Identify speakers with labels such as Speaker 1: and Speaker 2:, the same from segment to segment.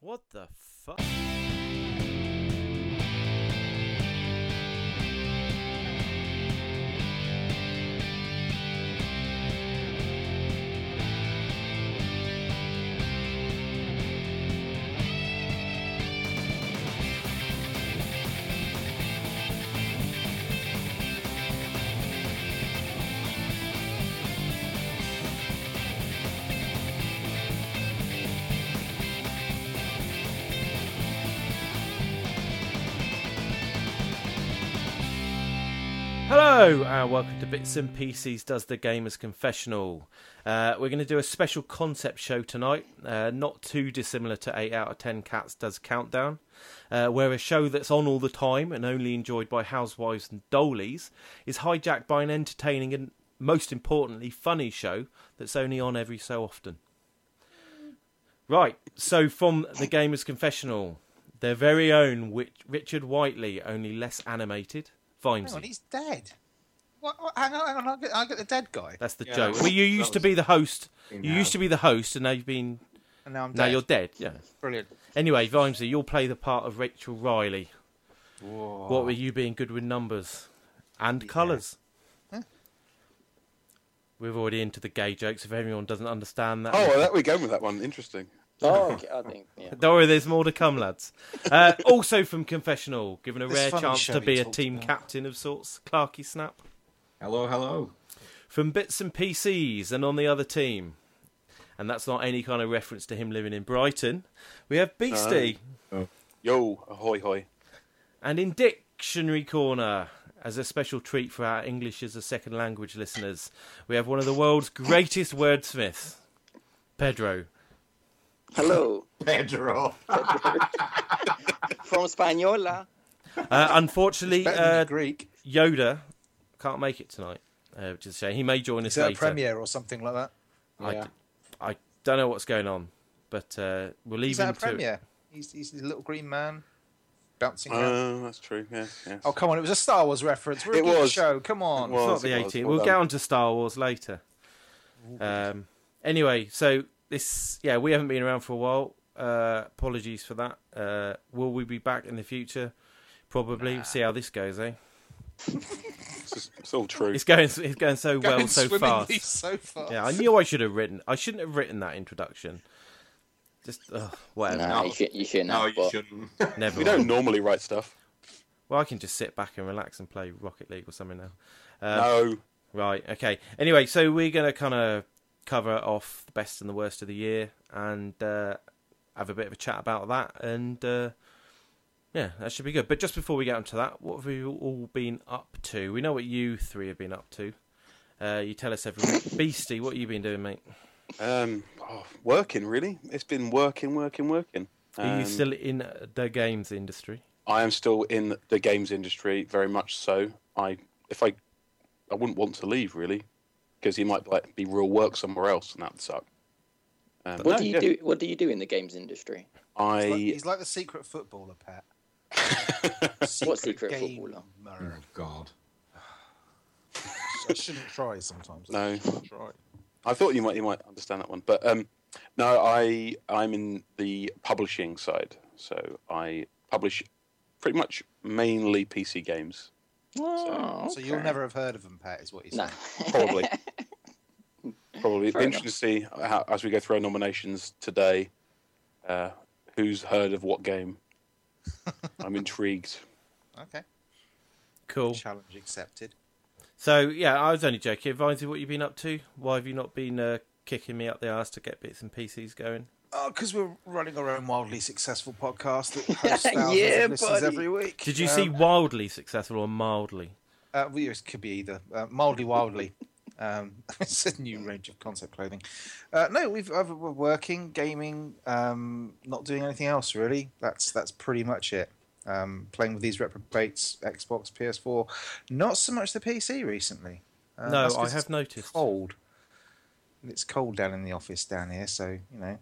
Speaker 1: What the fuck? Hello and welcome to Bits and Pieces Does the Gamers Confessional. Uh, we're going to do a special concept show tonight, uh, not too dissimilar to 8 out of 10 Cats Does Countdown, uh, where a show that's on all the time and only enjoyed by housewives and dolies is hijacked by an entertaining and most importantly funny show that's only on every so often. Right, so from the Gamers Confessional, their very own Wich- Richard Whiteley, only less animated. Vimesy.
Speaker 2: Hang on, he's dead. What, what, hang on, hang on. I got, I got the dead guy,
Speaker 1: That's the
Speaker 3: Yeah,
Speaker 1: joke.
Speaker 3: that was-
Speaker 1: well, you
Speaker 3: that
Speaker 1: used to
Speaker 3: was-
Speaker 1: be the host.
Speaker 3: You
Speaker 1: You
Speaker 3: know.
Speaker 1: used to be the host, and now you've been.
Speaker 2: and now I'm dead.
Speaker 1: Now you're dead. Yeah.
Speaker 2: brilliant.
Speaker 1: Anyway, Vimesy, you'll play the part of Rachel Riley.
Speaker 3: Whoa.
Speaker 1: What were you being good with numbers and colours? We're already into the gay jokes. If anyone doesn't understand that,
Speaker 4: Oh, that we're going with that one. Interesting.
Speaker 3: Oh, okay, I think. Yeah.
Speaker 1: don't worry. There's more to come, lads. Uh, also from confessional, given a
Speaker 2: This
Speaker 1: rare
Speaker 2: funny
Speaker 1: chance
Speaker 2: show
Speaker 1: to
Speaker 2: he
Speaker 1: be a
Speaker 2: talked
Speaker 1: team
Speaker 2: about.
Speaker 1: captain of sorts, Clarky Snap.
Speaker 5: Hello, hello.
Speaker 1: from bits and PCs and on the other team. And that's not any kind of reference to him living in Brighton. We have Beastie.
Speaker 4: Yo, ahoy, hoy.
Speaker 1: And in Dictionary Corner, as a special treat for our English as a second language listeners, we have one of the world's greatest wordsmiths, Pedro.
Speaker 3: Hello
Speaker 5: Pedro.
Speaker 3: from Spaniola.
Speaker 1: Uh, unfortunately,
Speaker 2: Better than
Speaker 1: uh,
Speaker 2: the Greek.
Speaker 1: Yoda can't make it tonight, uh, which is a shame. He may join us
Speaker 2: Is that a
Speaker 1: later.
Speaker 2: premiere or something like that?
Speaker 1: I,
Speaker 5: Yeah.
Speaker 1: I don't know what's going on, but uh, we'll leave
Speaker 2: Is that
Speaker 1: him
Speaker 2: a
Speaker 1: to it.
Speaker 2: premiere? He's, he's the little green man bouncing.
Speaker 4: Oh,
Speaker 2: around.
Speaker 4: that's true. Yeah, yeah.
Speaker 2: oh come on! It was a Star Wars reference. We're a
Speaker 4: It
Speaker 2: good
Speaker 4: was.
Speaker 2: show. Come on.
Speaker 4: It was.
Speaker 1: It's not the
Speaker 4: it was.
Speaker 1: 18th.
Speaker 4: Well
Speaker 1: We'll
Speaker 4: done.
Speaker 1: get on to Star Wars later. Um, anyway, so this, yeah, we haven't been around for a while. Uh, apologies for that. Uh, will we be back in the future? Probably. See how this goes, eh?
Speaker 4: It's, just- it's all true.
Speaker 1: It's going, it's going so
Speaker 2: Going
Speaker 1: well so fast.
Speaker 2: swimmingly so fast.
Speaker 1: Yeah, I knew I should have written. I shouldn't have written that introduction. Just ugh, whatever.
Speaker 3: No, you, should, you shouldn't.
Speaker 5: No,
Speaker 3: have,
Speaker 5: you
Speaker 3: but
Speaker 5: shouldn't.
Speaker 1: Never.
Speaker 4: we
Speaker 1: mind.
Speaker 4: don't normally write stuff.
Speaker 1: Well, I can just sit back and relax and play Rocket League or something now. Uh,
Speaker 4: No.
Speaker 1: Right. Okay. Anyway, so we're gonna kind of cover off the best and the worst of the year and uh, have a bit of a chat about that, and uh, yeah, that should be good. But just before we get onto that, what have we all been up to? We know what you three have been up to. Uh, you tell us every week. Beastie, what have you been doing, mate?
Speaker 4: Um, oh, working really. It's been working, working, working.
Speaker 1: Are you
Speaker 4: Um,
Speaker 1: still in the games industry?
Speaker 4: I am still in the games industry, very much so. I, if I, I wouldn't want to leave really, because you might like, be real work somewhere else, and that would suck. Um,
Speaker 3: what
Speaker 4: no,
Speaker 3: do you
Speaker 4: yeah.
Speaker 3: do? What do you do in the games industry?
Speaker 2: He's like,
Speaker 4: I
Speaker 2: he's like the secret footballer, Pat.
Speaker 3: What secret footballer?
Speaker 5: Oh,
Speaker 2: gamer.
Speaker 5: God.
Speaker 2: I shouldn't try sometimes.
Speaker 4: no.
Speaker 2: Try.
Speaker 4: I thought you might you might understand that one, but um, no, I I'm in the publishing side, so I publish pretty much mainly PC games.
Speaker 3: Oh,
Speaker 2: So you'll
Speaker 3: okay.
Speaker 2: never have heard of him, Pat, is what you're
Speaker 3: Nah.
Speaker 2: saying.
Speaker 4: Probably, probably.
Speaker 3: Fair
Speaker 4: Interesting to see how, as we go through our nominations today, uh, who's heard of what game. I'm intrigued.
Speaker 2: Okay.
Speaker 1: Cool.
Speaker 2: Challenge accepted.
Speaker 1: So yeah, I was only joking. Vinesy, what have you been up to? Why have you not been uh, kicking me up the arse to get bits and PCs going?
Speaker 2: Oh, because we're running our own wildly successful podcast that hosts thousands
Speaker 3: Yeah,
Speaker 2: of listens
Speaker 3: buddy.
Speaker 2: every week.
Speaker 1: Did you
Speaker 2: Um,
Speaker 1: see wildly successful or mildly?
Speaker 2: Uh, we it could be either uh, mildly wildly. Um, it's a new range of concept clothing. Uh, no, we've I've, we're working, gaming, um, not doing anything else really. That's that's pretty much it. Um, playing with these reprobates, Xbox, PS4, not so much the PC recently. Uh,
Speaker 1: no,
Speaker 2: that's
Speaker 1: I
Speaker 2: 'cause
Speaker 1: have
Speaker 2: it's
Speaker 1: noticed.
Speaker 2: cold. It's cold down in the office down here, so you know,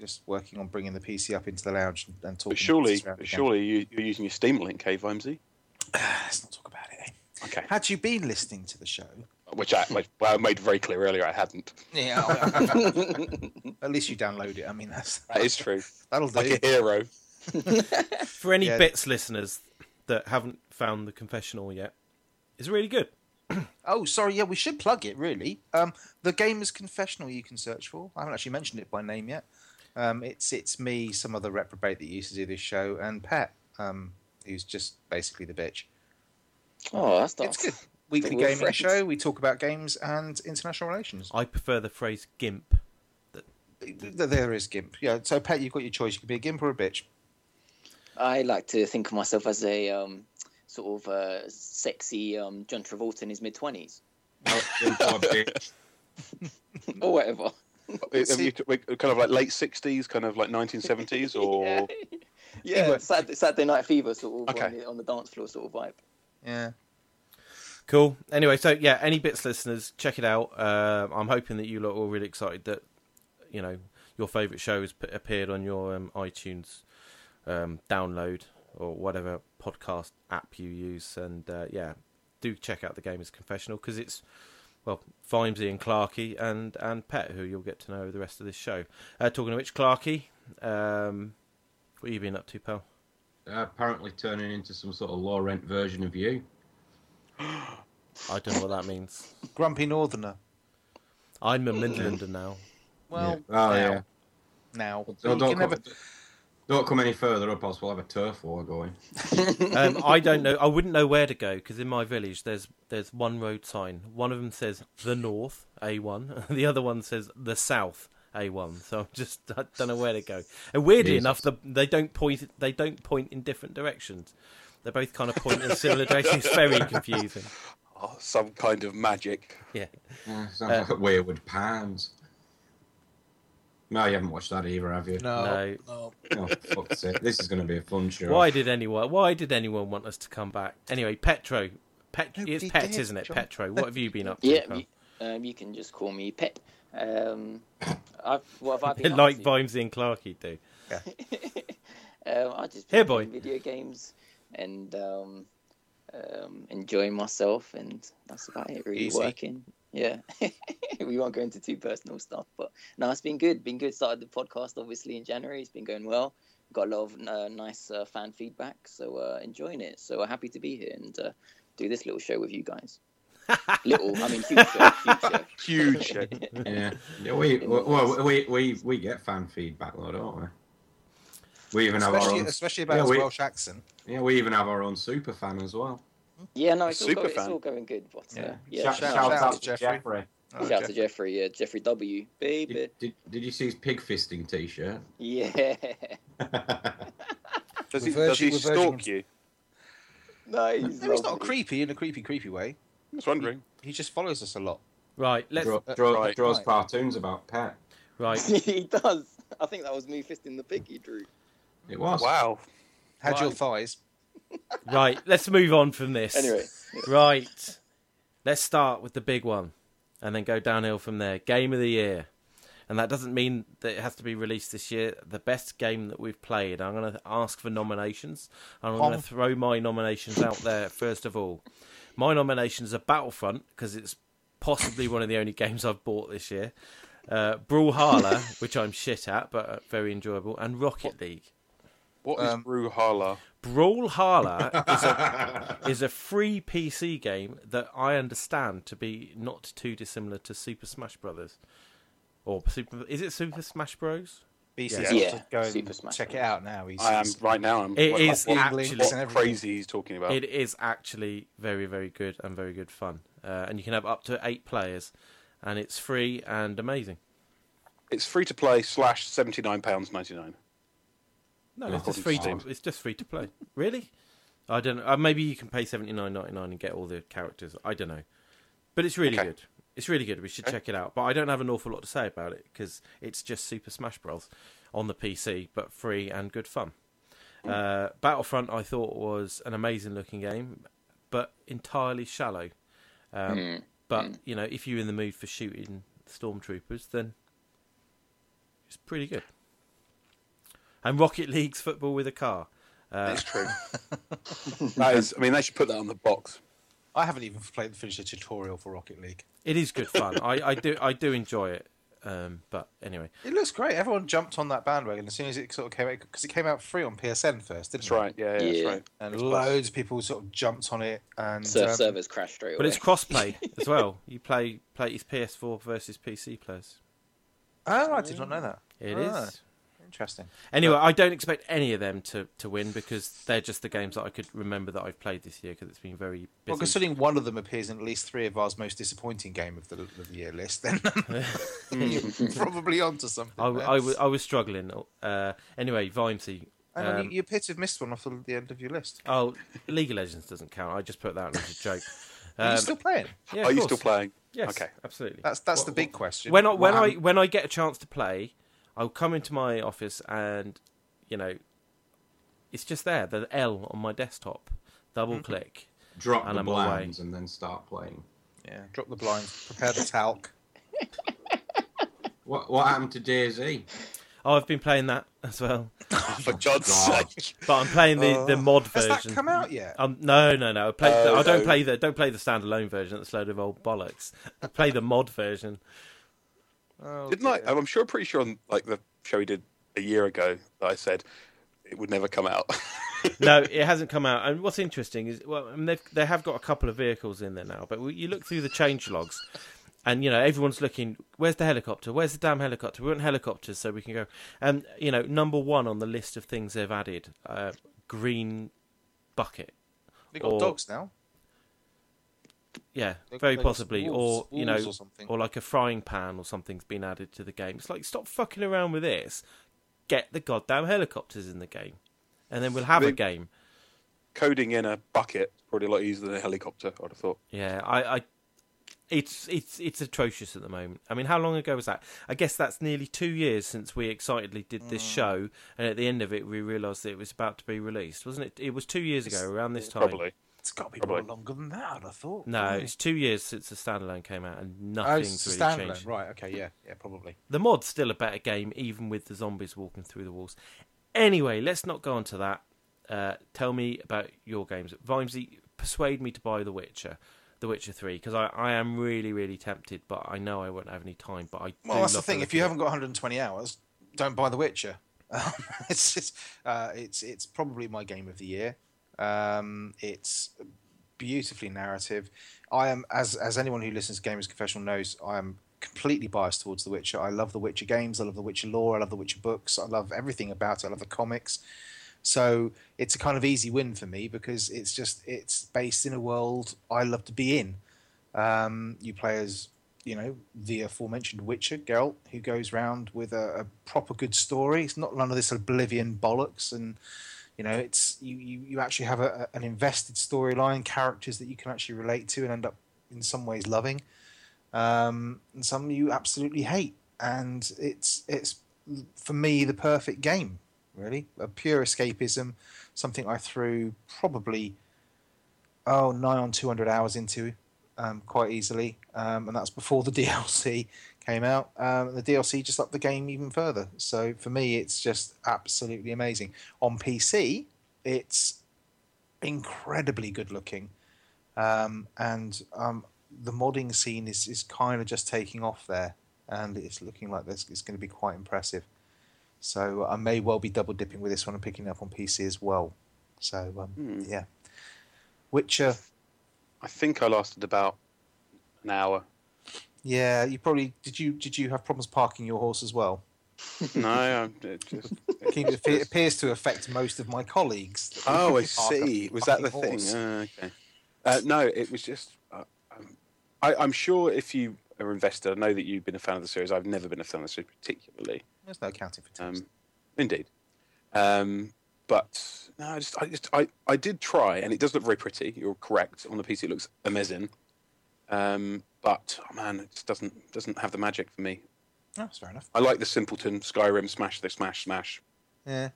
Speaker 2: just working on bringing the PC up into the lounge and, and talking.
Speaker 4: But surely,
Speaker 2: around again.
Speaker 4: surely you, you're using your Steam Link, eh, Vimesy?
Speaker 2: let's not talk about it. eh?
Speaker 4: Okay.
Speaker 2: Had you been listening to the show,
Speaker 4: which I, which I made very clear earlier I hadn't.
Speaker 2: Yeah. At least you download it. I mean, that's
Speaker 4: That is true.
Speaker 2: that'll do.
Speaker 4: Like a hero.
Speaker 1: For any
Speaker 2: Yeah.
Speaker 1: bits listeners that haven't found the confessional yet, it's really good.
Speaker 2: Oh, sorry. Yeah, we should plug it really. Um, the Gamers Confessional you can search for. I haven't actually mentioned it by name yet. Um, it's it's me, some other reprobate that used to do this show, and Pat, um, who's just basically the bitch.
Speaker 3: Oh, that's not.
Speaker 2: It's good. Weekly
Speaker 3: We're
Speaker 2: gaming
Speaker 3: friends.
Speaker 2: show. We talk about games and international relations.
Speaker 1: I prefer the phrase "gimp."
Speaker 2: Th- There is GIMP. Yeah. So Pat, you've got your choice. You could be a GIMP or a bitch.
Speaker 3: I like to think of myself as a um, sort of uh, sexy um, John Travolta in his mid twenties or whatever.
Speaker 4: Have um, you- kind of like late 60s, kind of like 1970s, or
Speaker 3: yeah,
Speaker 2: Anyway.
Speaker 3: yeah Saturday, Saturday Night Fever sort of on,
Speaker 4: Okay.
Speaker 3: the, on the dance floor sort of vibe.
Speaker 2: Yeah.
Speaker 1: Cool. Anyway, so yeah, any bits listeners, check it out. Um I'm hoping that you lot are all really excited that you know your favourite show has p- appeared on your um, iTunes um, download or whatever podcast app you use. And uh, yeah, do check out the Gamers Confessional because it's well Vimesy and Clarkey and and Pet, who you'll get to know the rest of this show. Uh, talking of which, Clarkey, um, what have you been up to, pal?
Speaker 5: apparently turning into some sort of low rent version of you.
Speaker 1: I don't know what that means.
Speaker 2: Grumpy Northerner.
Speaker 1: I'm a Midlander now.
Speaker 2: Well,
Speaker 5: Oh,
Speaker 2: now,
Speaker 5: yeah.
Speaker 2: now.
Speaker 5: So
Speaker 2: You
Speaker 5: don't,
Speaker 2: can
Speaker 5: come,
Speaker 2: never-
Speaker 5: don't come any further up, else we'll have a turf war going.
Speaker 1: um, I don't know. I wouldn't know where to go because in my village there's there's one road sign. One of them says the north A1. The other one says the south A1. So I'm just I don't know where to go. And weirdly
Speaker 5: Jesus.
Speaker 1: enough, the, they don't point they don't point in different directions. They both kind of point in similar directions. It's very confusing.
Speaker 4: oh, some kind of magic.
Speaker 1: Yeah.
Speaker 5: Yeah, sounds like Wayward Pines. No, you haven't watched that either, have you?
Speaker 1: No.
Speaker 2: no.
Speaker 5: Oh, fuck's sake. This is going to be a fun show.
Speaker 1: Why did anyone Why did anyone want us to come back? Anyway, Petro. Pet, it's
Speaker 2: Nobody
Speaker 1: Pet,
Speaker 2: did,
Speaker 1: isn't it?
Speaker 2: John.
Speaker 1: Petro. What have you been up to?
Speaker 3: Yeah,
Speaker 1: pal?
Speaker 3: you, um, you can just call me Pet. Um, I've, what have I been up
Speaker 1: like
Speaker 3: to?
Speaker 1: Vimesy and Clarky do.
Speaker 3: Um, I just
Speaker 1: Here,
Speaker 3: been
Speaker 1: boy.
Speaker 3: playing video games and um, um, enjoying myself, and that's about it. Really
Speaker 2: Easy.
Speaker 3: working. Yeah, we won't go into too personal stuff, but no, it's been good. Been good. Started the podcast obviously in January. It's been going well. Got a lot of uh, nice uh, fan feedback, so uh, enjoying it. So uh, happy to be here and uh, do this little show with you guys. little, I mean, huge show. Huge show.
Speaker 4: Huge. yeah.
Speaker 5: Yeah. Yeah, we, well, we, we, we get fan feedback, though, don't we? We even have our
Speaker 2: Especially,
Speaker 5: own,
Speaker 2: especially about
Speaker 5: Yeah,
Speaker 2: his
Speaker 5: we-
Speaker 2: Welsh accent.
Speaker 5: yeah, we even have our own super fan as well.
Speaker 3: Yeah, no, it's all,
Speaker 4: Super
Speaker 3: go- it's
Speaker 4: fan.
Speaker 3: all going good. But, uh,
Speaker 5: Yeah.
Speaker 3: yeah,
Speaker 5: shout,
Speaker 3: shout,
Speaker 5: shout
Speaker 2: out
Speaker 5: out to
Speaker 2: to Jeffrey.
Speaker 5: Jeffrey.
Speaker 2: Oh,
Speaker 3: shout
Speaker 2: Jeff-
Speaker 3: to Jeffrey. Yeah, Jeffrey W. Baby.
Speaker 5: Did, did, did you see his pig fisting t shirt?
Speaker 3: Yeah.
Speaker 4: Does he,
Speaker 2: We're
Speaker 4: does he
Speaker 2: virgin- we're
Speaker 4: stalk
Speaker 2: virgin.
Speaker 4: you?
Speaker 3: No, he's,
Speaker 2: no, he's not
Speaker 3: lovely.
Speaker 2: creepy in a creepy, creepy way.
Speaker 4: I was wondering.
Speaker 2: He just follows us a lot.
Speaker 1: Right, let's
Speaker 5: Draw, draw,
Speaker 4: right.
Speaker 5: Draws
Speaker 2: Right.
Speaker 5: cartoons about pet.
Speaker 1: right.
Speaker 3: he does. I think that was me fisting the pig he drew.
Speaker 5: It was.
Speaker 4: Wow.
Speaker 2: Had your
Speaker 1: Right.
Speaker 2: thighs.
Speaker 1: Right, let's move on from this.
Speaker 3: Anyway,
Speaker 1: Mm, Right. Let's start with the big one and then go downhill from there. Game of the year. And that doesn't mean that it has to be released this year. The best game that we've played. I'm going to ask for nominations. And I'm going to
Speaker 2: Hong.
Speaker 1: throw my nominations out there first of all. My nominations are Battlefront because it's possibly one of the only games I've bought this year. Uh, Brawlhalla, which I'm shit at, but uh, very enjoyable, and Rocket League.
Speaker 4: What is
Speaker 2: Um,
Speaker 4: Brawlhalla?
Speaker 1: Brawlhalla is a, is a free PC game that I understand to be not too dissimilar to Super Smash Brothers. Or Super, is it Super Smash Bros?
Speaker 2: BC's
Speaker 4: Yeah.
Speaker 2: got
Speaker 3: Yeah,
Speaker 2: to go and
Speaker 3: Super Smash
Speaker 2: check it
Speaker 3: Bros.
Speaker 2: out now. He's,
Speaker 4: I am
Speaker 2: he's-
Speaker 4: right now. I'm
Speaker 1: It
Speaker 4: what,
Speaker 1: is
Speaker 4: what,
Speaker 2: England
Speaker 1: actually
Speaker 2: and
Speaker 4: what
Speaker 2: everything.
Speaker 4: crazy he's talking about.
Speaker 1: it is actually very very good and very good fun. Uh, and you can have up to eight players, and it's free and amazing.
Speaker 4: It's free to play slash seventy nine pounds ninety nine.
Speaker 1: No,
Speaker 4: Oh,
Speaker 1: it's just
Speaker 4: it's
Speaker 1: free to
Speaker 4: Steam.
Speaker 1: it's just free to play. Really? I don't know. Uh, maybe you can pay seventy nine ninety nine and get all the characters. I don't know, but it's really
Speaker 4: Okay.
Speaker 1: good. It's really good. We should check it out. But I don't have an awful lot to say about it because it's just Super Smash Bros. on the PC, but free and good fun. Uh, Battlefront, I thought, was an amazing looking game, but entirely shallow. Um, But you know, if you're in the mood for shooting stormtroopers, then it's pretty good. And Rocket League's football with a car.
Speaker 4: That's true. that is. I mean, they should put that on the box.
Speaker 2: I haven't even played finished the tutorial for Rocket League.
Speaker 1: It is good fun. I, I do I do enjoy it. Um, but anyway,
Speaker 2: It looks great. Everyone jumped on that bandwagon as soon as it sort of came out because it came out free on PSN first, didn't it?
Speaker 4: That's right. Yeah, yeah,
Speaker 3: Yeah.
Speaker 4: that's right.
Speaker 2: And loads of people sort of jumped on it and
Speaker 3: Ser-
Speaker 2: um,
Speaker 3: servers crash straight away.
Speaker 1: but it's crossplay as well. You play play it's PS4 versus PC players.
Speaker 2: Oh, I did not know that.
Speaker 1: It is.
Speaker 2: Ah. Interesting.
Speaker 1: Anyway, I don't expect any of them to, to win because they're just the games that I could remember that I've played this year because it's been very
Speaker 2: Well,
Speaker 1: busy.
Speaker 2: considering one of them appears in at least three of our most disappointing game of the, of the year list, then you're probably onto something.
Speaker 1: I, w-
Speaker 2: there.
Speaker 1: I, w- I was struggling. Uh, anyway, Vimesy.
Speaker 2: Hang on,
Speaker 1: um,
Speaker 2: you, you appear to have missed one off the, the end of your list.
Speaker 1: Oh, League of Legends doesn't count. I just put that in as a joke.
Speaker 2: Are
Speaker 1: Um,
Speaker 2: you still playing?
Speaker 1: yeah, of
Speaker 4: Are you
Speaker 1: course.
Speaker 4: still playing?
Speaker 1: Yes,
Speaker 4: Okay.
Speaker 1: absolutely.
Speaker 2: That's that's
Speaker 5: What-
Speaker 2: the big
Speaker 5: what-
Speaker 2: question.
Speaker 1: when I, when
Speaker 5: What
Speaker 1: I
Speaker 5: hap-
Speaker 1: when I get a chance to play, I'll come into my office and you know, it's just there the L on my desktop.
Speaker 2: Mm-hmm.
Speaker 1: Double click.
Speaker 5: Drop
Speaker 1: And
Speaker 5: the
Speaker 1: I'm away.
Speaker 5: blinds and then start playing.
Speaker 2: yeah, drop the blinds, prepare the talc.
Speaker 5: What what happened to Daisy?
Speaker 1: Oh, I've been playing that as well,
Speaker 4: For God's
Speaker 5: God.
Speaker 4: sake.
Speaker 1: but I'm playing the, the mod
Speaker 2: Oh. Has
Speaker 1: version.
Speaker 2: that come out yet?
Speaker 1: Um, no, no, no. I, play,
Speaker 4: Oh,
Speaker 1: I don't
Speaker 4: no.
Speaker 1: play the don't play the standalone version. That's a load of old bollocks. I play the mod version.
Speaker 2: Oh,
Speaker 4: Didn't I?
Speaker 2: dear.
Speaker 4: I'm sure, pretty sure, on like the show we did a year ago, that I said it would never come out.
Speaker 1: no, it hasn't come out. And what's interesting is, well, I mean, they've, they have got a couple of vehicles in there now. But you look through the change logs, and you know everyone's looking. Where's the helicopter? Where's the damn helicopter? We want helicopters so we can go. And you know, number one on the list of things they've added, uh, green bucket.
Speaker 2: They got
Speaker 1: or-
Speaker 2: dogs now.
Speaker 1: Yeah,
Speaker 2: They-
Speaker 1: very
Speaker 2: they got
Speaker 1: possibly,
Speaker 2: wolves-
Speaker 1: or you
Speaker 2: wolves
Speaker 1: know,
Speaker 2: or something.
Speaker 1: or like a frying pan or something's been added to the game. It's like stop fucking around with this. Get the goddamn helicopters in the game, and then we'll have a
Speaker 4: They-
Speaker 1: game.
Speaker 4: Coding in a bucket is probably a lot easier than a helicopter. I'd have thought.
Speaker 1: Yeah, I, I, it's it's it's atrocious at the moment. I mean, how long ago was that? I guess that's nearly two years since we excitedly did this show, and at the end of it, we realised that it was about to be released, wasn't it? It was two years ago, around this time.
Speaker 4: Probably.
Speaker 2: It's got to be
Speaker 4: Probably.
Speaker 2: more longer than that. I thought.
Speaker 1: No,
Speaker 2: Right.
Speaker 1: it's two years since the standalone came out, and
Speaker 2: Mm. Oh,
Speaker 1: nothing's
Speaker 2: it's
Speaker 1: really
Speaker 2: standalone.
Speaker 1: changed.
Speaker 2: Right. Okay. Yeah. Yeah. Probably.
Speaker 1: The mod's still a better game, even with the zombies walking through the walls. Anyway, let's not go on to that. Uh, tell me about your games. Vimesy, persuade me to buy The Witcher, The Witcher 3, because I, I am really, really tempted, but I know I won't have any time. But I
Speaker 2: Well,
Speaker 1: do
Speaker 2: that's the
Speaker 1: love
Speaker 2: thing.
Speaker 1: look
Speaker 2: If
Speaker 1: of
Speaker 2: you
Speaker 1: it.
Speaker 2: haven't got 120 hours, don't buy The Witcher. Um, it's just, uh, it's it's probably my game of the year. Um, it's beautifully narrative. I am as as anyone who listens to Gamers Confessional knows, I am completely biased towards The Witcher. I love The Witcher games. I love The Witcher lore. I love The Witcher books. I love everything about it. I love the comics. So it's a kind of easy win for me because it's just it's based in a world I love to be in. Um, you play as you know the aforementioned Witcher Geralt, who goes round with a, a proper good story. It's not none of this Oblivion bollocks, and you know it's you you, you actually have a, a- an invested storyline, characters that you can actually relate to and end up in some ways loving, um, and some you absolutely hate. And it's it's for me the perfect game, really, a pure escapism, something I threw probably oh nigh on two hundred hours into um, quite easily, um, and that's before the DLC came out. Um, the DLC just upped the game even further. So for me, it's just absolutely amazing. On PC, it's incredibly good looking, um, and um, the modding scene is, is kind of just taking off there, and it's looking like this. It's going to be quite impressive. So I may well be double dipping with this one and picking it up on PC as well. So um,
Speaker 4: Hmm.
Speaker 2: yeah, Witcher
Speaker 4: I think I lasted about an hour.
Speaker 2: Yeah, you probably did. You did you have problems parking your horse as well?
Speaker 4: No, I, it just.
Speaker 2: It seems- it appear- appears to affect most of my colleagues. that they
Speaker 4: Oh, I
Speaker 2: couldn't park a
Speaker 4: see. Was that the
Speaker 2: fucking
Speaker 4: thing?
Speaker 2: horse.
Speaker 4: Uh, okay. Uh, no, it was just. Uh, um, I, I'm sure if you are invested, I know that you've been a fan of the series. I've never been a fan of the series particularly.
Speaker 2: There's no accounting for times.
Speaker 4: Um, indeed. Um, but no, I just, I just, I, I did try, and it does look very pretty. You're correct. On the PC, it looks amazing. Um, but oh man, it just doesn't doesn't have the magic for me.
Speaker 2: Oh, that's fair enough.
Speaker 4: I like the simpleton Skyrim smash the smash smash.
Speaker 2: Yeah,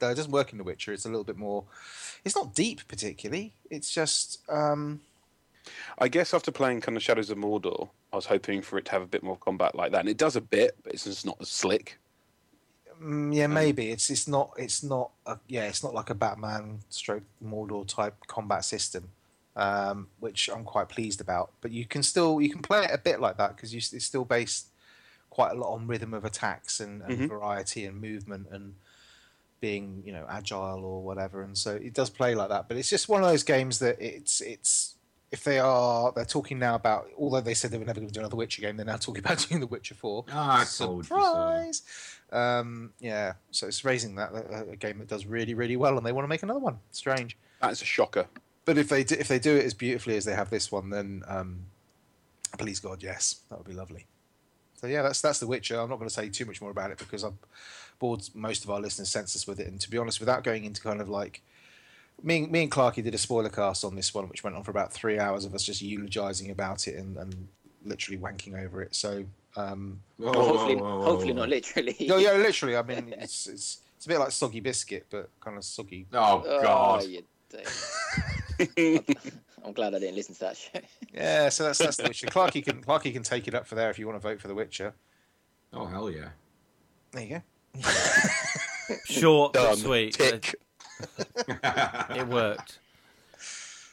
Speaker 2: no, it doesn't work in The Witcher. It's a little bit more. It's not deep particularly. It's just um,
Speaker 4: I guess after playing kind of Shadows of Mordor, I was hoping for it to have a bit more combat like that, and it does a bit, but it's just not as slick.
Speaker 2: mm, yeah maybe it's it's not it's not a, yeah it's not like a Batman stroke Mordor type combat system. um, which I'm quite pleased about. But you can still you can play it a bit like that because it's still based quite a lot on rhythm of attacks and, and
Speaker 4: Mhm.
Speaker 2: variety and movement and being you know agile or whatever. And so it does play like that. But it's just one of those games that it's it's if they are they're talking now about although they said they were never going to do another Witcher game, they're now talking about doing the Witcher Four.
Speaker 5: Ah, I told you so.
Speaker 2: Surprise! Um, yeah, so it's raising that a, a game that does really, really well, and they want to make another one. Strange,
Speaker 4: That is a shocker.
Speaker 2: but if they do, if they do it as beautifully as they have this one, then um, please God, yes, that would be lovely. So yeah, that's that's The Witcher. I'm not going to say too much more about it because I've bored most of our listeners' senses with it. And to be honest, without going into kind of like me, and- me and Clarky did a spoiler cast on this one, which went on for about three hours of us just eulogising about it and, and literally wanking over it. So um,
Speaker 5: Whoa,
Speaker 3: Well,
Speaker 5: whoa,
Speaker 3: hopefully,
Speaker 5: whoa, whoa,
Speaker 3: hopefully
Speaker 5: whoa.
Speaker 3: not literally.
Speaker 2: yeah, yeah, literally. I mean, it's it's it's a bit like soggy biscuit, but kind of soggy.
Speaker 5: Oh
Speaker 3: Oh,
Speaker 5: God!
Speaker 3: you dick.
Speaker 4: yeah,
Speaker 3: I'm glad I didn't listen to that show.
Speaker 2: Yeah, so that's that's The Witcher. Clarky can Clarky can take it up for there if you want to vote for The Witcher.
Speaker 5: Oh hell yeah!
Speaker 2: There you go.
Speaker 1: Short
Speaker 4: Done.
Speaker 1: but sweet.
Speaker 4: Tick.
Speaker 1: It worked.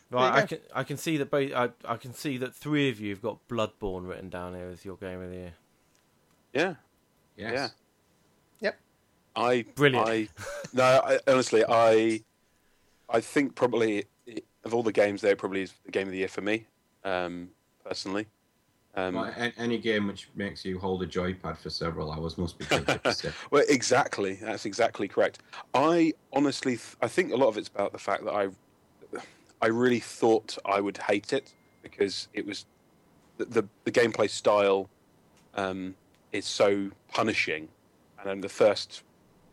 Speaker 2: There you
Speaker 1: Right, I
Speaker 2: go.
Speaker 1: can I can see that both I, I can see that three of you have got Bloodborne written down here as your game of the year.
Speaker 4: yes.
Speaker 5: yes.
Speaker 4: I
Speaker 1: Brilliant.
Speaker 4: I, no, I, honestly, I I think probably it- of all the games there, it probably is the game of the year for me, um, personally. Um,
Speaker 5: Well, a- any game which makes you hold a joypad for several hours must be good. to see.
Speaker 4: Well, exactly. That's exactly correct. I honestly, th- I think a lot of it's about the fact that I, I really thought I would hate it because it was, the the, the gameplay style, um, is so punishing, and then the first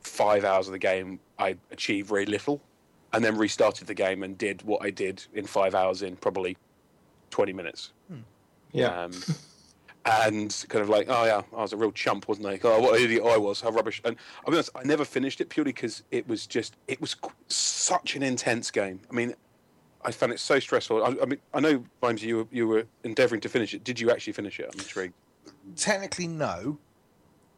Speaker 4: five hours of the game I achieved very little, and then restarted the game and did what I did in five hours in probably twenty minutes.
Speaker 5: yeah.
Speaker 4: Um, and kind of like, oh yeah, I was a real chump, wasn't I? Oh, what an idiot I was! How rubbish! And I'll be honest, I never finished it purely because it was just, it was qu- such an intense game. I mean, I found it so stressful. I, I mean, I know, Rhymes, you were, you were endeavouring to finish it. Did you actually finish it? I'm intrigued.
Speaker 2: Technically, no,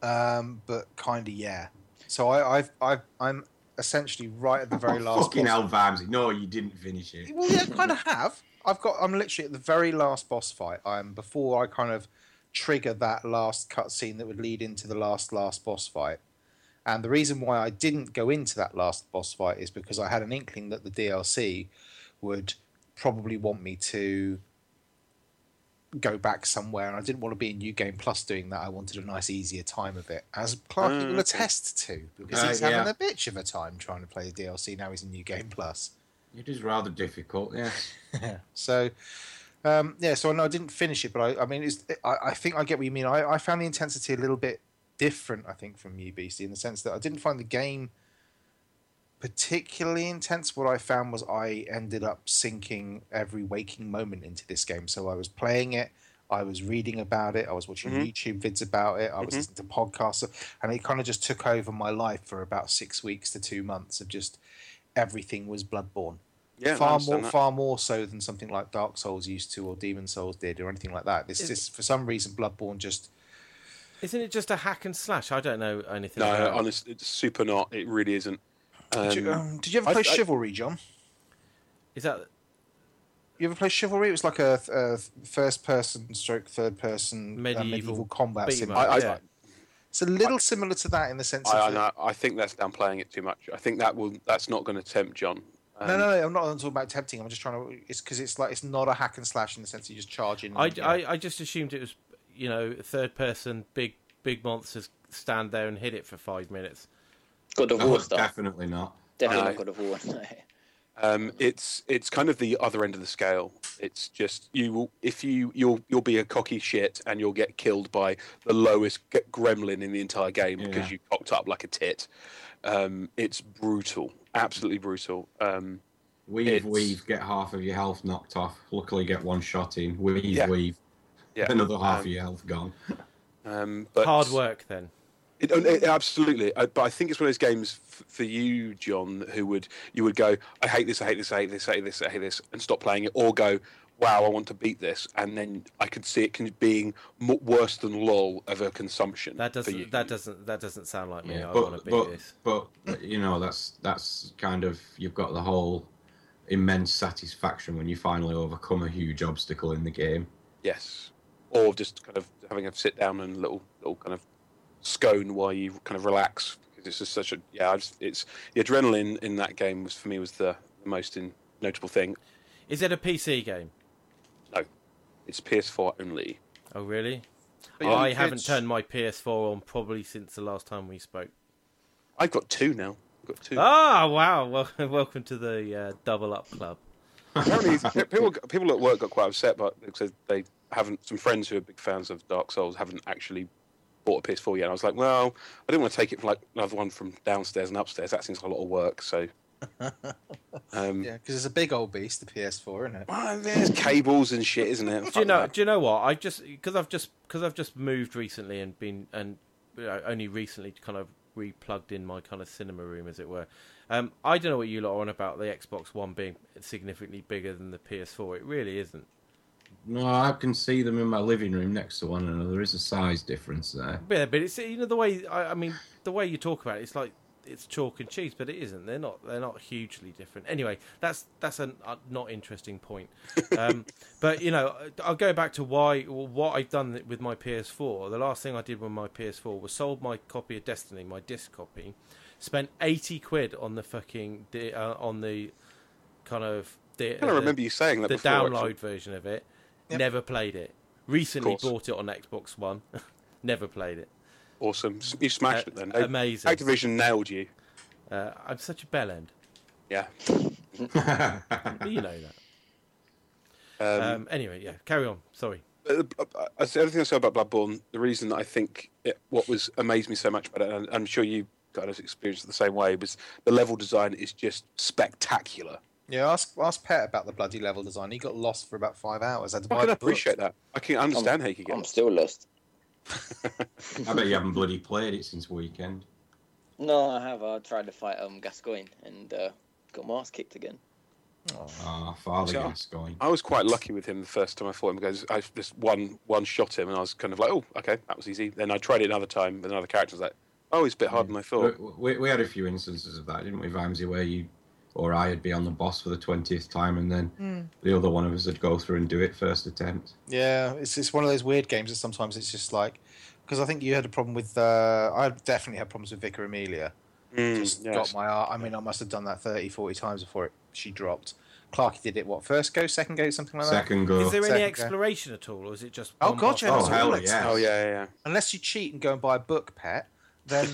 Speaker 2: um, but kind of yeah. So I, I've, I've, I'm essentially right at the very last.
Speaker 5: Fucking
Speaker 2: boss.
Speaker 5: hell, Vimesy. No, you didn't finish it.
Speaker 2: Well, yeah, kind of have. I've got. I'm literally at the very last boss fight. I'm before I kind of trigger that last cutscene that would lead into the last last boss fight. And the reason why I didn't go into that last boss fight is because I had an inkling that the DLC would probably want me to go back somewhere, and I didn't want to be in New Game Plus doing that. I wanted a nice, easier time of it, as Clark
Speaker 4: Mm,
Speaker 2: will
Speaker 4: okay.
Speaker 2: attest to, because
Speaker 5: Oh, Uh,
Speaker 2: he's
Speaker 5: yeah.
Speaker 2: having a bitch of a time trying to play the DLC now he's in New Game Plus.
Speaker 5: It is rather difficult. Yeah.
Speaker 2: So, um, yeah, so I know I didn't finish it, but I, I mean, it's, I, I think I get what you mean. I, I found the intensity a little bit different, I think, from you, BC, in the sense that I didn't find the game particularly intense. What I found was I ended up sinking every waking moment into this game. So I was playing it. I was reading about it. I was watching
Speaker 4: Mhm.
Speaker 2: YouTube vids about it. I was
Speaker 4: Mhm.
Speaker 2: listening to podcasts, and it kind of just took over my life for about six weeks to two months of just everything was Bloodborne
Speaker 4: Yeah, I
Speaker 2: far
Speaker 4: understand
Speaker 2: more
Speaker 4: that.
Speaker 2: far more so than something like Dark Souls used to or Demon Souls did or anything like that. This
Speaker 1: Is-
Speaker 2: just for some reason Bloodborne just
Speaker 1: Isn't it just a hack and slash? I don't know anything.
Speaker 4: No,
Speaker 1: about it.
Speaker 4: honestly, it's super not. It really isn't. Um,
Speaker 2: did, you, um, did you ever
Speaker 4: I-
Speaker 2: play
Speaker 4: I-
Speaker 2: Chivalry, John?
Speaker 1: Is that
Speaker 2: You ever play Chivalry? It was like a, a first person stroke third person medieval,
Speaker 1: Medieval
Speaker 2: uh, medieval combat
Speaker 1: beat 'em
Speaker 2: sim.
Speaker 1: up?
Speaker 4: I- I-
Speaker 1: Yeah.
Speaker 2: It's a little similar to that in the sense
Speaker 4: I, I,
Speaker 2: of
Speaker 4: know- I think that's downplaying it too much. I think that will. That's not going to tempt John. Um,
Speaker 2: no, no, no. I'm not talking about tempting. I'm just trying to. It's because it's like it's not a hack and slash in the sense that you just charge in.
Speaker 1: I,
Speaker 2: and,
Speaker 1: I, I just assumed it was you know third person big big monsters stand there and hit it for five minutes.
Speaker 3: God of
Speaker 5: No,
Speaker 3: War stuff.
Speaker 5: definitely not.
Speaker 3: Definitely not
Speaker 4: No.
Speaker 3: God of War. No.
Speaker 4: Um, it's it's kind of the other end of the scale. It's just you will if you you'll you'll be a cocky shit and you'll get killed by the lowest g- gremlin in the entire game
Speaker 5: Yeah.
Speaker 4: because you cocked up like a tit. Um, it's brutal, absolutely brutal. Um,
Speaker 5: Weave,
Speaker 4: It's-
Speaker 5: weave, get half of your health knocked off. Luckily, get one shot in. Weave,
Speaker 4: Yeah.
Speaker 5: weave,
Speaker 4: yeah,
Speaker 5: another half of
Speaker 4: um,
Speaker 5: your health gone.
Speaker 4: Um, but
Speaker 1: Hard work then.
Speaker 4: It, oh, it- absolutely, I, but I think it's one of those games f- for you, John, who would you would go, I hate this, I hate this, I hate this, I hate this, I hate this, and stop playing it, or go, Wow, I want to beat this, and then I could see it can, being mo worse than lol of a consumption.
Speaker 1: That
Speaker 4: for you.
Speaker 1: doesn't that doesn't that doesn't sound like me.
Speaker 5: Yeah,
Speaker 1: I want
Speaker 5: but
Speaker 1: to beat
Speaker 5: but,
Speaker 1: this.
Speaker 5: but you know that's that's kind of you've got the whole immense satisfaction when you finally overcome a huge obstacle in the game.
Speaker 4: Yes, or just kind of having a sit down and little little kind of scone while you kind of relax because it's just such a yeah. I just, it's the adrenaline in that game was for me was the, the most in, notable thing.
Speaker 1: Is it a PC game?
Speaker 4: It's PS4 only.
Speaker 1: Oh, really?
Speaker 4: But yeah,
Speaker 1: I
Speaker 4: it's-
Speaker 1: haven't turned my PS4 on probably since the last time we spoke.
Speaker 4: I've got two now. I've got two.
Speaker 1: Ah, wow. Well, welcome to the uh, Double Up Club.
Speaker 4: Apparently, people people at work got quite upset, but because they haven't. Some friends who are big fans of Dark Souls haven't actually bought a PS4 yet. And I was like, well, I didn't want to take it from like another one from downstairs and upstairs. That seems like a lot of work. So, um,
Speaker 2: Yeah, because it's a big old beast, the PS4, isn't it?
Speaker 4: well, there's cables and shit, isn't it?
Speaker 1: do you
Speaker 4: Fuck
Speaker 1: know?
Speaker 4: that.
Speaker 1: Do you know what? I just because I've just because I've just moved recently and been and you know, only recently kind of replugged in my kind of cinema room, as it were. Um, I don't know what you lot are on about the Xbox One being significantly bigger than the PS4. It really isn't.
Speaker 5: No, I can see them in my living room next to one another. There is a size difference there.
Speaker 1: Yeah, but it's you know the way I, I mean the way you talk about it, it's like it's chalk and cheese, but it isn't. They're not they're not hugely different. Anyway, that's that's a uh, not interesting point. Um, but you know, I'll go back to why what I've done with my PS4. The last thing I did with my PS4 was sold my copy of Destiny, my disc copy, spent eighty quid on the fucking di- uh, on the kind of the,
Speaker 4: I don't remember you saying that
Speaker 1: uh, the
Speaker 4: before.
Speaker 1: download
Speaker 4: actually.
Speaker 1: version of it.
Speaker 2: Yep.
Speaker 1: Never played it. Recently
Speaker 4: Of course.
Speaker 1: bought it on Xbox One. Never played it.
Speaker 4: Awesome. You smashed
Speaker 1: Uh,
Speaker 4: it then.
Speaker 1: amazing.
Speaker 4: Activision nailed you.
Speaker 1: Uh, I'm such a bell end.
Speaker 4: Yeah.
Speaker 5: I
Speaker 1: You know that.
Speaker 4: Um,
Speaker 1: Um, anyway, yeah, carry on. Sorry.
Speaker 4: but Uh, the- I- I said everything I said about Bloodborne. The reason that I think it, what was amazed me so much about it, and I'm sure you kind of experienced it the same way, was the level design is just spectacular.
Speaker 2: Yeah, ask ask Pet about the bloody level design. He got lost for about five hours. I had to
Speaker 4: I
Speaker 2: buy
Speaker 4: can
Speaker 2: the
Speaker 4: appreciate that. I can understand how you could get.
Speaker 3: I'm
Speaker 4: lost.
Speaker 3: still lost.
Speaker 5: bet you haven't bloody played it since weekend.
Speaker 3: No, I have. I tried to fight um Gascoigne and uh, got my ass kicked again.
Speaker 2: book. Oh.
Speaker 5: Ah, Father
Speaker 4: So-
Speaker 5: Gascoigne.
Speaker 4: I was quite lucky with him the first time I fought him because I just one one shot him and I was kind of like, oh, okay, that was easy. Then I tried it another time with another character. I was like, oh, it's a bit harder than I thought.
Speaker 5: We, we, we had a few instances of that, didn't we, Vimesy, where you or I had be on the boss for the 20th time and then
Speaker 2: Hmm.
Speaker 5: the other one of us would go through and do it first attempt.
Speaker 2: Yeah, it's it's one of those weird games that sometimes it's just like because I think you had a problem with. Uh, I definitely had problems with Vicar Amelia.
Speaker 4: Mm,
Speaker 2: Just
Speaker 4: yes.
Speaker 2: got my art. I mean, I must have done that 30, 40 times before it, she dropped. Clarky did it, what, first go, second go, something like that?
Speaker 5: Oh, Second go.
Speaker 1: Is there any
Speaker 2: second, yeah.
Speaker 1: exploration at all, or is it just?
Speaker 2: Oh,
Speaker 1: one
Speaker 2: God,
Speaker 1: boss?
Speaker 2: yeah,
Speaker 5: Oh,
Speaker 2: That's all
Speaker 5: hell
Speaker 2: it's-
Speaker 5: yeah.
Speaker 4: Oh yeah, yeah, yeah.
Speaker 2: Unless you cheat and go and buy a book, Pet, then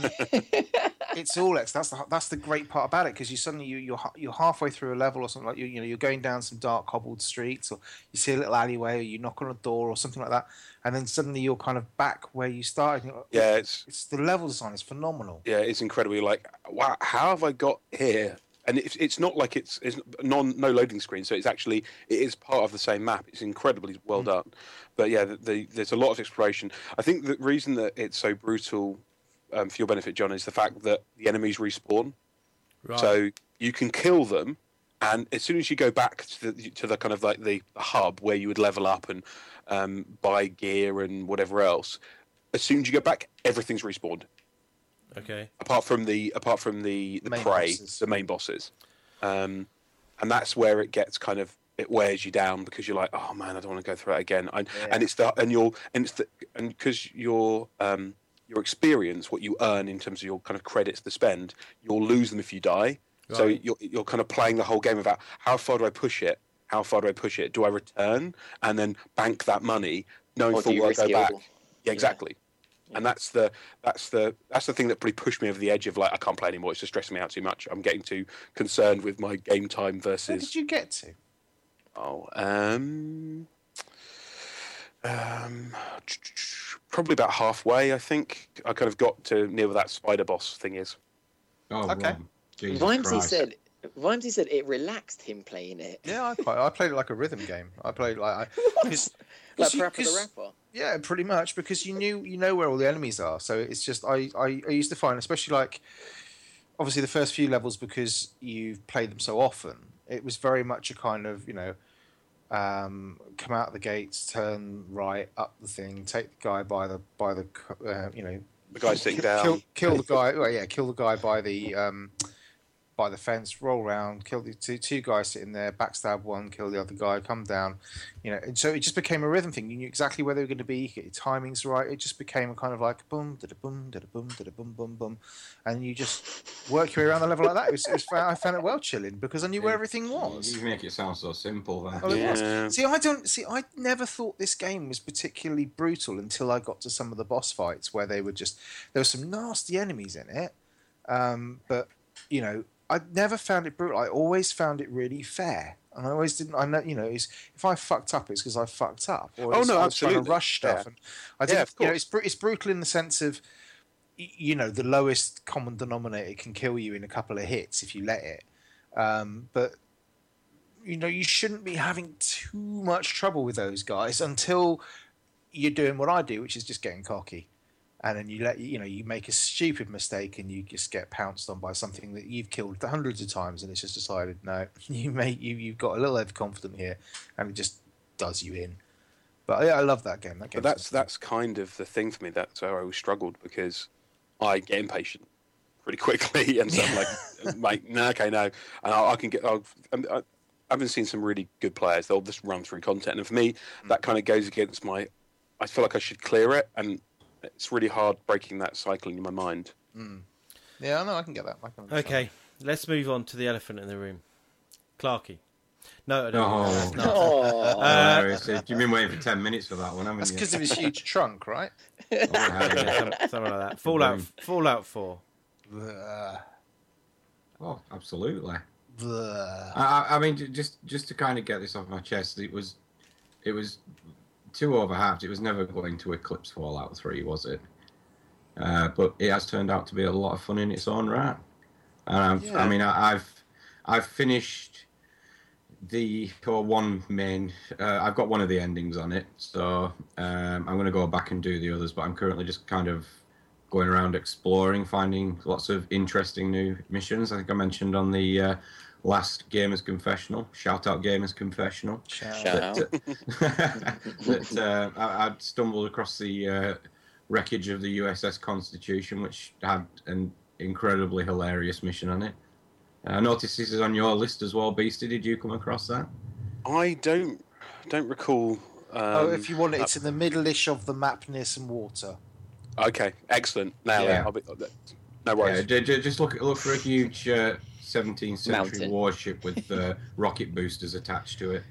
Speaker 2: it's all X. That's the that's the great part about it because you suddenly you you're ha- you're halfway through a level or something like you you know you're going down some dark cobbled streets or you see a little alleyway or you knock on a door or something like that, and then suddenly you're kind of back where you started. and you're like,
Speaker 4: Yeah, it's
Speaker 2: It's the level design is phenomenal.
Speaker 4: yeah, it's incredible. You're like, wow, how have I got here? And it's it's not like it's it's non no loading screen, so it's actually it is part of the same map. It's incredibly well done, but yeah, the, the, there's a lot of exploration. I think the reason that it's so brutal um, for your benefit, John, is the fact that the enemies respawn.
Speaker 1: Right.
Speaker 4: So you can kill them, and as soon as you go back to the, to the kind of like the hub where you would level up and um, buy gear and whatever else, as soon as you go back, everything's respawned
Speaker 1: okay.
Speaker 4: apart from the apart from the, the
Speaker 2: Main
Speaker 4: prey,
Speaker 2: bosses.
Speaker 4: the main bosses, um, and that's where it gets kind of it wears you down because you're like, oh man, I don't want to go through that again. And, and it's the and your and it's the and because your um, your experience, what you earn in terms of your kind of credits to spend, you'll lose them if you die. So
Speaker 1: Right.
Speaker 4: you're you're kind of playing the whole game about how far do I push it? How far do I push it? Do I return and then bank that money, knowing
Speaker 3: Or do
Speaker 4: full
Speaker 3: you
Speaker 4: well I
Speaker 3: risk
Speaker 4: go
Speaker 3: it
Speaker 4: back?
Speaker 3: all?
Speaker 4: Yeah, exactly. And that's the that's the that's the thing that probably pushed me over the edge of like I can't play anymore. It's just stressing me out too much. I'm getting too concerned with my game time
Speaker 2: Where
Speaker 4: versus
Speaker 2: did you get to?
Speaker 4: oh um um probably about halfway. I think I kind of got to near where that spider boss thing is.
Speaker 5: Oh,
Speaker 2: Okay.
Speaker 5: Rob, Jesus
Speaker 3: Vimesy
Speaker 5: Christ.
Speaker 3: said. Vimesy said it relaxed him playing it.
Speaker 2: Yeah, I quite I played it like a rhythm game. I played like I, cause,
Speaker 3: like
Speaker 2: cause you-
Speaker 3: Parappa the
Speaker 2: cause-
Speaker 3: Rapper.
Speaker 2: Yeah, pretty much because you knew you know where all the enemies are. So it's just I I, I used to find especially like obviously the first few levels because you've played them so often. It was very much a kind of you know um, come out of the gates, turn right up the thing, take the guy by the by the co- uh, you know
Speaker 4: The guy sitting down.
Speaker 2: kill kill the guy well, yeah kill the guy by the um, by the fence, roll round, kill the two, two guys sitting there, backstab one, kill the other guy, come down, you know. And so it just became a rhythm thing. You knew exactly where they were going to be, you get your timings right. It just became a kind of like boom, da da boom, da da boom, da da boom, boom, boom, and you just work your way around the level like that. It was, it was, I found it well chilling because I knew where everything was.
Speaker 5: You make it sound so simple there.
Speaker 2: Well, it was.
Speaker 4: Yeah.
Speaker 2: See, I don't see. I never thought this game was particularly brutal until I got to some of the boss fights where they were just there were some nasty enemies in it, um, but you know I never found it brutal. I always found it really fair, and I always didn't. I know you know it's, if I fucked up, it's because I fucked up. Or
Speaker 4: Oh,
Speaker 2: it's-
Speaker 4: no,
Speaker 2: I was Trying to
Speaker 4: absolutely.
Speaker 2: rush stuff,
Speaker 4: Yeah.
Speaker 2: and I didn't.
Speaker 4: Yeah, of
Speaker 2: you know,
Speaker 4: course.
Speaker 2: it's bru- it's brutal in the sense of y- you know the lowest common denominator can kill you in a couple of hits if you let it. Um, but you know you shouldn't be having too much trouble with those guys until you're doing what I do, which is just getting cocky. And then you let you know you make a stupid mistake and you just get pounced on by something that you've killed hundreds of times and it's just decided no you make you you've got a little overconfident here and it just does you in. But yeah, I love that game. That game.
Speaker 4: But that's that's kind of the thing for me. That's where I always struggled because I get impatient pretty quickly, and so I'm like, like, no, okay, no, and I, I can get. I'll, I'm- I, I haven't seen some really good players. They'll just run through content, and for me,
Speaker 2: Hmm.
Speaker 4: that kind of goes against my. I feel like I should clear it, and it's really hard breaking that cycle in my mind.
Speaker 2: yeah. No, I can get that. I can understand
Speaker 1: Okay, let's move on to the elephant in the room, Clarky. No, I don't.
Speaker 5: Oh.
Speaker 1: No.
Speaker 3: Oh,
Speaker 1: Uh,
Speaker 5: Hilarious. You've been waiting for 10 minutes for that one, haven't
Speaker 2: That's
Speaker 5: you?
Speaker 2: because of his huge trunk, right?
Speaker 5: Oh, hell
Speaker 1: Yeah,
Speaker 5: yeah.
Speaker 1: some- something like that. Fallout, Fallout Four.
Speaker 2: Blah,
Speaker 5: oh, absolutely.
Speaker 2: blah.
Speaker 5: I, I- I mean, ju- just just to kind of get this off my chest, it was it was too overhyped. It was never going to eclipse Fallout Three, was it? Uh, but it has turned out to be a lot of fun in its own right. And I've, I
Speaker 4: Yeah.
Speaker 5: mean, I, I've I've finished the or one main. Uh, I've got one of the endings on it, so um, I'm going to go back and do the others. But I'm currently just kind of going around exploring, finding lots of interesting new missions. I think I mentioned on the uh, last Gamers Confessional. Shout out Gamers Confessional.
Speaker 2: Shout.
Speaker 3: Shout.
Speaker 5: That, uh, that, uh, I, I'd stumbled across the uh, wreckage of the USS Constitution, which had an incredibly hilarious mission on it. I noticed this is on your list as well, Beastie. Did you come across that?
Speaker 4: I don't don't recall. Um,
Speaker 2: oh, if you want it,
Speaker 4: that-
Speaker 2: it's in the middle-ish of the map near some water.
Speaker 4: okay, excellent. Now,
Speaker 5: Yeah.
Speaker 4: I'll be, no
Speaker 5: Yeah,
Speaker 4: worries.
Speaker 5: ju- ju- just look look for a huge uh, 17th century
Speaker 3: Mountain.
Speaker 5: warship with uh, rocket boosters attached to it.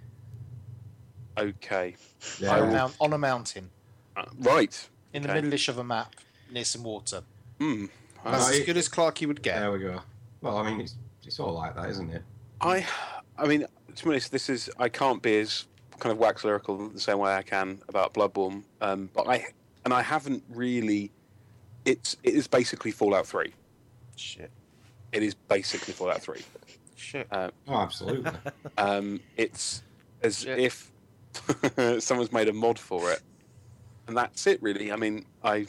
Speaker 4: Okay,
Speaker 5: Yeah.
Speaker 2: On, a mount, on a mountain,
Speaker 4: uh, right.
Speaker 2: in the
Speaker 4: Okay.
Speaker 2: middle-ish of a map near some water.
Speaker 4: Hmm.
Speaker 5: Oh,
Speaker 2: That's as
Speaker 5: it-
Speaker 2: good as Clarky would get.
Speaker 5: There we go. Well, I mean, it's it's all like that, isn't it?
Speaker 4: I, I mean, to be honest, this is I can't be as kind of wax lyrical the same way I can about Bloodborne, um, but I and I haven't really. It's it is basically Fallout Three.
Speaker 2: Shit.
Speaker 4: It is basically Fallout Three.
Speaker 2: Shit.
Speaker 5: Oh, absolutely.
Speaker 4: Um, it's as
Speaker 2: Shit.
Speaker 4: if someone's made a mod for it, and that's it really. I mean, I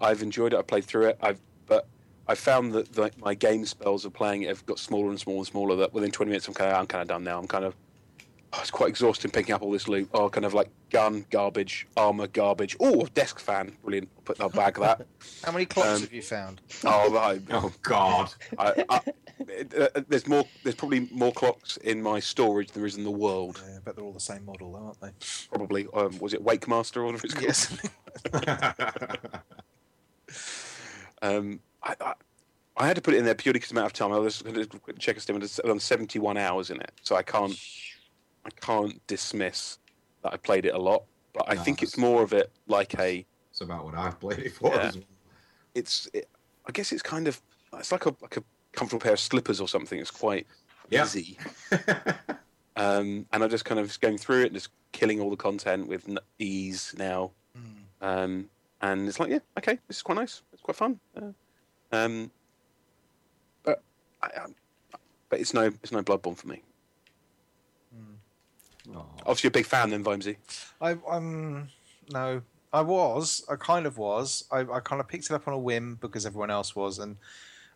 Speaker 4: I've enjoyed it. I played through it. I've but I found that the, my game spells of playing it have got smaller and smaller and smaller. That within 20 minutes, I'm kind of I'm kind of done now. I'm kind of oh, it's quite exhausting picking up all this loot. Oh, kind of like gun garbage, armor garbage. Oh, desk fan, brilliant. I'll put that bag of that.
Speaker 2: How many clocks
Speaker 4: um,
Speaker 2: have you found?
Speaker 4: oh, right.
Speaker 5: oh God.
Speaker 4: I, I, it- uh, there's more. There's probably more clocks in my storage than there is in the world.
Speaker 2: Yeah, I bet they're all the same model, though, aren't they?
Speaker 4: Probably. Um, was it Wake Master or whatever it's called?
Speaker 2: Yes.
Speaker 4: Um, I, I, I had to put it in there purely because the amount of time. I was going to check a statement. it's- I'm 71 hours in it, so I can't. I can't dismiss that I played it a lot, but I
Speaker 5: No,
Speaker 4: think
Speaker 5: that's-
Speaker 4: it's more of it like a.
Speaker 5: It's about what I've played it for.
Speaker 4: Yeah.
Speaker 5: as well.
Speaker 4: It's. It, I guess it's kind of. It's like a like a comfortable pair of slippers or something. It's quite
Speaker 5: Yeah.
Speaker 4: busy. um, and I'm just kind of just going through it and just killing all the content with n- ease now.
Speaker 2: Mm.
Speaker 4: Um, and it's like, yeah, okay, this is quite nice. It's quite fun. Uh, um, but I, um, but it's no it's no Bloodborne for me.
Speaker 5: Oh.
Speaker 4: Obviously, you're a big fan then, Vimesy.
Speaker 2: I um no, I was. I kind of was. I, I kind of picked it up on a whim because everyone else was, and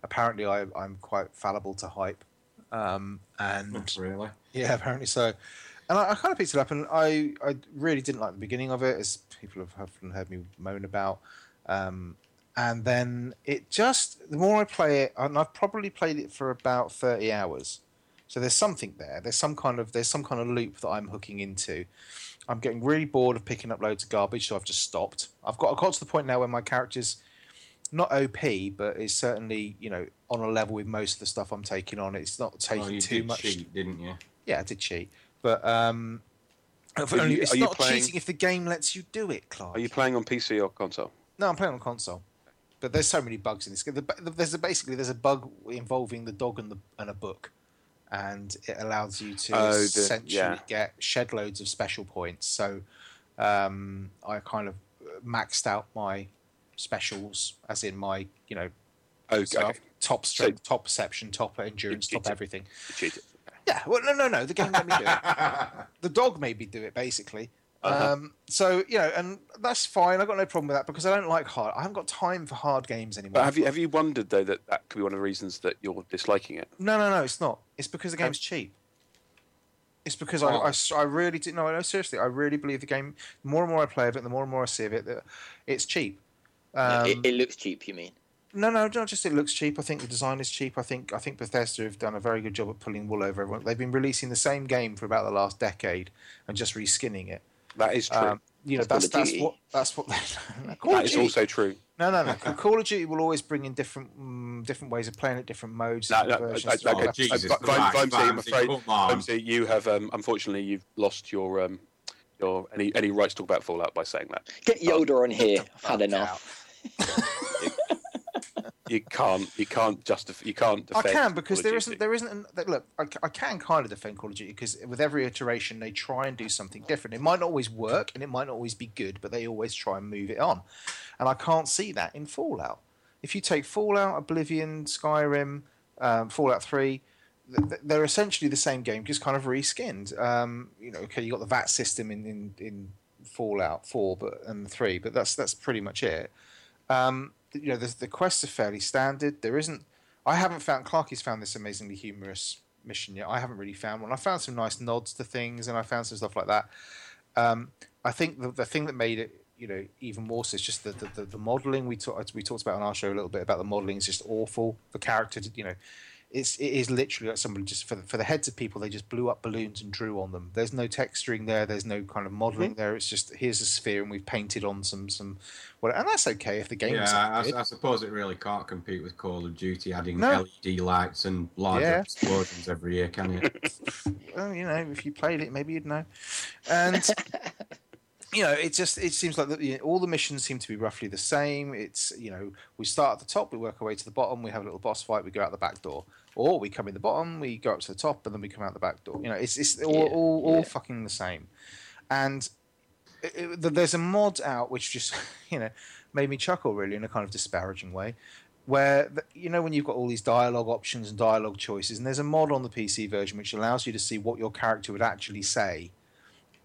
Speaker 2: apparently I, I'm quite fallible to hype. Um, and
Speaker 5: Really?
Speaker 2: yeah, apparently so. And I, I kind of picked it up, and I, I really didn't like the beginning of it, as people have often heard me moan about. Um, and then it just the more I play it, and I've probably played it for about thirty hours. So there's something there. There's some kind of there's some kind of loop that I'm hooking into. I'm getting really bored of picking up loads of garbage, so I've just stopped. I've got I got to the point now where my character's not OP, but it's certainly you know on a level with most of the stuff I'm taking on. It's not
Speaker 5: Oh,
Speaker 2: taking
Speaker 5: you
Speaker 2: too
Speaker 5: did
Speaker 2: much.
Speaker 5: cheat, didn't you?
Speaker 2: Yeah, I did cheat, but um, I've
Speaker 4: Are
Speaker 2: only-
Speaker 4: you-
Speaker 2: it's
Speaker 4: are you
Speaker 2: not
Speaker 4: playing-
Speaker 2: cheating if the game lets you do it, Clark.
Speaker 4: Are you playing on PC or console?
Speaker 2: No, I'm playing on console. But there's so many bugs in this game. The bu- There's a, basically there's a bug involving the dog and the and a book, and it allows you to
Speaker 4: Oh, the-
Speaker 2: essentially
Speaker 4: yeah.
Speaker 2: get shed loads of special points. So um, I kind of maxed out my specials, as in my you know
Speaker 4: Oh,
Speaker 2: so I've
Speaker 4: okay.
Speaker 2: top strength, top perception, top endurance,
Speaker 4: You
Speaker 2: top
Speaker 4: cheated.
Speaker 2: everything.
Speaker 4: You cheated.
Speaker 2: Yeah, well, no, no, no. The game let me do it the dog made me do it basically.
Speaker 4: Uh-huh.
Speaker 2: Um, so you know, and that's fine. I got no problem with that because I don't like hard. I haven't got time for hard games anymore.
Speaker 4: But have you have you wondered though that that could be one of the reasons that you're disliking it?
Speaker 2: No, no, no. It's not. It's because the game's cheap. It's because I, I s- I really do. No, no. Seriously, I really believe the game. The more and more I play of it, the more and more I see of it. That it's cheap. Um,
Speaker 3: it, it looks cheap, you mean?
Speaker 2: No, no, not just it looks cheap. I think the design is cheap. I think I think Bethesda have done a very good job at pulling wool over everyone. They've been releasing the same game for about the last decade and just reskinning it.
Speaker 4: That is true.
Speaker 2: Um, you know,
Speaker 3: That's
Speaker 2: that's
Speaker 3: Call of
Speaker 2: that's
Speaker 3: Duty.
Speaker 2: what that's what. they
Speaker 5: oh,
Speaker 2: Call of
Speaker 4: that is
Speaker 2: Duty.
Speaker 4: also true.
Speaker 2: No, no, no. Call of Duty will always bring in different mm, different ways of playing it, different modes,
Speaker 4: No,
Speaker 2: different
Speaker 4: no, I-
Speaker 2: versions.
Speaker 4: I- I-
Speaker 2: different
Speaker 4: I-
Speaker 5: oh,
Speaker 2: weapons.
Speaker 5: Jesus
Speaker 4: but- but I'm-
Speaker 5: Christ,
Speaker 4: I'm saying, I'm
Speaker 5: Vamsi,
Speaker 4: afraid-
Speaker 5: come on.
Speaker 4: Um, so you have um, unfortunately you've lost your um, your any any rights to talk about Fallout by saying that.
Speaker 3: Get Yoda on here. I've
Speaker 2: Fuck
Speaker 3: had enough.
Speaker 4: You can't you can't justify you can't
Speaker 2: I
Speaker 4: defend.
Speaker 2: can because
Speaker 4: Call
Speaker 2: there
Speaker 4: of
Speaker 2: isn't
Speaker 4: Duty.
Speaker 2: there isn't an, that, look I, c- I can kind of defend Call of Duty because with every iteration they try and do something different. It might not always work and it might not always be good, but they always try and move it on. And I can't see that in Fallout. If you take Fallout, Oblivion, Skyrim, um, Fallout Three, th- th- they're essentially the same game, just kind of reskinned. Um, you know, okay, you got the VAT system in in, in Fallout Four, but and Three, but that's that's pretty much it. Um, you know, the, the quests are fairly standard. There isn't. I haven't found Clarky's found this amazingly humorous mission yet. I haven't really found one. I found some nice nods to things, and I found some stuff like that. Um, I think the, the thing that made it, you know, even worse is just the the, the, the modelling we talked we talked about on our show a little bit about the modelling is just awful. The character, you know, it's it is literally like somebody just for the, for the heads of people they just blew up balloons and drew on them. There's no texturing there. There's no kind of modeling there. It's just here's a sphere and we've painted on some some, well, and that's okay if the game is
Speaker 5: Yeah, I,
Speaker 2: good.
Speaker 5: I suppose it really can't compete with Call of Duty adding
Speaker 2: No.
Speaker 5: LED lights and larger
Speaker 2: Yeah.
Speaker 5: explosions every year, can it?
Speaker 2: well, you know, if you played it, maybe you'd know. And you know, it just it seems like that you know, all the missions seem to be roughly the same. It's you know, we start at the top, we work our way to the bottom, we have a little boss fight, we go out the back door, or we come in the bottom, we go up to the top, and then we come out the back door. You know, it's it's all
Speaker 3: Yeah,
Speaker 2: all, all
Speaker 3: yeah.
Speaker 2: fucking the same. And it, it, th- there's a mod out which just you know made me chuckle really in a kind of disparaging way where th- you know when you've got all these dialogue options and dialogue choices and there's a mod on the pc version which allows you to see what your character would actually say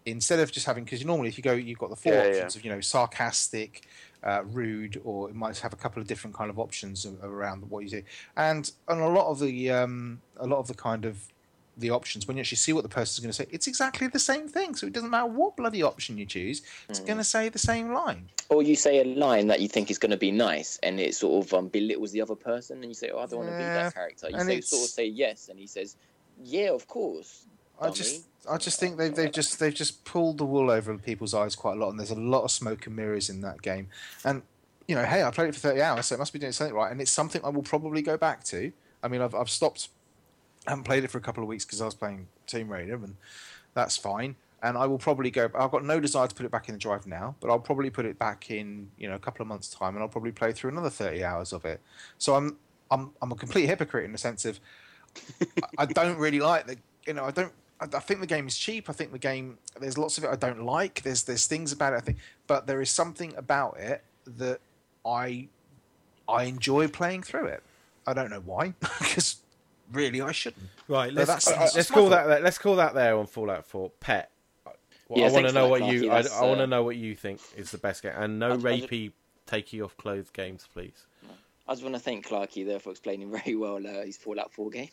Speaker 2: instead of just having because normally if you go you've got the four
Speaker 4: Yeah, yeah.
Speaker 2: options of you know sarcastic uh, rude or it might have a couple of different kind of options a- around what you do and on a lot of the um, a lot of the kind of the options when you actually see what the person's going to say it's exactly the same thing so it doesn't matter what bloody option you choose it's
Speaker 4: Hmm.
Speaker 2: going to say the same line
Speaker 3: Or you say a line that you think is going to be nice, and it sort of um, belittles the other person, and you say, "Oh, I don't want to be
Speaker 2: Yeah,
Speaker 3: that character." You
Speaker 2: and
Speaker 3: say,
Speaker 2: it's-
Speaker 3: sort of say yes, and he says, "Yeah, of course."
Speaker 2: I just, I just think they've, they've just, they've just pulled the wool over people's eyes quite a lot, and there's a lot of smoke and mirrors in that game. And you know, hey, I played it for 30 hours, so it must be doing something right, and it's something I will probably go back to. I mean, I've, I've stopped, I haven't played it for a couple of weeks because I was playing Team Raider, and that's fine. And I will probably go. I've got no desire to put it back in the drive now, but I'll probably put it back in, you know, a couple of months' time, and I'll probably play through another 30 hours of it. So I'm, I'm, I'm a complete hypocrite in the sense of I don't really like the you know I don't I, I think the game is cheap. I think the game there's lots of it I don't like. There's there's things about it I think, but there is something about it that I I enjoy playing through it. I don't know why because really I shouldn't.
Speaker 1: Right,
Speaker 2: No,
Speaker 1: let's,
Speaker 2: that's-
Speaker 1: uh, let's
Speaker 2: that's
Speaker 1: call
Speaker 2: my
Speaker 1: that, that. Let's call that there on Fallout 4. Pet. Well,
Speaker 3: Yeah,
Speaker 1: I want
Speaker 3: thanks
Speaker 1: to
Speaker 3: for
Speaker 1: know
Speaker 3: that,
Speaker 1: what
Speaker 3: Clarky,
Speaker 1: you. I,
Speaker 3: that's,
Speaker 1: want
Speaker 3: uh,
Speaker 1: to know what you think is the best game, and no
Speaker 3: I- I-
Speaker 1: rapey, takey off clothes games, please.
Speaker 3: I just want to thank Clarky there for explaining very well uh, his Fallout 4 game.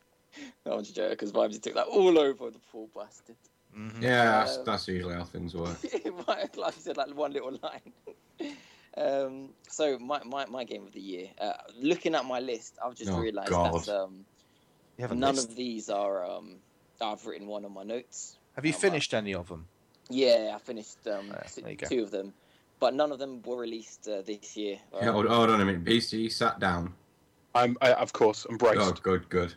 Speaker 3: no, I'm just joking, because Vibes took that all over the poor bastard.
Speaker 2: Mm-hmm.
Speaker 5: yeah, that's, that's usually how things work.
Speaker 3: Clarky said like one little line. Um, so my, my, my game of the year. Uh, looking at my list, I've just
Speaker 5: Oh,
Speaker 3: realised
Speaker 5: God.
Speaker 3: that um,
Speaker 2: You haven't
Speaker 3: none
Speaker 2: missed.
Speaker 3: of these are. Um, I've written one on my notes.
Speaker 2: Have you
Speaker 3: Oh, wow.
Speaker 2: finished any of them?
Speaker 3: Yeah, I finished um,
Speaker 2: Ah,
Speaker 3: s-
Speaker 2: there you go.
Speaker 3: two of them, but none of them were released uh, this year.
Speaker 5: Yeah,
Speaker 3: Um,
Speaker 5: hold, hold on a minute. BC sat down.
Speaker 4: I'm, I, of course, I'm braced.
Speaker 5: Oh, good, good.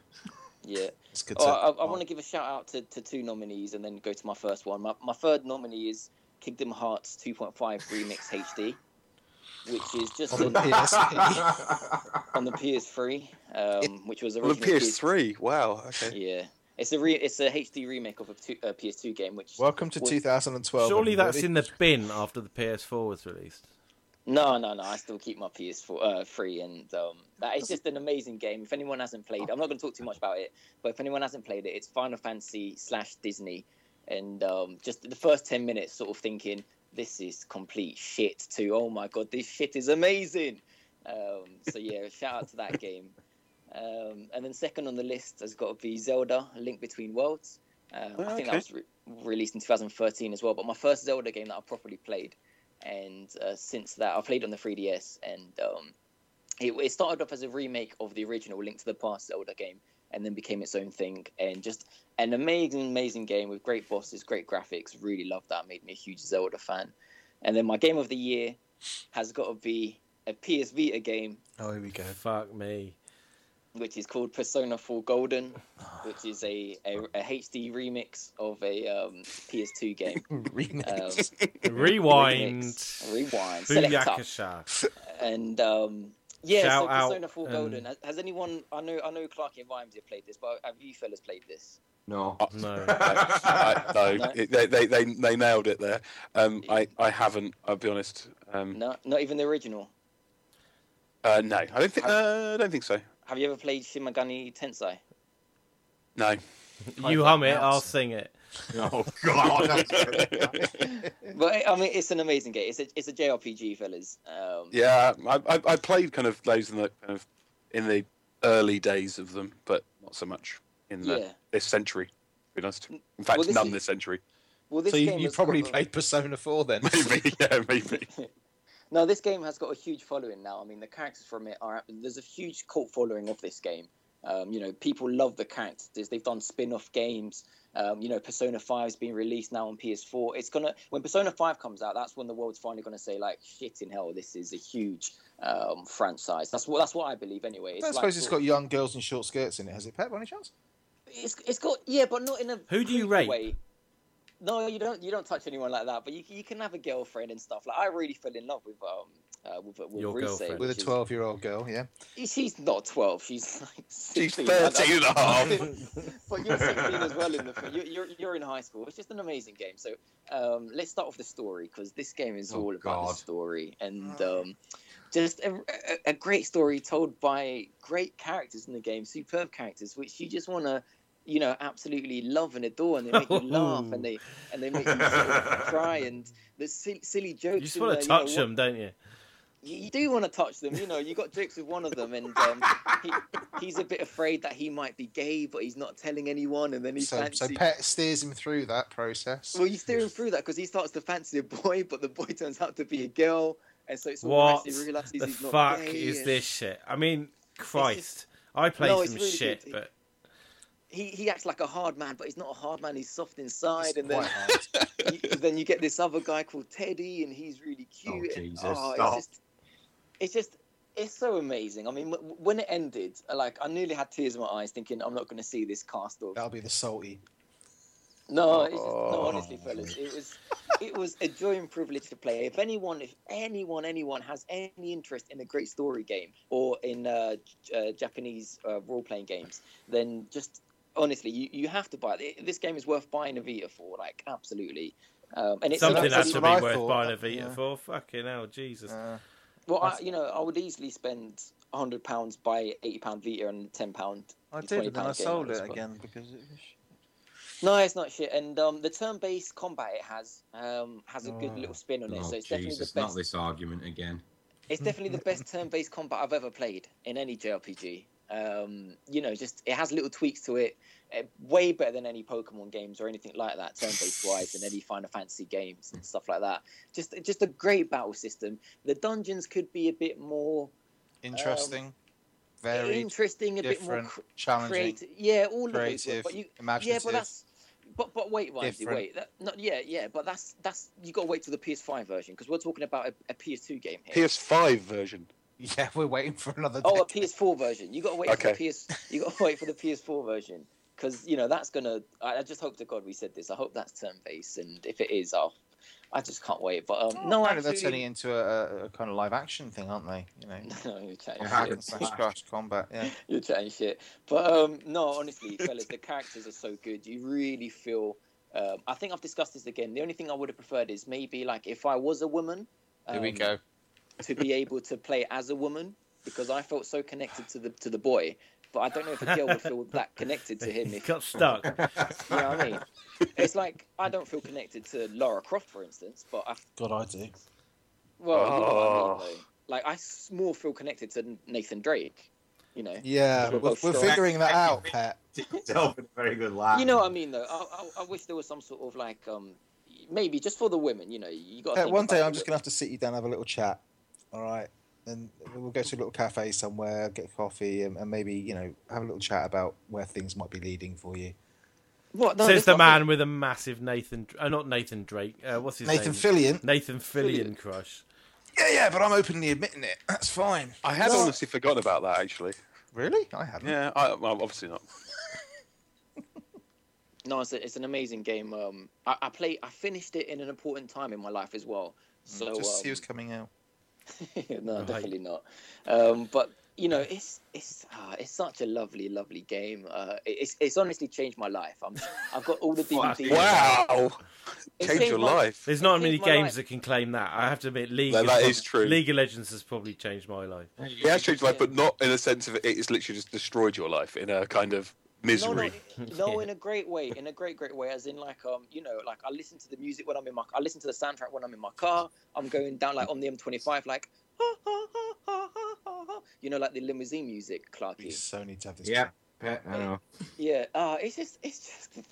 Speaker 3: yeah.
Speaker 2: It's good
Speaker 3: Oh, I, I want to give a shout out to, to two nominees and then go to my first one. My, my third nominee is Kingdom Hearts 2.5 Remix HD, which is just
Speaker 2: On
Speaker 3: an,
Speaker 2: the PS3.
Speaker 3: on the PS3, um, which was
Speaker 4: Well,
Speaker 3: originally
Speaker 4: the PS3. Wow. Okay.
Speaker 3: Yeah, it's a re, it's a HD remake of a, two, a PS2 game. Which
Speaker 2: Oh, Welcome to
Speaker 3: Well,
Speaker 2: 2012.
Speaker 1: Surely that's
Speaker 2: everybody.
Speaker 1: in the bin after the PS4 was released.
Speaker 3: no, no, no. I still keep my PS4 uh, free, and um, that it's just an amazing game. If anyone hasn't played, I'm not going to talk too much about it. But if anyone hasn't played it, it's Final Fantasy slash Disney, and um, just the first ten minutes, sort of thinking this is complete shit. To oh my god, this shit is amazing. Um, so yeah, shout out to that game. Um, and then second on the list has got to be Zelda: A Link Between Worlds. Um, I think
Speaker 4: Okay.
Speaker 3: that was re- released in 2013 as well. But my first Zelda game that I properly played, and uh, since that I played on the 3DS, and um, it, it started off as a remake of the original Link to the Past Zelda game, and then became its own thing. And just an amazing, amazing game with great bosses, great graphics. Really loved that. Made me a huge Zelda fan. And then my game of the year has got to be a PS Vita game
Speaker 2: Oh, here we go.
Speaker 1: Fuck me.
Speaker 3: which is called Persona 4 Golden, which is a, a, a HD remix of a um, PS2 game.
Speaker 2: Remix.
Speaker 1: Rewind.
Speaker 3: Remix. Rewind. Select up.
Speaker 1: Booyakasha.
Speaker 3: And um, yeah,
Speaker 1: Shout
Speaker 3: so Persona
Speaker 1: out,
Speaker 3: 4
Speaker 1: um,
Speaker 3: Golden. Has, has anyone? I know, I know, Clark and Rhymes have played this, but have you fellas played this?
Speaker 5: No.
Speaker 3: Oh.
Speaker 1: No.
Speaker 4: I, no,
Speaker 3: No.
Speaker 4: it- they, they, they, they nailed it there. Um, I, I haven't. I'll be honest.
Speaker 1: Mm.
Speaker 4: Um,
Speaker 3: No, not even the original.
Speaker 4: uh, no, I don't think. Uh, I don't think so.
Speaker 3: Have you ever played Shin Megami Tensei?
Speaker 4: No.
Speaker 1: You hum it, I'll sing it.
Speaker 5: Oh God. that's-
Speaker 3: But I mean, it's an amazing game. It's a, it's a JRPG, fellas. Um,
Speaker 4: yeah, I, I, I played kind of those in the kind of in the early days of them, but not so much in the,
Speaker 3: Yeah.
Speaker 4: this century. To be honest, in fact,
Speaker 3: Well, this
Speaker 4: none
Speaker 3: is-
Speaker 4: this century.
Speaker 3: Well, this
Speaker 2: so you,
Speaker 3: game
Speaker 2: you
Speaker 3: was
Speaker 2: probably
Speaker 3: covered-
Speaker 2: played Persona 4 then.
Speaker 4: Maybe, yeah, maybe.
Speaker 3: No, this game has got a huge following now. I mean, the characters from it are there's a huge cult following of this game. Um, you know, people love the characters. They've done spin-off games. Um, you know, Persona 5 is being released now on PS4. It's gonna when Persona 5 comes out, that's when the world's finally gonna say like, shit in hell, this is a huge um, franchise. That's what that's what I believe anyway.
Speaker 2: I
Speaker 3: It's
Speaker 2: don't
Speaker 3: like
Speaker 2: suppose it's
Speaker 3: sort
Speaker 2: got young girls in short skirts in it, has it, Pep, by any chance?
Speaker 3: of- it's, it's got yeah, but not in a
Speaker 1: Who do you rape?
Speaker 3: creepy Way. No, you don't. You don't touch anyone like that. But you, you can have a girlfriend and stuff. Like I really fell in love with um uh, with, with
Speaker 1: Your
Speaker 3: Rise,
Speaker 1: girlfriend.
Speaker 2: With a
Speaker 3: which is-
Speaker 2: 12 year old girl, yeah.
Speaker 3: She's not 12. She's like
Speaker 4: She's
Speaker 3: 16.
Speaker 4: 13 and a half.
Speaker 3: But you're 16 as well in the film. You're, you're, you're in high school. It's just an amazing game. So um, let's start off the story because this game is
Speaker 5: Oh,
Speaker 3: all about the
Speaker 5: God.
Speaker 3: story and um, just a, a- a great story told by great characters in the game, superb characters, which you just want to, you know, absolutely love and adore, and they make you laugh and they and they make you sort of cry and there's silly, silly jokes.
Speaker 1: You just
Speaker 3: in
Speaker 1: want
Speaker 3: there,
Speaker 1: to
Speaker 3: you know,
Speaker 1: touch
Speaker 3: what-
Speaker 1: them, don't you?
Speaker 3: you you do want to touch them, you know. You got jokes with one of them, and um, he, he's a bit afraid that he might be gay, but he's not telling anyone. And then he
Speaker 2: So,
Speaker 3: fancies.
Speaker 2: so Pet steers him through that process.
Speaker 3: well, you steer him through that because he starts to fancy a boy, but the boy turns out to be a girl, and so it's all
Speaker 1: What
Speaker 3: right. He realizes
Speaker 1: the
Speaker 3: he's not
Speaker 1: fuck
Speaker 3: gay,
Speaker 1: is
Speaker 3: and
Speaker 1: this shit? I mean, Christ. I play
Speaker 3: No, it's
Speaker 1: some
Speaker 3: really
Speaker 1: shit,
Speaker 3: good.
Speaker 1: but
Speaker 3: He he acts like a hard man, but he's not a hard man. He's soft inside,
Speaker 2: It's
Speaker 3: and then
Speaker 2: quite hard.
Speaker 3: you, then you get this other guy called Teddy, and he's really cute.
Speaker 5: Oh,
Speaker 3: and-
Speaker 5: Jesus.
Speaker 3: oh, it's
Speaker 5: Stop.
Speaker 3: just, it's just, it's so amazing. I mean, w- w- when it ended, uh, like I nearly had tears in my eyes, thinking I'm not going to see this cast off.
Speaker 2: That'll be the salty.
Speaker 3: No, it's just, no,
Speaker 4: Oh.
Speaker 3: honestly, fellas, it was, it was a joy and privilege to play. If anyone, if anyone, anyone has any interest in a great story game or in uh, j- uh, Japanese uh, role-playing games, then just honestly, you, you have to buy it. This game is worth buying a Vita for, like absolutely. Um, and it's
Speaker 1: something
Speaker 2: that's
Speaker 1: has to
Speaker 2: what
Speaker 1: be
Speaker 2: I
Speaker 1: worth
Speaker 2: thought,
Speaker 1: buying a
Speaker 2: uh,
Speaker 1: Vita
Speaker 2: yeah.
Speaker 1: for. Fucking hell, Jesus.
Speaker 2: Uh,
Speaker 3: Well, I,
Speaker 2: That's-
Speaker 3: you know, I would easily spend hundred pounds, buy eighty pound Vita and ten pound.
Speaker 2: I
Speaker 3: did, and then I £20 game sold as it well.
Speaker 2: again because it was.
Speaker 3: Um, No, it's not shit. And um, the turn-based combat it has um, has a good
Speaker 2: Oh.
Speaker 3: little spin on it.
Speaker 5: Oh
Speaker 3: so it's definitely
Speaker 5: Jesus!
Speaker 3: the
Speaker 5: Not
Speaker 3: best.
Speaker 5: this argument again.
Speaker 3: It's definitely the best turn-based combat I've ever played in any JRPG. Um, you know, just it has little tweaks to it. eh, way better than any Pokemon games or anything like that, turn-based wise, and any Final Fantasy games and stuff like that. Just, just a great battle system. The dungeons could be a bit more
Speaker 2: Interesting, varied,
Speaker 3: interesting, a bit more
Speaker 2: different,
Speaker 3: cr-
Speaker 2: challenging,
Speaker 3: creative. Yeah, all of those.
Speaker 2: creative,
Speaker 3: But you, yeah,
Speaker 2: imaginative.
Speaker 3: but that's. But but wait, Wisey,
Speaker 2: Different.
Speaker 3: wait. That, not yeah, yeah. But that's that's you got to wait till the PS5 version because we're talking about a, a PS2 game here.
Speaker 4: PS5 version.
Speaker 2: Yeah, we're waiting for another.
Speaker 3: Oh, a
Speaker 2: decade.
Speaker 3: PS4 version. You got to wait for
Speaker 4: Okay.
Speaker 3: the PS. You got to wait for the PS4 version because you know that's gonna. I, I just hope to God we said this. I hope that's turn based, and if it is, I'll. I just can't wait. But um, no,
Speaker 2: Apparently they're turning
Speaker 3: actually,
Speaker 2: into a, a, a kind of live action thing, aren't they? You know,
Speaker 3: no, you're chatting
Speaker 5: Yeah,
Speaker 2: hack
Speaker 3: shit.
Speaker 2: and slash crash combat. Yeah,
Speaker 3: You're chatting shit. But um, no, honestly, fellas, the characters are so good. You really feel. Um, I think I've discussed this again. The only thing I would have preferred is maybe like if I was a woman.
Speaker 2: here we
Speaker 3: um,
Speaker 2: go.
Speaker 3: to be able to play as a woman because I felt so connected to the to the boy. But I don't know if a girl would feel that connected to him.
Speaker 1: He
Speaker 3: If,
Speaker 1: got stuck.
Speaker 3: you know what I mean? It's like I don't feel connected to Laura Croft, for instance. But I
Speaker 2: God, I do.
Speaker 3: well, you know what I
Speaker 4: Oh.
Speaker 3: mean, though. like I s- more feel connected to Nathan Drake. You know,
Speaker 2: Yeah,
Speaker 3: We're
Speaker 2: we're,
Speaker 3: both
Speaker 2: we're
Speaker 3: strong.
Speaker 2: figuring that out, Pat.
Speaker 5: Yourself in a very good laugh.
Speaker 3: you know what I mean
Speaker 2: Uh,
Speaker 3: though. I, I, I wish there was some sort of like um maybe just for the women. You know, you got
Speaker 2: Pat, one day I'm just gonna have to sit you down, and have a little chat. All right, and we'll go to a little cafe somewhere, get coffee, and, and maybe you know have a little chat about where things might be leading for you.
Speaker 3: What, no,
Speaker 1: Says
Speaker 3: that's
Speaker 1: the
Speaker 3: not-
Speaker 1: man with a massive Nathan, uh, not Nathan Drake. Uh, what's his
Speaker 2: Nathan
Speaker 1: name?
Speaker 2: Fillion.
Speaker 1: Nathan Fillion crush.
Speaker 2: Yeah, yeah, but I'm openly admitting it. That's fine.
Speaker 4: I had
Speaker 2: No.
Speaker 4: honestly forgotten about that actually.
Speaker 2: Really? I haven't.
Speaker 4: Yeah, I, well, obviously not.
Speaker 3: No, it's, a, it's an amazing game. Um, I, I play. I finished it in an important time in my life as well. So
Speaker 2: Mm, Just see
Speaker 3: um,
Speaker 2: who's coming out.
Speaker 3: no,
Speaker 1: Right.
Speaker 3: definitely not. Um, but you know, it's it's uh, it's such a lovely, lovely game. Uh, it- it's it's honestly changed my life. I'm, I've got all the DVDs.
Speaker 4: Wow,
Speaker 3: It
Speaker 4: change
Speaker 3: saved
Speaker 4: your
Speaker 3: my-
Speaker 4: life.
Speaker 1: There's not
Speaker 3: Saved
Speaker 1: many
Speaker 3: my
Speaker 1: games
Speaker 3: life.
Speaker 1: that can claim that. I have to admit, League.
Speaker 4: No, that
Speaker 1: has-
Speaker 4: is true.
Speaker 1: League of Legends has probably changed my life.
Speaker 4: It has changed your life, but not in a sense of it, it's literally just destroyed your life in a kind of
Speaker 3: No,
Speaker 4: misery.
Speaker 3: no, no,
Speaker 1: Yeah.
Speaker 3: in a great way, in a great, great way. As in, like, um, you know, like I listen to the music when I'm in my, I listen to the soundtrack when I'm in my car. I'm going down like on the M25, like, you know, like the limousine music,
Speaker 2: We
Speaker 3: Clarky.
Speaker 2: so need to have this.
Speaker 5: Yeah, Pet, I know.
Speaker 3: Yeah, uh, it's just, it's just a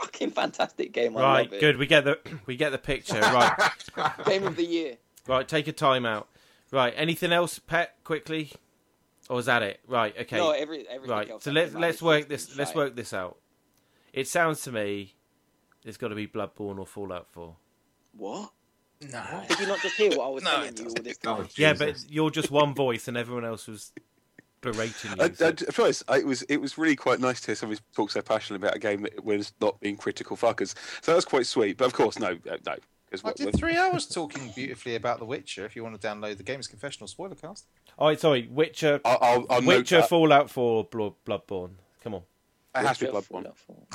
Speaker 3: fucking fantastic game. I
Speaker 1: Right,
Speaker 3: love it.
Speaker 1: good. We get the we get the picture. Right,
Speaker 3: game of the year.
Speaker 1: right. Take a time out. Right. Anything else, Pet? Quickly, or is that it? Right. Okay.
Speaker 3: No, every everything
Speaker 1: right.
Speaker 3: else.
Speaker 1: So
Speaker 3: that
Speaker 1: let's
Speaker 3: came out
Speaker 1: let's
Speaker 3: is
Speaker 1: work
Speaker 3: just
Speaker 1: this let's
Speaker 3: shite.
Speaker 1: work this out. It sounds to me, it's got to be Bloodborne or Fallout Four.
Speaker 3: What?
Speaker 2: No.
Speaker 3: Did you not just hear what I was
Speaker 2: No,
Speaker 3: telling
Speaker 2: it
Speaker 3: you all
Speaker 2: doesn't.
Speaker 3: this
Speaker 5: Oh,
Speaker 3: time?
Speaker 1: Yeah,
Speaker 5: Jesus.
Speaker 1: but you're just one voice, and everyone else was berating
Speaker 4: I,
Speaker 1: you.
Speaker 4: I,
Speaker 1: so-
Speaker 4: to be honest, I- it was it was really quite nice to hear somebody talk so passionately about a game that was not being critical fuckers. So that was quite sweet. But of course, no, uh, no, because
Speaker 2: I did three hours talking beautifully about The Witcher. If you want to download the game's confessional spoiler cast,
Speaker 1: All right, sorry. Witcher,
Speaker 4: I'll, I'll, I'll note
Speaker 1: Witcher,
Speaker 4: that.
Speaker 1: Fallout Four, Blo- Bloodborne. Come on.
Speaker 4: It has to be
Speaker 3: Witcher,
Speaker 4: Bloodborne.
Speaker 3: Fallout four.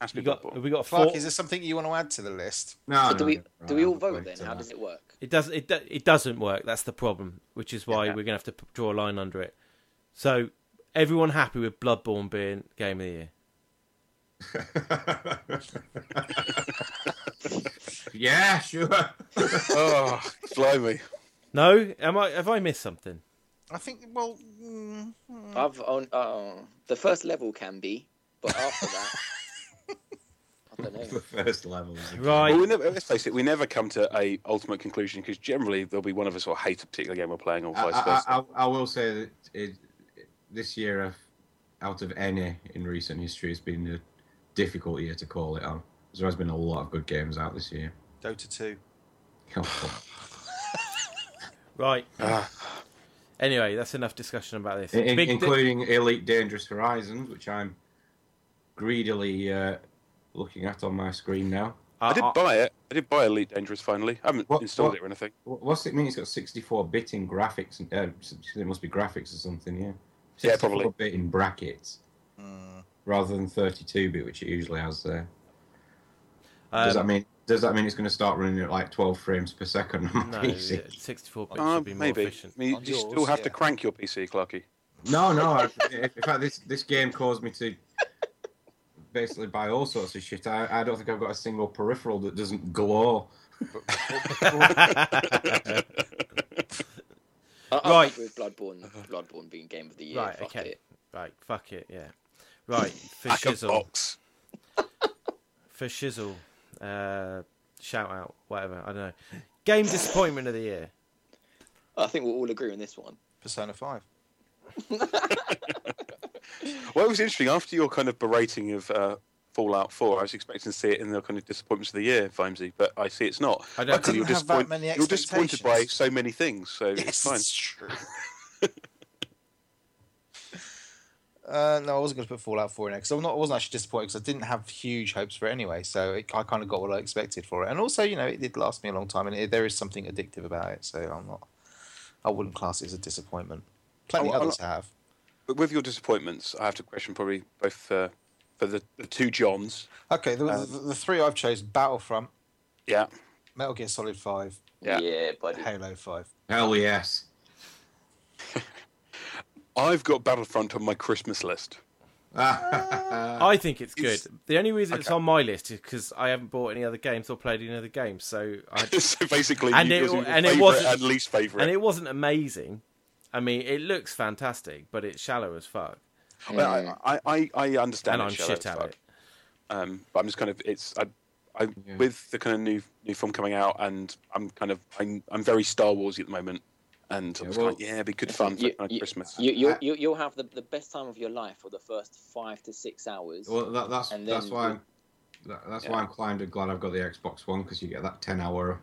Speaker 4: Has to
Speaker 1: We
Speaker 4: be
Speaker 1: got
Speaker 4: Bloodborne.
Speaker 1: we got
Speaker 2: Clark,
Speaker 1: four.
Speaker 2: is there something you want to add to the list?
Speaker 5: No,
Speaker 3: So
Speaker 5: no,
Speaker 3: do we
Speaker 5: no,
Speaker 3: do we all
Speaker 5: no,
Speaker 3: vote
Speaker 5: wait
Speaker 3: then?
Speaker 5: till
Speaker 3: How
Speaker 5: that.
Speaker 3: does it work?
Speaker 1: It does it do- it doesn't work. That's the problem, which is why we're gonna have to p- draw a line under it. So everyone happy with Bloodborne being game of the year?
Speaker 5: yeah, sure.
Speaker 4: oh, blimey!
Speaker 1: No, am I have I missed something?
Speaker 2: I think. Well, mm,
Speaker 3: I've on uh, the first level can be, but after that, I don't
Speaker 5: the
Speaker 3: know.
Speaker 5: first level.
Speaker 1: Right.
Speaker 4: Well, we never, let's face it, we never come to a ultimate conclusion because generally there'll be one of us who will hate a particular game we're playing or
Speaker 5: I,
Speaker 2: Uh,
Speaker 4: vice versa.
Speaker 5: I, I, I will say that it, this year, I've, out of any in recent history, it's been a difficult year to call it on. There has been a lot of good games out this year.
Speaker 2: Dota 2.
Speaker 1: Right.
Speaker 4: Ah.
Speaker 1: Anyway, that's enough discussion about this.
Speaker 5: In-
Speaker 1: Big
Speaker 5: including Elite Dangerous Horizons, which I'm greedily uh, looking at on my screen now.
Speaker 1: I,
Speaker 4: I did
Speaker 2: uh,
Speaker 1: I-
Speaker 4: buy it. I did buy Elite Dangerous finally. I haven't
Speaker 5: What-
Speaker 4: installed
Speaker 5: what-
Speaker 4: it or anything.
Speaker 5: Wh- What's it mean? It's got 64 bit in graphics. And, uh, s- it must be graphics or something, yeah.
Speaker 4: Yeah, probably.
Speaker 5: 64 bit in brackets
Speaker 2: Mm.
Speaker 5: rather than 32 bit, which it usually has there. does that
Speaker 1: um,
Speaker 5: mean? Does that mean it's going to start running at like 12 frames per second on
Speaker 1: no,
Speaker 5: my PC?
Speaker 1: 64 bit
Speaker 4: Uh,
Speaker 1: should be more
Speaker 4: maybe.
Speaker 1: efficient.
Speaker 4: I mean,
Speaker 2: On
Speaker 4: you still
Speaker 2: yours,
Speaker 4: have to
Speaker 2: yeah.
Speaker 4: crank your PC, Clarky.
Speaker 5: No, no. I, in fact, this this game caused me to basically buy all sorts of shit. I, I don't think I've got a single peripheral that
Speaker 1: Uh,
Speaker 5: doesn't glow.
Speaker 3: I- I'm
Speaker 1: Right.
Speaker 3: happy with Bloodborne, Bloodborne being game of the year.
Speaker 1: Right,
Speaker 3: Fuck
Speaker 1: okay.
Speaker 3: it.
Speaker 1: Right, fuck it, yeah. Right, for
Speaker 4: Like a
Speaker 1: shizzle,
Speaker 4: box.
Speaker 1: for shizzle, uh, shout out, whatever. I don't know. Game disappointment of the year.
Speaker 3: I think we'll all agree on this one.
Speaker 2: Persona Five.
Speaker 4: Well, it was interesting. After your kind of berating of uh, Fallout 4, I was expecting to see it in the kind of disappointments of the year, Vimesy, but I see it's not.
Speaker 1: I don't-
Speaker 4: Luckily,
Speaker 2: Didn't have that
Speaker 4: disappoint-
Speaker 2: many
Speaker 4: you're disappointed by
Speaker 2: expectations.
Speaker 4: so many things, so it's fine.
Speaker 2: true. Uh, no, I wasn't going to put Fallout 4 in it because I wasn't actually disappointed because I didn't have huge hopes for it anyway. So it, I kind of got what I expected for it, and also you know it did last me a long time, and it, there is something addictive about it. So I'm not, I wouldn't class it as a disappointment. Plenty
Speaker 4: Oh, I
Speaker 2: others have.
Speaker 4: But with your disappointments, I have to question probably both uh, for the, the two Johns.
Speaker 2: Okay, the, the, the three I've chosen: Battlefront,
Speaker 4: Yeah.
Speaker 2: Metal Gear Solid 5,
Speaker 4: Yeah.
Speaker 3: buddy.
Speaker 2: Halo 5.
Speaker 5: Hell yes.
Speaker 4: I've got Battlefront on my Christmas list.
Speaker 1: I think it's good.
Speaker 4: Uh, it's-
Speaker 1: The only reason it's
Speaker 4: okay.
Speaker 1: on my list is because I haven't bought any other games or played any other games. So, I,
Speaker 4: so basically,
Speaker 1: And
Speaker 4: you-
Speaker 1: it-
Speaker 4: yours are your
Speaker 1: and it
Speaker 4: favourite
Speaker 1: wasn't-
Speaker 4: and least favourite.
Speaker 1: and it wasn't amazing. I mean, it looks fantastic, but it's shallow as fuck,
Speaker 4: Well, I, I, I- I
Speaker 1: and
Speaker 4: understand. it,
Speaker 1: I'm
Speaker 4: shallow
Speaker 1: shit
Speaker 4: as
Speaker 1: at
Speaker 4: fuck.
Speaker 1: it.
Speaker 4: um, but I'm just kind of it's I, I
Speaker 5: Yeah.
Speaker 4: with the kind of new new film coming out, and I'm kind of I'm I'm very Star Warsy at the moment, and I'm
Speaker 5: Yeah,
Speaker 4: just
Speaker 5: well-
Speaker 4: like yeah, it'd be good fun for
Speaker 3: You-
Speaker 4: kind of
Speaker 3: you-
Speaker 4: Christmas.
Speaker 3: You, you,
Speaker 5: I-
Speaker 3: you, you'll have the, the best time of your life for the first five to six hours.
Speaker 5: Well, that, that's
Speaker 3: And
Speaker 5: that's
Speaker 3: then
Speaker 5: why
Speaker 3: we-
Speaker 5: I'm, that, that's why I'm kind of glad I've got the Xbox One because you get that ten hour.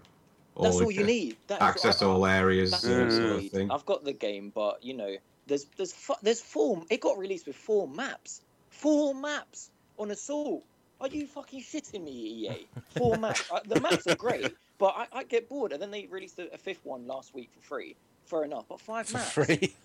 Speaker 3: That's all
Speaker 5: uh,
Speaker 3: you need. That's
Speaker 5: Access
Speaker 3: all.
Speaker 5: all areas
Speaker 3: That's
Speaker 5: uh,
Speaker 4: Mm.
Speaker 5: sort
Speaker 3: all
Speaker 5: of
Speaker 3: you
Speaker 5: thing.
Speaker 3: need. I've got the game, but you know, there's there's fu- there's four. It got released with four maps. Four maps on assault. Are you fucking shitting me, EA? Four maps. Uh, the maps are great, but I, I get bored. And then they released a, a fifth one last week for free. Fair enough, but five
Speaker 2: For
Speaker 3: maps.
Speaker 2: free.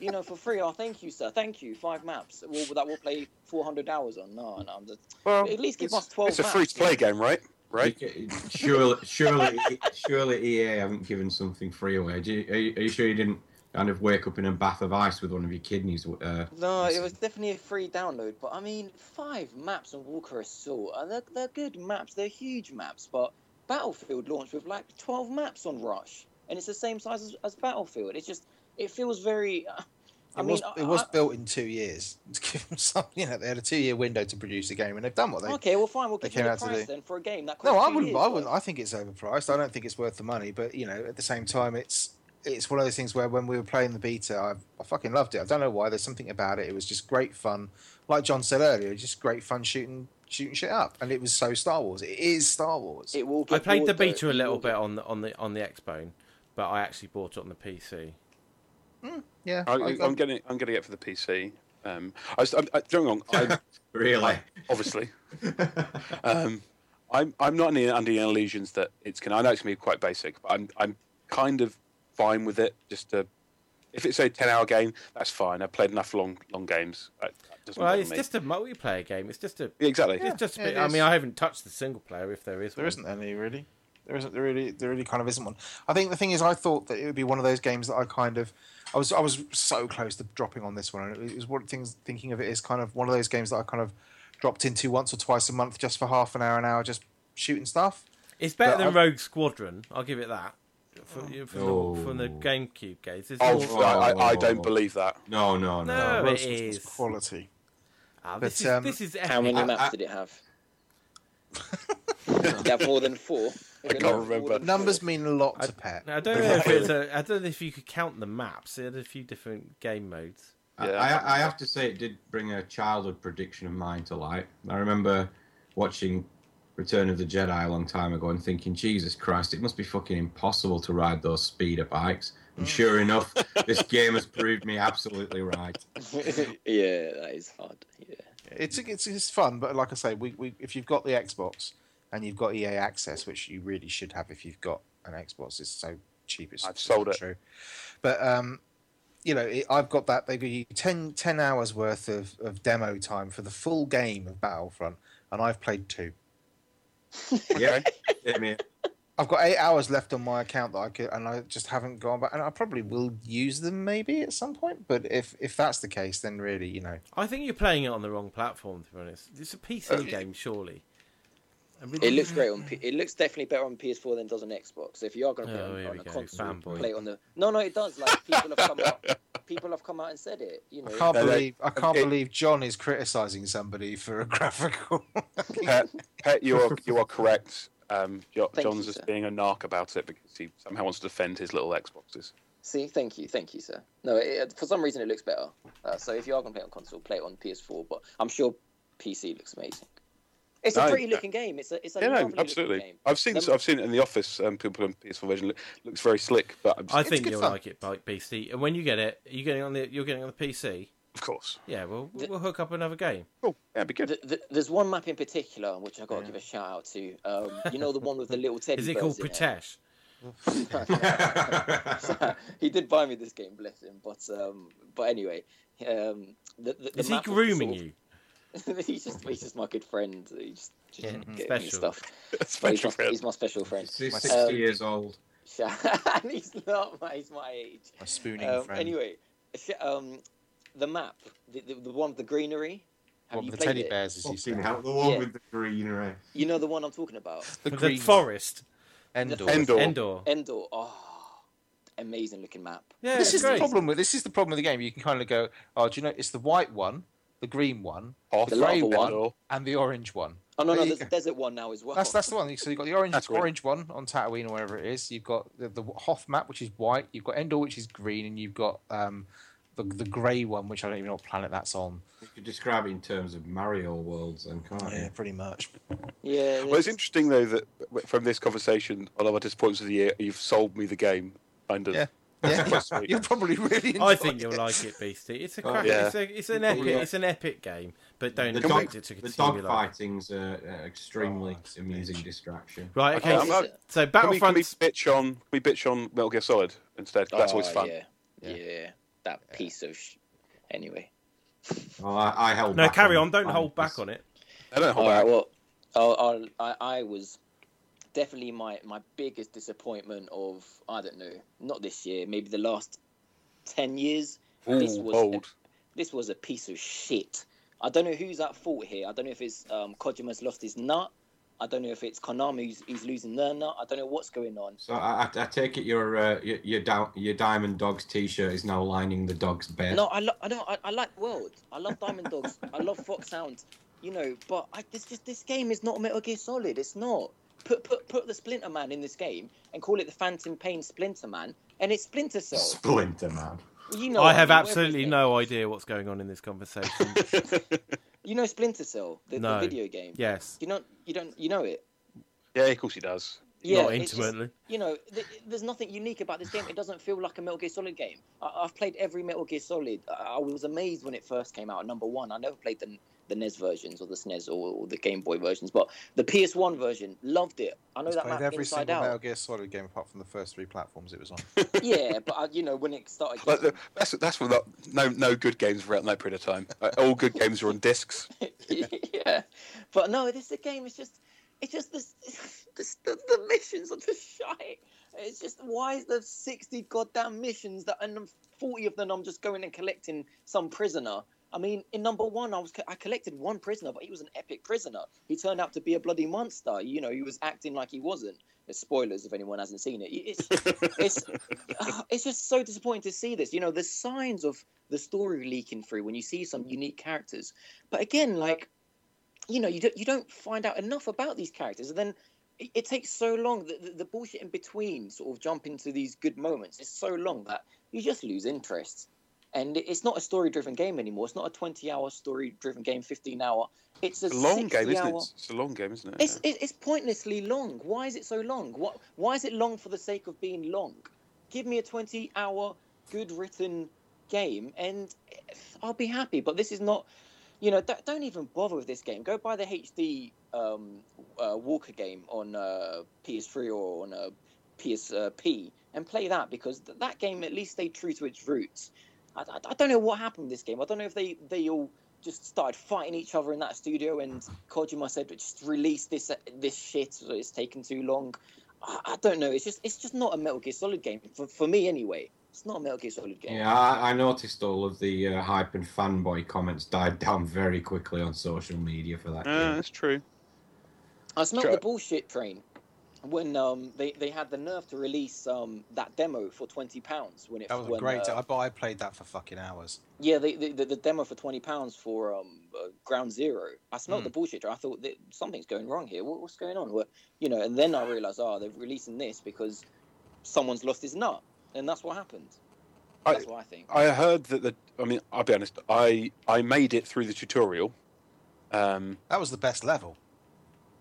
Speaker 3: You know, for free. Oh, thank you, sir. Thank you. Five maps. Well, that will play 400 hours on. No, no. I'm just,
Speaker 4: well,
Speaker 3: at least give
Speaker 4: it's,
Speaker 3: us 12
Speaker 4: It's a
Speaker 3: maps,
Speaker 4: free to play
Speaker 3: you
Speaker 4: game, right? Right.
Speaker 5: You ca- Surely, surely, surely, EA haven't given something free away. Do you, are, you, are you sure you didn't kind of wake up in a bath of ice with one of your kidneys? Uh,
Speaker 3: No, it
Speaker 5: missing?
Speaker 3: was definitely a free download, but I mean, five maps on Walker Assault, and they're, they're good maps, they're huge maps, but Battlefield launched with like 12 maps on Rush, and it's the same size as, as Battlefield. It's just, it feels very. uh, I
Speaker 2: It
Speaker 3: mean,
Speaker 2: was it was
Speaker 3: I-
Speaker 2: built in two years. To give them some, you know, they had a two year window to produce a game, and they've done what they.
Speaker 3: okay, well, fine, we'll
Speaker 2: they
Speaker 3: give you
Speaker 2: came
Speaker 3: the
Speaker 2: out to
Speaker 3: price
Speaker 2: do-
Speaker 3: then for a game. That
Speaker 2: No,
Speaker 3: cost
Speaker 2: I
Speaker 3: two
Speaker 2: wouldn't.
Speaker 3: years,
Speaker 2: I wouldn't.
Speaker 3: but-
Speaker 2: I think it's overpriced. I don't think it's worth the money. But you know, at the same time, it's it's one of those things where when we were playing the beta, I, I fucking loved it. I don't know why. There's something about it. It was just great fun. Like John said earlier, just great fun shooting shooting shit up, and it was so Star Wars. It is Star Wars.
Speaker 3: It will
Speaker 1: I
Speaker 3: get
Speaker 1: played the
Speaker 3: bored, though.
Speaker 1: beta a
Speaker 3: You
Speaker 1: little
Speaker 3: will
Speaker 1: bit
Speaker 3: get-
Speaker 1: on the on the on the Xbone, but I actually bought it on the PC.
Speaker 2: yeah,
Speaker 4: I,
Speaker 2: I-
Speaker 4: I'm getting I'm getting it for the PC. Um, I was, I, I, don't get me wrong. I,
Speaker 5: really?
Speaker 4: obviously, um, I'm I'm not any, under any illusions that it's gonna. I know it's gonna be quite basic, but I'm I'm kind of fine with it. Just to, if it's a ten hour game, that's fine. I've played enough long long games. That, that doesn't
Speaker 1: Well,
Speaker 4: bother
Speaker 1: it's
Speaker 4: me.
Speaker 1: just a multiplayer game. It's just a.
Speaker 4: Yeah, exactly.
Speaker 1: it's just. A
Speaker 2: yeah,
Speaker 1: bit,
Speaker 2: it
Speaker 1: I
Speaker 2: is.
Speaker 1: mean, I haven't touched the single player if there is.
Speaker 2: There
Speaker 1: one.
Speaker 2: isn't any really. There isn't there really. There really kind of isn't one. I think the thing is, I thought that it would be one of those games that I kind of, I was I was so close to dropping on this one, and it was one things thinking of it is kind of one of those games that I kind of dropped into once or twice a month just for half an hour, an hour, just shooting stuff.
Speaker 1: It's better
Speaker 2: But
Speaker 1: than
Speaker 2: I've-
Speaker 1: Rogue Squadron. I'll give it that. From, from,
Speaker 5: Oh.
Speaker 1: the, from the GameCube games, it's
Speaker 4: Oh,
Speaker 1: more
Speaker 5: Oh,
Speaker 1: fun.
Speaker 4: I, I, I
Speaker 5: oh,
Speaker 4: don't
Speaker 5: oh.
Speaker 4: believe that.
Speaker 5: No, no, no.
Speaker 1: No,
Speaker 2: Rogue
Speaker 1: it
Speaker 2: Squadron was
Speaker 1: is.
Speaker 2: quality.
Speaker 1: Ah,
Speaker 2: but,
Speaker 1: this, is,
Speaker 2: um,
Speaker 1: this is epic.
Speaker 3: How many
Speaker 5: I-
Speaker 3: maps
Speaker 5: I-
Speaker 3: did it have? did it have more than four? If it
Speaker 4: can't
Speaker 3: had more
Speaker 4: remember.
Speaker 3: than four-
Speaker 2: Numbers mean a lot to Pet.
Speaker 1: I don't know if it's a, I don't know if you could count the maps. They had a few different game modes.
Speaker 5: I,
Speaker 4: Yeah.
Speaker 5: I, I have to say, it did bring a childhood prediction of mine to light. I remember watching Return of the Jedi a long time ago and thinking, Jesus Christ, it must be fucking impossible to ride those speeder bikes. And sure enough, this game has proved me absolutely right.
Speaker 3: yeah, that is hard. Yeah.
Speaker 2: It's, it's it's fun, but like I say, we, we if you've got the Xbox and you've got EA Access, which you really should have if you've got an Xbox, it's so cheap. It's
Speaker 4: I've sold it.
Speaker 2: True, but um, you know, it, I've got that. They give you 10, 10 hours worth of, of demo time for the full game of Battlefront, and I've played two.
Speaker 5: Yeah, same here.
Speaker 2: I've got eight hours left on my account that I could, and I just haven't gone back. And I probably will use them maybe at some point. But if if that's the case, then really, you know,
Speaker 1: I think you're playing it on the wrong platform. To be honest, it's a PC
Speaker 4: Uh,
Speaker 1: game, surely. I really-
Speaker 3: It
Speaker 4: Mm.
Speaker 3: looks great on. P- it looks definitely better on PS4 than it does on Xbox. So if you are going to play
Speaker 1: Oh,
Speaker 3: it
Speaker 1: here
Speaker 3: on,
Speaker 1: we
Speaker 3: on
Speaker 1: go,
Speaker 3: a console,
Speaker 1: fanboy.
Speaker 3: play it on the. No, no, it does. Like people have come out. People have come out and said it. You
Speaker 2: I
Speaker 3: know.
Speaker 2: can't
Speaker 4: No, they-
Speaker 2: believe I can't
Speaker 4: it-
Speaker 2: believe John is criticizing somebody for a graphical.
Speaker 4: Pet, Pet, you are you are correct. Um, Jo-
Speaker 3: Thank
Speaker 4: John's
Speaker 3: you,
Speaker 4: just
Speaker 3: sir.
Speaker 4: being a narc about it because he somehow wants to defend his little Xboxes.
Speaker 3: See, thank you, thank you, sir. No, it, for some reason it looks better. Uh, so if you are going to play it on console, play it on PS4. But I'm sure PC looks amazing. It's a
Speaker 4: No,
Speaker 3: pretty
Speaker 4: yeah.
Speaker 3: looking game. It's a it's a
Speaker 4: yeah, no,
Speaker 3: lovely
Speaker 4: absolutely.
Speaker 3: looking game.
Speaker 4: I've seen
Speaker 3: Them-
Speaker 4: I've seen it in the office. Um, people on PS4 version look, looks very slick, but I'm just-
Speaker 1: I
Speaker 2: It's
Speaker 1: think
Speaker 2: good
Speaker 1: you'll
Speaker 2: fun.
Speaker 1: like it, Bike Beastie. And when you get it, you're getting on the you're getting on the PC.
Speaker 4: of course.
Speaker 1: Yeah, well,
Speaker 3: The-
Speaker 1: we'll hook up another game.
Speaker 4: Cool. Yeah, it'd be good.
Speaker 3: th- th- there's one map in particular which I got to
Speaker 2: Yeah.
Speaker 3: give a shout out to. Um, you know the one with the little teddy.
Speaker 1: Is it
Speaker 3: bears
Speaker 1: called
Speaker 3: in it?
Speaker 1: Protect?
Speaker 3: he did buy me this game, bless him. But um, but anyway, um, the, the, the
Speaker 1: Is he
Speaker 3: map was
Speaker 1: grooming
Speaker 3: sort of-
Speaker 1: you?
Speaker 3: he's just he's just my good friend. He just, just
Speaker 1: Yeah,
Speaker 3: gave me
Speaker 1: special.
Speaker 3: stuff. he's,
Speaker 4: Special
Speaker 3: my,
Speaker 4: friend.
Speaker 3: he's my special friend.
Speaker 5: He's sixty
Speaker 2: Um,
Speaker 5: years old.
Speaker 3: and he's not my he's my age.
Speaker 2: A spooning
Speaker 3: Um,
Speaker 2: friend.
Speaker 3: anyway, sh- um, the map, the, the, the one with the greenery. Have
Speaker 2: One
Speaker 3: you
Speaker 2: with the
Speaker 3: played
Speaker 2: teddy
Speaker 3: it?
Speaker 2: bears, as you
Speaker 5: Fucking
Speaker 2: said.
Speaker 5: hell, the one
Speaker 3: Yeah.
Speaker 5: with the greenery.
Speaker 3: You know the one I'm talking about.
Speaker 2: The
Speaker 1: The,
Speaker 2: green
Speaker 1: forest,
Speaker 2: Endor.
Speaker 4: Endor.
Speaker 1: Endor.
Speaker 3: Endor. Oh, amazing looking map.
Speaker 1: Yeah,
Speaker 2: This
Speaker 1: it's
Speaker 2: is the
Speaker 1: great.
Speaker 2: problem with this is the problem with the game. You can kind of go, oh, do you know it's the white one, the green one,
Speaker 4: Half
Speaker 3: The lava
Speaker 4: Endor.
Speaker 3: one.
Speaker 2: and the orange one.
Speaker 3: Oh no,
Speaker 2: There
Speaker 3: no,
Speaker 2: you
Speaker 3: there's
Speaker 2: go.
Speaker 3: a desert one now as well.
Speaker 2: That's that's the one. So you've got the orange
Speaker 4: That's great.
Speaker 2: orange one on Tatooine or wherever it is. You've got the, the Hoth map, which is white. You've got Endor, which is green, and you've got um, the the grey one, which I don't even know what planet that's on.
Speaker 5: You could describe it in terms of Mario worlds, then, can't you?
Speaker 2: pretty much.
Speaker 4: Well,
Speaker 3: yeah.
Speaker 4: it's
Speaker 3: there's-
Speaker 4: interesting though that w- from this conversation, one of my disappointments of the year, you've sold me the game. Kind of.
Speaker 2: Yeah.
Speaker 4: Yeah.
Speaker 2: You'll probably really. Enjoy
Speaker 1: I think you'll like it, Beastie. It's a
Speaker 5: Oh,
Speaker 1: crack.
Speaker 4: yeah.
Speaker 1: It's, a, it's an
Speaker 5: You'll
Speaker 1: epic.
Speaker 5: probably like-
Speaker 1: It's an epic game, but don't
Speaker 5: The
Speaker 1: expect
Speaker 5: dog,
Speaker 1: it to
Speaker 5: the
Speaker 1: continue.
Speaker 5: dog
Speaker 1: like.
Speaker 5: fighting's a, a extremely
Speaker 2: Oh, it's
Speaker 5: amusing
Speaker 2: bitch.
Speaker 5: distraction.
Speaker 1: Right.
Speaker 4: Okay,
Speaker 1: Okay.
Speaker 4: I'm out.
Speaker 1: so
Speaker 4: Can we, can we
Speaker 1: Battlefront's
Speaker 4: bitch on? Can we bitch on Metal Gear Solid instead. 'Cause That's always
Speaker 3: Oh,
Speaker 4: fun.
Speaker 3: Yeah.
Speaker 2: Yeah.
Speaker 3: Yeah. That piece of. Sh- anyway.
Speaker 5: Well, I, I held
Speaker 1: no.
Speaker 5: back
Speaker 1: Carry
Speaker 5: on
Speaker 1: on. Don't hold back
Speaker 5: because-
Speaker 1: on it.
Speaker 4: I don't
Speaker 3: All
Speaker 4: hold
Speaker 3: right.
Speaker 4: back.
Speaker 3: Well, I'll, I'll, I, I was definitely my, my biggest disappointment of I don't know, not this year, maybe the last ten years. this
Speaker 4: Ooh,
Speaker 3: was
Speaker 4: bold.
Speaker 3: this was a piece of shit. I don't know who's at fault here. I don't know if it's um, Kojima's lost his nut. I don't know if it's Konami who's, who's losing their nut. I don't know what's going on.
Speaker 5: So I, I, I take it your uh, your your, dou- your diamond dog's t-shirt is now lining the dog's bed.
Speaker 3: No, I lo- I don't. I, I like World. I love Diamond Dogs. I love Fox Hound. You know, but I, this just this game is not Metal Gear Solid. It's not. Put put put the Splinter Man in this game and call it the Phantom Pain Splinter Man, and it's Splinter Cell.
Speaker 5: Splinter man.
Speaker 3: You know,
Speaker 1: I have
Speaker 3: mean, whatever
Speaker 1: absolutely
Speaker 3: his name
Speaker 1: no
Speaker 3: is.
Speaker 1: idea what's going on in this conversation.
Speaker 3: You know Splinter Cell, the,
Speaker 1: No.
Speaker 3: the video game.
Speaker 1: yes.
Speaker 3: You don't. You don't. You know it.
Speaker 4: Yeah, of course he does.
Speaker 3: Yeah,
Speaker 1: Not
Speaker 3: it's just-
Speaker 1: intimately.
Speaker 3: you know, th- there's nothing unique about this game. It doesn't feel like a Metal Gear Solid game. I- I've played every Metal Gear Solid. I-, I was amazed when it first came out. Number one, I never played the the NES versions or the SNES or, or the Game Boy versions, but the PS1 version, loved it. I know
Speaker 2: It's
Speaker 3: that
Speaker 2: played
Speaker 3: map
Speaker 2: every
Speaker 3: inside
Speaker 2: single Metal
Speaker 3: out.
Speaker 2: Gear Solid game apart from the first three platforms it was on.
Speaker 3: yeah, but I, you know when it started.
Speaker 4: Like,
Speaker 3: Getting,
Speaker 4: that's that's what no no good games were out in that period of time. Like, all good games were on discs.
Speaker 3: yeah, but no, this the game is just, it's just this, this the, the missions are just shy. It's just why is there sixty goddamn missions that and forty of them I'm just going and collecting some prisoner. I mean, in number one, I was co- I collected one prisoner, but he was an epic prisoner. He turned out to be a bloody monster. You know, he was acting like he wasn't. There's spoilers if anyone hasn't seen it. It's it's it's just so disappointing to see this. You know, the signs of the story leaking through when you see some unique characters but again like you know you don't you don't find out enough about these characters and then it, it takes so long the, the, the bullshit in between sort of jump into these good moments is so long that you just lose interest and it- it's not a story driven game anymore it's not a 20 hour story driven game 15 hour it's a
Speaker 4: It's a long game, isn't
Speaker 3: 60
Speaker 4: it?
Speaker 3: hour-
Speaker 4: It's a long game, isn't it?
Speaker 3: it's, it- it's pointlessly long. Why is it so long? What? Why is it long for the sake of being long? Give me a twenty-hour good written game, and I'll be happy. But this is not. You know, don't, don't even bother with this game. Go buy the HD um, uh, Walker game on uh, PS3 or on uh, PSP and play that because th- that game at least stayed true to its roots. I, I, I don't know what happened with this game. I don't know if they, they all just started fighting each other in that studio and Kojima said just release this uh, this shit so it's taken too long. I, I don't know. It's just it's just not a Metal Gear Solid game for, for me anyway. It's not a Metal Gear Solid game.
Speaker 5: Yeah, I, I noticed all of the uh, hype and fanboy comments died down very quickly on social media for that.
Speaker 4: Uh,
Speaker 5: game.
Speaker 4: that's true.
Speaker 3: I smelled
Speaker 4: Sure.
Speaker 3: the bullshit train when um, they they had the nerve to release um, that demo for twenty pounds when it
Speaker 2: That was
Speaker 3: when,
Speaker 2: a great.
Speaker 3: uh,
Speaker 2: I, but I played that for fucking hours.
Speaker 3: Yeah, the, the, the, the demo for twenty pounds for um, uh, Ground Zero. I
Speaker 4: Hmm.
Speaker 3: smelled the bullshit. I thought that something's going wrong here. What, what's going on? Well, you know, and then I realised, oh, they're releasing this because someone's lost his nut, and that's what happened.
Speaker 4: I-
Speaker 3: That's what I think.
Speaker 4: I heard that the. I mean, I'll be honest. I I made it through the tutorial. Um,
Speaker 2: That was the best level.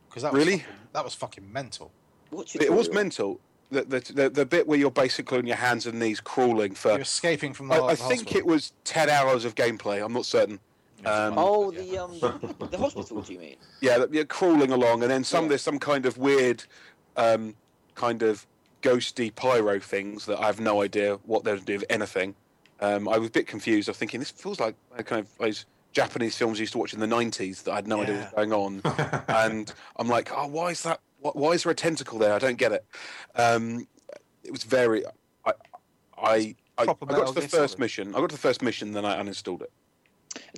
Speaker 2: Because that
Speaker 4: Really?
Speaker 2: was fucking, that was fucking mental.
Speaker 3: What
Speaker 4: it was
Speaker 3: tutorial?
Speaker 4: mental. The, the, the, the bit where you're basically on your hands and knees crawling for.
Speaker 2: You're escaping from the.
Speaker 4: I, I think it was ten hours of gameplay. I'm not certain. um,
Speaker 3: Oh, the um, the hospital. Do you mean?
Speaker 4: Yeah, that- you're crawling along, and then some.
Speaker 3: Yeah.
Speaker 4: There's some kind of weird, um, kind of ghosty pyro things that I have no idea what they're to do with anything. Um, I was a bit confused. I was thinking this feels like a kind of those Japanese films I used to watch in the '90s that I had no idea what was going on. and I'm like, oh, why is that? wh- Why is there a tentacle there? I don't get it. Um, it was very. I, I, I, I
Speaker 2: Proper
Speaker 4: got
Speaker 2: Metal
Speaker 4: to the
Speaker 2: Gear
Speaker 4: first
Speaker 2: Solid.
Speaker 4: mission. I got to the first mission, then I uninstalled it.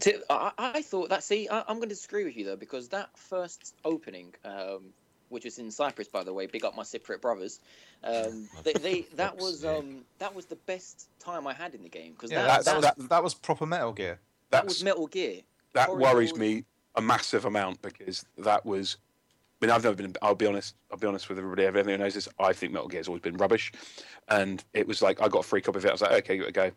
Speaker 3: To, I, I I thought that. See, I, I'm going to disagree with you though because that first opening, um, which was in Cyprus, by the way, big up my Cypriot brothers. Um, they, they that
Speaker 5: Fuck's
Speaker 3: was
Speaker 5: sake.
Speaker 3: um, that was the best time I had in the game because
Speaker 2: Yeah, that,
Speaker 4: that's-
Speaker 3: that, that,
Speaker 2: that,
Speaker 4: that-
Speaker 2: was, that was proper Metal Gear.
Speaker 3: that
Speaker 4: That's
Speaker 3: was Metal Gear.
Speaker 4: that
Speaker 3: Corey
Speaker 4: worries
Speaker 3: Ward.
Speaker 4: me a massive amount because that was. I mean, I've never been. I'll be honest. I'll be honest with everybody. Everyone who knows this, I think Metal Gear's always been rubbish, and it was like I got a free copy of it. I was like, okay, give it a go.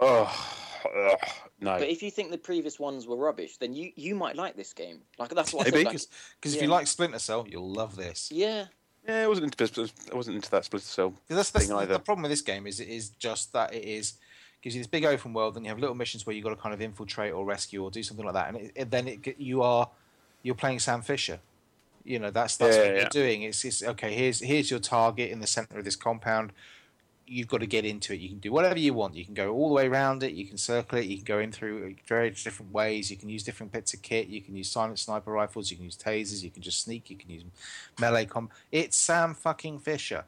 Speaker 4: Oh, ugh, no.
Speaker 3: But if you think the previous ones were rubbish, then you you might like this game. Like that's what I
Speaker 4: Maybe.
Speaker 3: said. Like,
Speaker 2: Because if you
Speaker 3: Yeah.
Speaker 2: like Splinter Cell, you'll love this.
Speaker 3: yeah,
Speaker 4: yeah, I wasn't into. I wasn't into that split cell.
Speaker 2: 'Cause That's, that's
Speaker 4: thing
Speaker 2: the,
Speaker 4: either.
Speaker 2: the problem with this game is it is just that it is gives you this big open world, then you have little missions where you got to kind of infiltrate or rescue or do something like that, and it, it- then it, get- you are you're playing Sam Fisher. You know that's that's
Speaker 4: Yeah,
Speaker 2: what
Speaker 4: yeah.
Speaker 2: you're doing. It's, it's okay. Here's here's your target in the center of this compound. You've got to get into it. You can do whatever you want. You can go all the way around it. You can circle it. You can go in through uh, various different ways. You can use different bits of kit. You can use silent sniper rifles. You can use tasers. You can just sneak. You can use melee com. It's Sam fucking Fisher.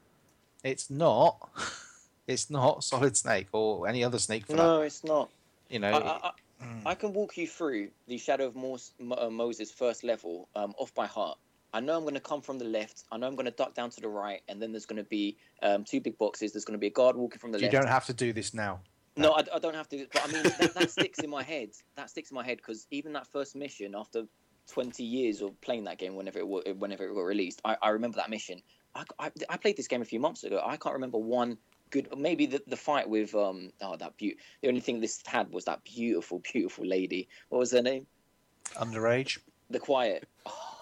Speaker 2: It's not. It's not Solid Snake or any other snake for
Speaker 3: no,
Speaker 2: that.
Speaker 3: it's not.
Speaker 2: You know,
Speaker 3: Uh, I, I, I-
Speaker 2: Mm.
Speaker 3: I can walk you through the Shadow of Mos- Mo- uh, Moses first level um, off by heart. I know I'm going to come from the left. I know I'm going to duck down to the right, and then there's going to be um, two big boxes. There's going to be a guard walking from the
Speaker 2: you
Speaker 3: left.
Speaker 2: don't have to do this now.
Speaker 3: No, I, I don't have to. But I mean, that, that sticks in my head. That sticks in my head because even that first mission, after 20 years of playing that game, whenever it wa- whenever it got released, I, I remember that mission. I, I, I played this game a few months ago. I can't remember one good. Maybe the, the fight with um oh that beau. The only thing this had was that beautiful, beautiful lady. What was her name?
Speaker 2: Underage.
Speaker 3: The Quiet. Oh,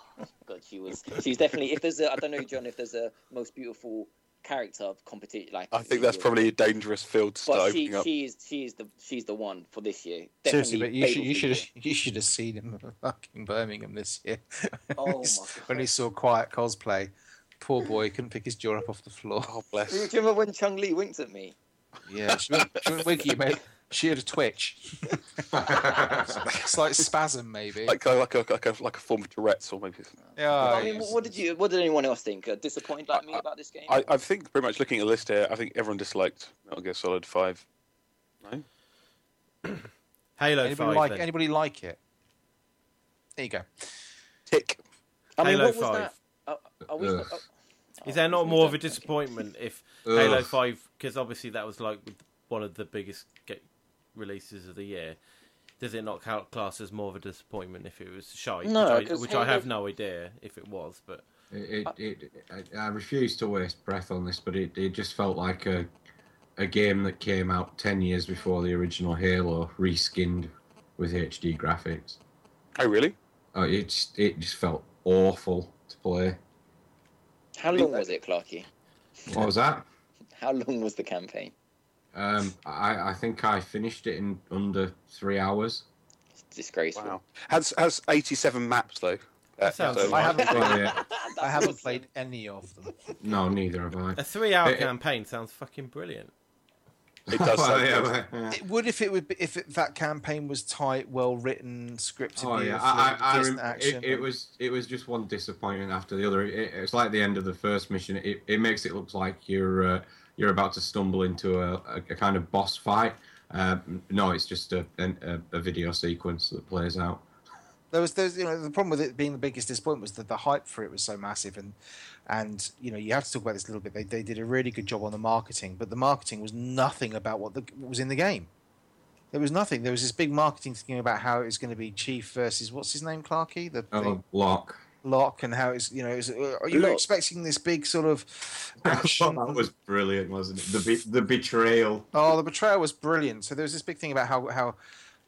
Speaker 3: God, she was. She's definitely. If there's a, I don't know, John, if there's a most beautiful character competition, like
Speaker 4: I think that's
Speaker 3: she was.
Speaker 4: probably a dangerous field to start
Speaker 3: But she,
Speaker 4: opening up.
Speaker 3: she is she is the she's the one for this year.
Speaker 2: Seriously, but
Speaker 3: Definitely
Speaker 2: you should you should
Speaker 3: Battlefield
Speaker 2: have, you should have seen him at fucking Birmingham this year.
Speaker 3: Oh, my
Speaker 2: when he
Speaker 3: God.
Speaker 2: saw Quiet cosplay, poor boy couldn't pick his jaw up off the floor.
Speaker 4: Oh
Speaker 3: year.
Speaker 4: bless.
Speaker 3: Do you remember when Chung Lee winked at me?
Speaker 2: Yeah, she went, she went wiggy, mate. She had a twitch. It's like spasm, maybe.
Speaker 4: Like a, like a like a like a form of Tourette's or maybe.
Speaker 2: yeah,
Speaker 3: I mean, what, what did you? What did anyone else think? Uh, disappointed like me about this game?
Speaker 4: I, I think pretty much looking at the list here, I think everyone disliked Metal Gear Solid Five.
Speaker 1: Halo
Speaker 2: anybody
Speaker 1: Five.
Speaker 2: like
Speaker 1: then.
Speaker 2: anybody like it? There you go.
Speaker 4: Tick.
Speaker 3: I mean,
Speaker 1: Halo
Speaker 3: what was
Speaker 1: 5.
Speaker 3: that? Are we-
Speaker 5: Ugh.
Speaker 3: oh,
Speaker 1: Is there
Speaker 3: oh,
Speaker 1: not
Speaker 3: we
Speaker 1: more of a
Speaker 3: don't-
Speaker 1: disappointment if Halo
Speaker 5: Ugh.
Speaker 1: Five? Because obviously that was like one of the biggest get releases of the year. Does it not count class as more of a disappointment if it was shy?
Speaker 3: No,
Speaker 1: which, I,
Speaker 3: 'cause
Speaker 1: which I
Speaker 3: Halo-
Speaker 1: have no idea if it was, but
Speaker 5: It, it, it, I- I refuse to waste breath on this, but it, it just felt like a a game that came out ten years before the original Halo, reskinned with HD graphics.
Speaker 4: Oh really?
Speaker 5: Oh, it just, it just felt awful to play.
Speaker 3: How long was it, Clarky?
Speaker 5: What was that?
Speaker 3: How long was the campaign?
Speaker 5: Um, I, I think I finished it in under three hours.
Speaker 3: It's disgraceful.
Speaker 4: Wow. Has has eighty seven maps though. Uh,
Speaker 1: sounds
Speaker 4: so-
Speaker 1: like-
Speaker 2: I haven't,
Speaker 5: Oh, yeah.
Speaker 3: That's
Speaker 2: I haven't
Speaker 3: awesome.
Speaker 2: played any of them.
Speaker 5: No, neither have I.
Speaker 1: a three-hour
Speaker 5: It- it-
Speaker 1: campaign sounds fucking brilliant.
Speaker 4: It does
Speaker 5: Oh,
Speaker 4: sound
Speaker 5: yeah,
Speaker 4: good.
Speaker 5: but- yeah.
Speaker 2: It would if it would be, if it, that campaign was tight, well written, scripted.
Speaker 5: Oh
Speaker 2: beautifully,
Speaker 5: yeah, I, I, I
Speaker 2: decent
Speaker 5: rem-
Speaker 2: action.
Speaker 5: it, it was it was just one disappointment after the other. It, it's like the end of the first mission. It, it makes it look like you're uh, you're about to stumble into a, a, a kind of boss fight. Uh, no, it's just a, an- a a video sequence that plays out.
Speaker 2: There was, there's, you know, the problem with it being the biggest disappointment was that the hype for it was so massive, and and you know, you have to talk about this a little bit. They, they did a really good job on the marketing, but the marketing was nothing about what, the, what was in the game. There was nothing. There was this big marketing thing about how it was going to be Chief versus what's his name, Clarky, the, the
Speaker 5: Oh, block.
Speaker 2: Lock, and how it's you know, it was, are you were
Speaker 3: Lock.
Speaker 2: expecting this big sort of action?
Speaker 5: that was brilliant, wasn't it? The be- the betrayal.
Speaker 2: Oh, the betrayal was brilliant. So there was this big thing about how how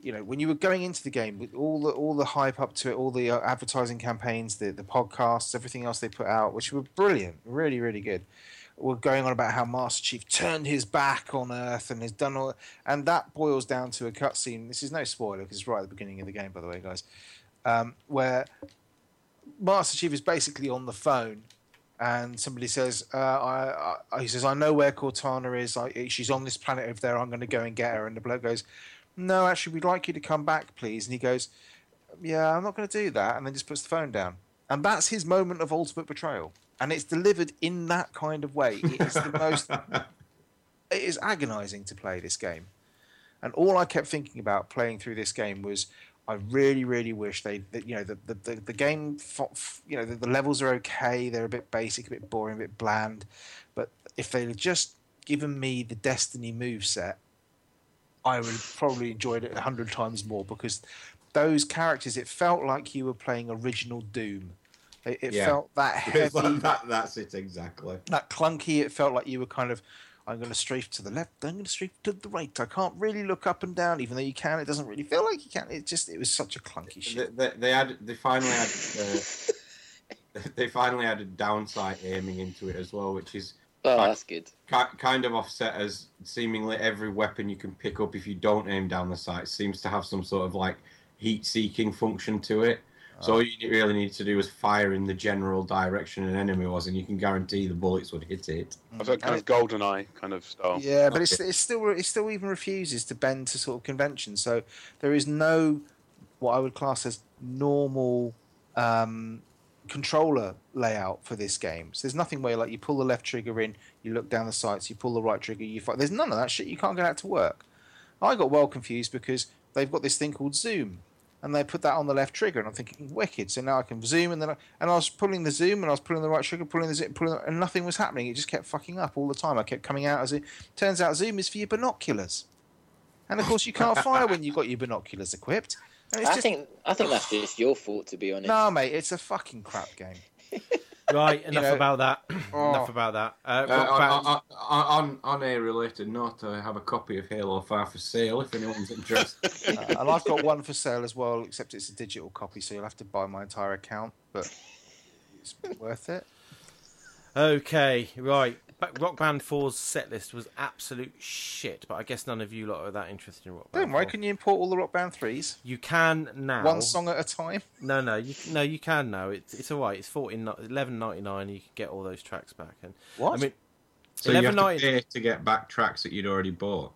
Speaker 2: you know when you were going into the game with all the all the hype up to it, all the uh, advertising campaigns, the the podcasts, everything else they put out, which were brilliant, really really good. Were going on about how Master Chief turned his back on Earth and has done all, and that boils down to a cutscene. This is no spoiler because it's right at the beginning of the game, by the way, guys. Um, where Master Chief is basically on the phone and somebody says, uh, I, I, he says, I know where Cortana is. I, she's on this planet over there. I'm going to go and get her. And the bloke goes, No, actually, we'd like you to come back, please. And he goes, Yeah, I'm not going to do that. And then just puts the phone down. And that's his moment of ultimate betrayal. And it's delivered in that kind of way. It is the most. It is agonizing to play this game. And all I kept thinking about playing through this game was, I really, really wish they, that, you know, the the, the, the game, fo- f- you know, the, the levels are okay. They're a bit basic, a bit boring, a bit bland. But if they had just given me the Destiny move set, I would have probably enjoyed it a hundred times more because those characters, it felt like you were playing original Doom. It, it
Speaker 5: Yeah.
Speaker 2: felt that
Speaker 5: It's
Speaker 2: heavy
Speaker 5: like that, that's it exactly.
Speaker 2: that clunky. It felt like you were kind of, I'm going to strafe to the left, I'm going to strafe to the right. I can't really look up and down, even though you can. It doesn't really feel like you can. It just, it was such a clunky
Speaker 5: They,
Speaker 2: shit.
Speaker 5: they, they had they finally had uh, they finally added downside aiming into it as well, which is
Speaker 3: Oh,
Speaker 5: Right.
Speaker 3: that's good.
Speaker 5: ki- kind of offset as seemingly every weapon you can pick up if you don't aim down the sight seems to have some sort of like heat seeking function to it. So all you really need to do is fire in the general direction an enemy was, and you can guarantee the bullets would hit it.
Speaker 4: I've heard kind of golden eye kind of style.
Speaker 2: Yeah, but it's, it's still it still even refuses to bend to sort of convention. So there is no what I would class as normal um, controller layout for this game. So there's nothing where like you pull the left trigger in, you look down the sights, you pull the right trigger, you fight. There's none of that shit. You can't get that to work. I got well confused because they've got this thing called zoom. And they put that on the left trigger, and I'm thinking, wicked. So now I can zoom, and then I, and I was pulling the zoom, and I was pulling the right trigger, pulling the zip, pulling, the, and nothing was happening. It just kept fucking up all the time. I kept coming out as it turns out zoom is for your binoculars, and of course you can't fire when you've got your binoculars equipped. And it's
Speaker 3: I
Speaker 2: just
Speaker 3: think I think that's just your fault, to be honest.
Speaker 2: no, mate, it's a fucking crap game.
Speaker 1: Right, enough
Speaker 2: know-
Speaker 1: about that.
Speaker 2: Oh.
Speaker 1: Enough about that. Uh,
Speaker 5: Uh,
Speaker 1: rock
Speaker 5: on,
Speaker 1: band.
Speaker 5: on, on, on a related note, I have a copy of Halo 5 for sale if anyone's interested.
Speaker 2: Uh, and I've got one for sale as well, except it's a digital copy, so you'll have to buy my entire account, but it's worth it.
Speaker 1: Okay, right. Ba- Rock Band 4's setlist was absolute shit, but I guess none of you lot are that interested in Rock Band.
Speaker 2: Don't worry,
Speaker 1: 4.
Speaker 2: can you import all the Rock Band 3s?
Speaker 1: You can now.
Speaker 2: One song at a time?
Speaker 1: No, no, you, no, you can now. It's it's all right. It's fourteen eleven ninety nine. You can get all those tracks back. And
Speaker 2: What?
Speaker 1: I mean,
Speaker 5: So you have to
Speaker 1: 11.90.
Speaker 5: pay to get back tracks that you'd already bought.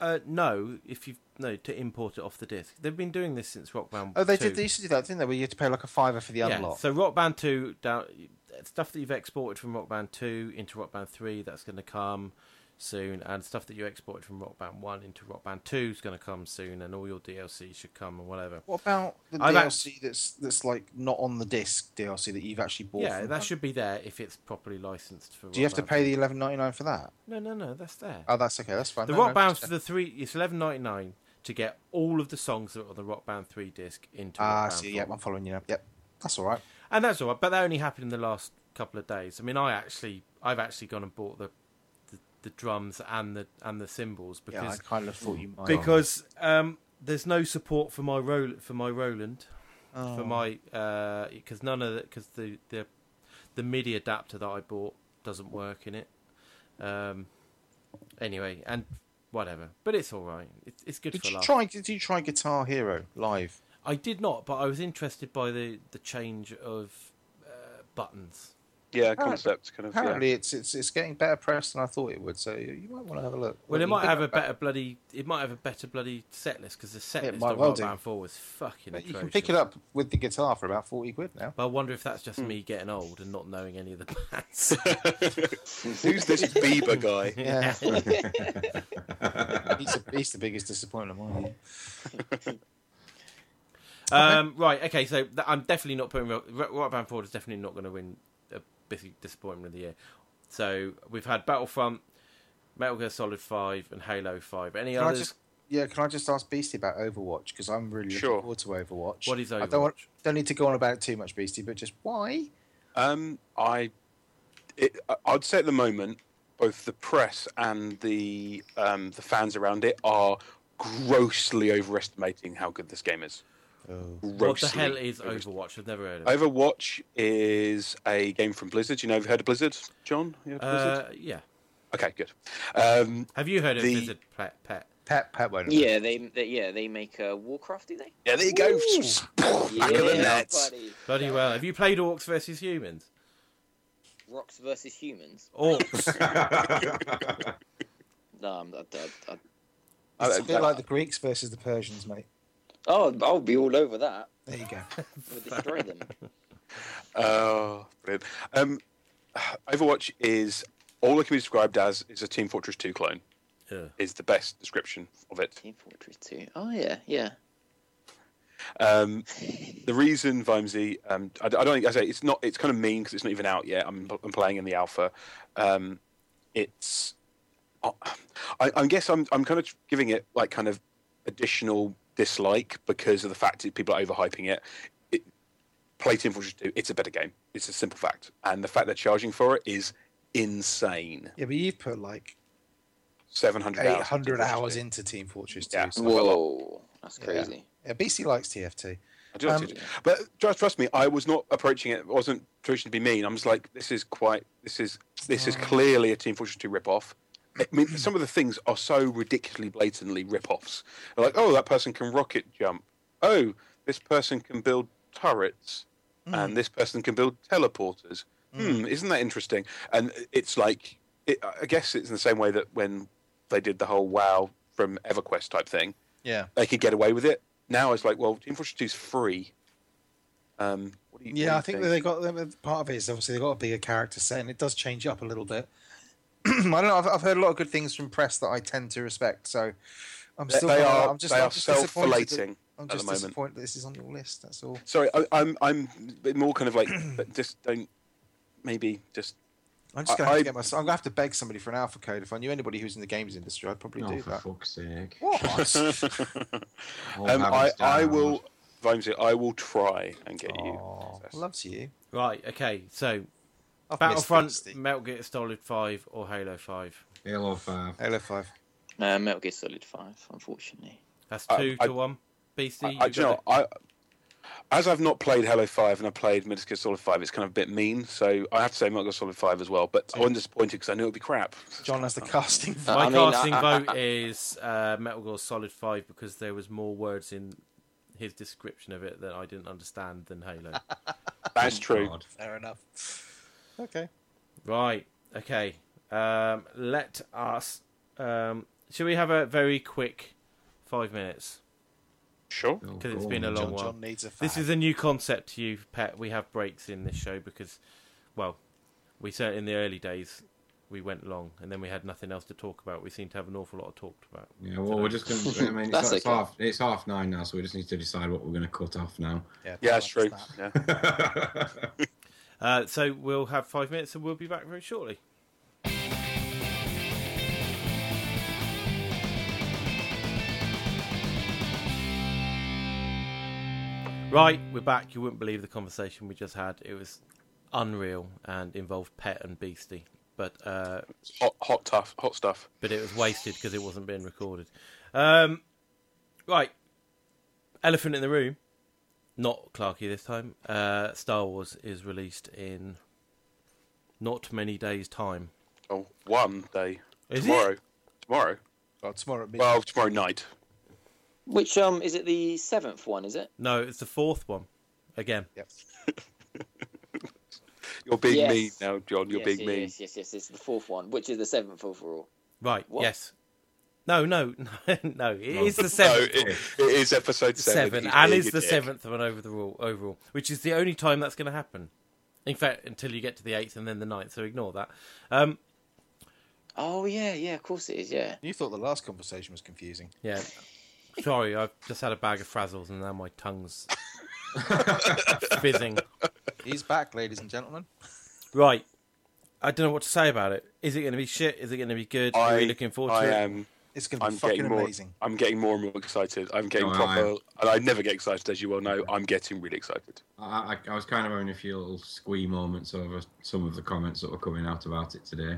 Speaker 1: uh, no, if you no to import it off the disc. They've been doing this since Rock Band.
Speaker 2: oh, they
Speaker 1: 2.
Speaker 2: did. They used to do that, didn't they? Where you had to pay like a fiver for the unlock.
Speaker 1: So Rock Band two down stuff that you've exported from Rock Band two into Rock Band three that's going to come soon, and stuff that you exported from Rock Band one into Rock Band two is going to come soon, and all your DLC should come and whatever.
Speaker 2: What about the
Speaker 1: I've
Speaker 2: DLC that's that's like not on the disc DLC that you've actually bought?
Speaker 1: Yeah,
Speaker 2: from
Speaker 1: that
Speaker 2: them?
Speaker 1: should be there if it's properly licensed for.
Speaker 2: Do you have to pay the eleven ninety nine for that?
Speaker 1: No, no, no. That's there.
Speaker 2: Oh, that's okay. That's fine.
Speaker 1: The
Speaker 2: No, no,
Speaker 1: Rock Band
Speaker 2: just-
Speaker 1: for the three. It's eleven ninety nine to get all of the songs that are on the Rock Band three disc into.
Speaker 2: Ah, I
Speaker 1: Rock Band
Speaker 2: see.
Speaker 1: 4.
Speaker 2: Yep, I'm following you now. Yep, that's all right.
Speaker 1: and that's all right. But that only happened in the last couple of days. I mean, I actually, I've actually gone and bought the, the, the drums and the and the cymbals
Speaker 2: Yeah, I
Speaker 1: because
Speaker 2: kind of thought you might.
Speaker 1: because um, there's no support for my Rol for my Roland
Speaker 2: Oh.
Speaker 1: for my because none of the because the, the the MIDI adapter that I bought doesn't work in it. Um, anyway, and whatever, but it's all right. It's it's good
Speaker 2: Did
Speaker 1: for
Speaker 2: you
Speaker 1: life.
Speaker 2: try? Did you try Guitar Hero live?
Speaker 1: I did not, but I was interested by the the change of uh, buttons.
Speaker 4: Yeah, concept kind of. Yeah.
Speaker 2: Apparently, it's it's it's getting better press than I thought it would. So you you might want to have a look.
Speaker 1: Well, it
Speaker 2: You
Speaker 1: might
Speaker 2: can-
Speaker 1: have a better bloody. It might have a better bloody set list because the set
Speaker 2: It
Speaker 1: list
Speaker 2: might
Speaker 1: on
Speaker 2: well
Speaker 1: Rock
Speaker 2: do.
Speaker 1: Band Four was fucking.
Speaker 2: You
Speaker 1: atrocious.
Speaker 2: can pick it up with the guitar for about forty quid now.
Speaker 1: But I wonder if that's
Speaker 4: Hmm.
Speaker 1: just me getting old and not knowing any of the bands.
Speaker 4: Who's this Bieber guy?
Speaker 2: Yeah,
Speaker 5: I've
Speaker 2: he's, the- he's the biggest disappointment of mine.
Speaker 1: Um, right, okay, so th- I'm definitely not putting Ro- Ro- Rock Band 4 is definitely not going to win a big disappointment of the year. So we've had Battlefront, Metal Gear Solid 5, and Halo 5. Any
Speaker 2: Can I
Speaker 1: others?
Speaker 2: just yeah? Can I just ask Beastie about Overwatch because I'm really looking
Speaker 4: Sure.
Speaker 2: forward to Overwatch.
Speaker 1: What is
Speaker 2: I don't, want,
Speaker 1: Overwatch?
Speaker 2: don't need to go on about it too much, Beastie, but just why?
Speaker 4: Um, I, it, I- I'd say at the moment, both the press and the um, the fans around it are grossly overestimating how good this game is.
Speaker 2: Oh.
Speaker 1: What the hell
Speaker 4: Grossly
Speaker 1: is
Speaker 4: overest-
Speaker 1: Overwatch? I've never heard of it.
Speaker 4: Overwatch is a game from Blizzard. You know, have you heard of Blizzard, John? You heard of Blizzard?
Speaker 1: Uh, yeah.
Speaker 4: Okay, good. Um,
Speaker 1: Have you heard of
Speaker 4: The-
Speaker 1: Blizzard Pet? Pet?
Speaker 2: Pat Pat won't. know.
Speaker 3: Yeah, they, they yeah they make uh, Warcraft, do they?
Speaker 4: yeah, there you go. Back of the
Speaker 3: Yeah,
Speaker 4: net.
Speaker 3: buddy.
Speaker 1: Bloody well. Have you played Orcs versus Humans?
Speaker 3: Rocks versus humans.
Speaker 1: Orcs.
Speaker 3: No, I'm, I, I, I,
Speaker 2: It's a
Speaker 4: Uh,
Speaker 2: bit like the Greeks versus the Persians, mate.
Speaker 3: oh, I'll be all over that.
Speaker 2: There you go.
Speaker 3: We'll destroy them.
Speaker 4: Oh, brilliant. Um, Overwatch is all it can be described as is a Team Fortress 2 clone.
Speaker 1: Yeah.
Speaker 4: Is the best description of it.
Speaker 3: Team Fortress 2. Oh yeah, yeah.
Speaker 4: Um, the reason Vimesy, um, I, I don't think I say it's not. It's kind of mean because it's not even out yet. I'm, I'm playing in the alpha. Um, it's, I, I guess I'm I'm kind of giving it like kind of additional dislike because of the fact that people are overhyping it. it play Team Fortress 2. It's a better game. It's a simple fact, and the fact they're charging for it is insane.
Speaker 2: Yeah, but you've put like
Speaker 4: Seven hundred
Speaker 2: eight hundred hours
Speaker 4: in.
Speaker 2: into Team Fortress Two.
Speaker 4: Yeah.
Speaker 2: so-
Speaker 3: Whoa, that's
Speaker 2: Yeah.
Speaker 3: crazy.
Speaker 2: Yeah, BC likes TFT.
Speaker 4: I do like
Speaker 2: Um,
Speaker 4: to do- but trust, trust me, I was not approaching it. wasn't trying to be mean. I'm just like, this is quite. This is this is clearly a Team Fortress 2 ripoff. I mean, some of the things are so ridiculously blatantly ripoffs. They're like, oh, that person can rocket jump. Oh, this person can build turrets, and this person can build teleporters. Hmm, isn't that interesting? And it's like, it, I guess it's in the same way that when they did the whole WoW from EverQuest type thing
Speaker 2: Yeah.
Speaker 4: they could get away with it. Now it's like, well, Team Fortress 2 is free. Um, what do you,
Speaker 2: Yeah, I
Speaker 4: what do
Speaker 2: think
Speaker 4: you
Speaker 2: that they got uh, part of it is obviously they got a bigger character set, and it does change up a little bit. I don't know. I've, I've heard a lot of good things from press that I tend to respect, so I'm
Speaker 4: They,
Speaker 2: still.
Speaker 4: they are,
Speaker 2: I'm just,
Speaker 4: they
Speaker 2: I'm
Speaker 4: are
Speaker 2: just disappointed that-
Speaker 4: self-filleting.
Speaker 2: I'm
Speaker 4: at the
Speaker 2: just
Speaker 4: moment.
Speaker 2: disappointed that this is on your list. That's all.
Speaker 4: Sorry, I, I'm I'm a bit more kind of like but just don't maybe just
Speaker 2: I'm just
Speaker 4: I-
Speaker 2: gonna have
Speaker 4: I-
Speaker 2: to get my. I'm gonna have to beg somebody for an alpha code. If I knew anybody who's in the games industry, I'd probably
Speaker 5: oh,
Speaker 2: do
Speaker 5: for
Speaker 2: that.
Speaker 5: fuck's sake.
Speaker 2: What?
Speaker 5: All
Speaker 4: um, I
Speaker 5: habits
Speaker 4: I
Speaker 5: down.
Speaker 4: will Vimesy, I will try and get you.
Speaker 2: Aw,
Speaker 4: access.
Speaker 2: loves Oh, you.
Speaker 1: right, okay, so
Speaker 2: I've missed
Speaker 1: Battlefront,
Speaker 2: Beastie.
Speaker 1: Metal Gear Solid 5, or Halo 5.
Speaker 5: Halo 5.
Speaker 2: Halo Five.
Speaker 3: No, Metal Gear Solid 5, unfortunately.
Speaker 1: That's
Speaker 4: Uh,
Speaker 1: two
Speaker 4: I-
Speaker 1: to one. BC,
Speaker 4: I,
Speaker 1: you
Speaker 4: I,
Speaker 1: got
Speaker 4: do you know,
Speaker 1: it?
Speaker 4: I as I've not played Halo Five and I played Metal Gear Solid Five, it's kind of a bit mean. So I have to say Metal Gear Solid Five as well. But I wasn't disappointed because I knew it would be crap.
Speaker 2: John has the casting. vote.
Speaker 1: My
Speaker 3: Uh, I mean,
Speaker 1: casting
Speaker 3: I- I-
Speaker 1: vote is uh, Metal Gear Solid 5 because there was more words in his description of it that I didn't understand than Halo.
Speaker 4: That's true.
Speaker 5: God.
Speaker 2: Fair enough. Okay.
Speaker 1: right, okay. Um, let us. Um, should we have a very quick five minutes?
Speaker 4: Sure.
Speaker 5: Oh,
Speaker 1: Because it's
Speaker 5: go
Speaker 1: been a
Speaker 5: on,
Speaker 1: long
Speaker 2: John,
Speaker 5: John.
Speaker 1: while.
Speaker 2: John needs a. Fag.
Speaker 1: This is a new concept to you, Pet. We have breaks in this show because, well, we said in the early days we went long and then we had nothing else to talk about. We seem to have an awful lot to talk about.
Speaker 5: Yeah, well, we're just going to. I mean,
Speaker 3: That's
Speaker 5: it's, it's,
Speaker 3: okay.
Speaker 5: half, it's half nine now, so we just need to decide what we're going to cut off now.
Speaker 4: Yeah, that's
Speaker 2: John
Speaker 4: true.
Speaker 2: likes that.
Speaker 4: Yeah.
Speaker 1: Uh, so we'll have five minutes and we'll be back very shortly. Right, we're back. You wouldn't believe the conversation we just had. It was unreal and involved Pet and Beastie. But uh,
Speaker 4: Hot, hot, tough, hot stuff.
Speaker 1: but it was wasted because it wasn't being recorded. Um, right, elephant in the room, not Clarky this time. Uh, Star Wars is released in not many days' time.
Speaker 4: Oh, one day.
Speaker 1: Is
Speaker 4: tomorrow.
Speaker 1: it?
Speaker 4: Tomorrow.
Speaker 2: Well, tomorrow at midnight.
Speaker 4: Well, tomorrow night.
Speaker 3: Which, um, is it the seventh one, is it?
Speaker 1: No, it's the fourth one. Again,
Speaker 2: Yep.
Speaker 4: You're being
Speaker 3: Yes.
Speaker 4: mean now, John. You're
Speaker 3: yes,
Speaker 4: being
Speaker 3: yes,
Speaker 4: mean.
Speaker 3: Yes, yes, yes, it's the fourth one, which is the seventh overall.
Speaker 1: right?
Speaker 3: What?
Speaker 1: Yes. No, no, no, no. It is the
Speaker 4: No,
Speaker 1: seventh.
Speaker 4: it, it is episode seven.
Speaker 1: seven,
Speaker 4: He's
Speaker 1: and
Speaker 4: being
Speaker 1: is
Speaker 4: a
Speaker 1: the
Speaker 4: dick.
Speaker 1: seventh one overall, overall, which is the only time that's going to happen. In fact, until you get to the eighth and then the ninth, so ignore that. Um,
Speaker 3: Oh, yeah, yeah, of course it is, yeah.
Speaker 2: You thought the last conversation was confusing.
Speaker 1: yeah, Sorry, I've just had a bag of frazzles and now my tongue's fizzing.
Speaker 2: He's back, ladies and gentlemen.
Speaker 1: Right. I don't know what to say about it. Is it going to be shit? Is it going to be good? Are
Speaker 4: I,
Speaker 1: we looking forward
Speaker 4: I
Speaker 1: to it?
Speaker 4: am.
Speaker 2: It's going to be
Speaker 4: I'm
Speaker 2: fucking
Speaker 4: getting more.
Speaker 2: amazing.
Speaker 4: I'm getting more and more excited. I'm getting
Speaker 5: No, I
Speaker 4: proper,
Speaker 5: am.
Speaker 4: and I never get excited, as you well know. I'm getting really excited.
Speaker 5: I, I, I was kind of having a few little squee moments over some of the comments that were coming out about it today.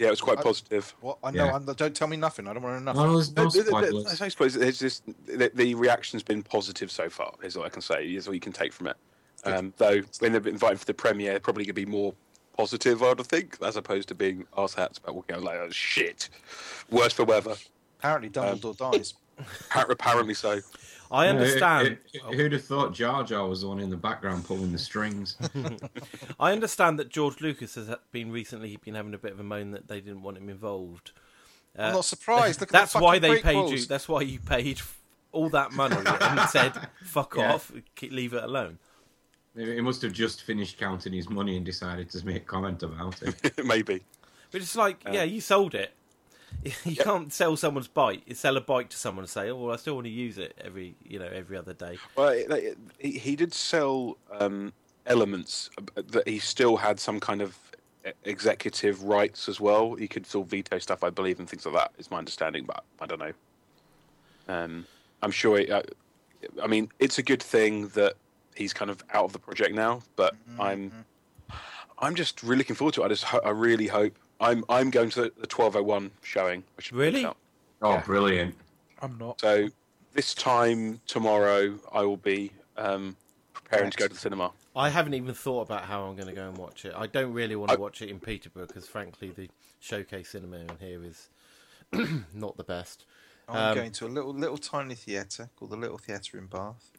Speaker 4: Yeah, it was quite
Speaker 2: I-
Speaker 4: positive.
Speaker 2: What? I know.
Speaker 5: Yeah.
Speaker 2: I'm, don't tell me nothing. I don't want to know nothing.
Speaker 5: No, there's no
Speaker 4: No, th- th- th-
Speaker 5: spoilers.
Speaker 4: I suppose it's just the, the reaction's been positive so far. Is all I can say. Is all you can take from it. Um, though when they've been invited for the premiere, probably going to be more positive, I would think, as opposed to being arse hats about walking out like oh, shit, worse for weather.
Speaker 2: Apparently, Dumbledore
Speaker 4: Um,
Speaker 2: dies.
Speaker 4: Appar- Apparently so.
Speaker 2: uh,
Speaker 1: I understand.
Speaker 5: Who- who- who'd have thought Jar Jar was the one in the background pulling the strings?
Speaker 1: I understand that George Lucas has been recently been having a bit of a moan that they didn't want him involved.
Speaker 2: I'm not surprised. Look at
Speaker 1: uh, That's
Speaker 2: the
Speaker 1: why
Speaker 2: fucking
Speaker 1: they paid you.
Speaker 2: prequels.
Speaker 1: That's why you paid all that money and said, "Fuck
Speaker 5: Yeah.
Speaker 1: off, ke- leave it alone."
Speaker 5: he must have just finished counting his money and decided to make comment about it.
Speaker 4: Maybe.
Speaker 1: But it's like, yeah, you sold it. You can't sell someone's bike. You sell a bike to someone and say, "Oh, well, I still want to use it every, you know, every other day."
Speaker 4: Well, it- like, he, he did sell um, elements uh, that he still had some kind of e- executive rights as well. He could still veto stuff, I believe, and things like that. Is my understanding, but I don't know. Um, I'm sure. It, uh, I mean, it's a good thing that he's kind of out of the project now, but I'm, I'm just really looking forward to it. I just, ho- I really hope. I'm, I'm going to the 1201 showing. Which is
Speaker 1: Really?
Speaker 4: out.
Speaker 5: Oh, brilliant!
Speaker 2: I'm not.
Speaker 4: So this time tomorrow, I will be um, preparing to go to the cinema.
Speaker 1: I haven't even thought about how I'm going to go and watch it. I don't really want to
Speaker 4: I-
Speaker 1: watch it in Peterborough because, frankly, the showcase cinema in here is not the best.
Speaker 2: I'm
Speaker 1: Um,
Speaker 2: going to a little little tiny theatre called the Little Theatre in Bath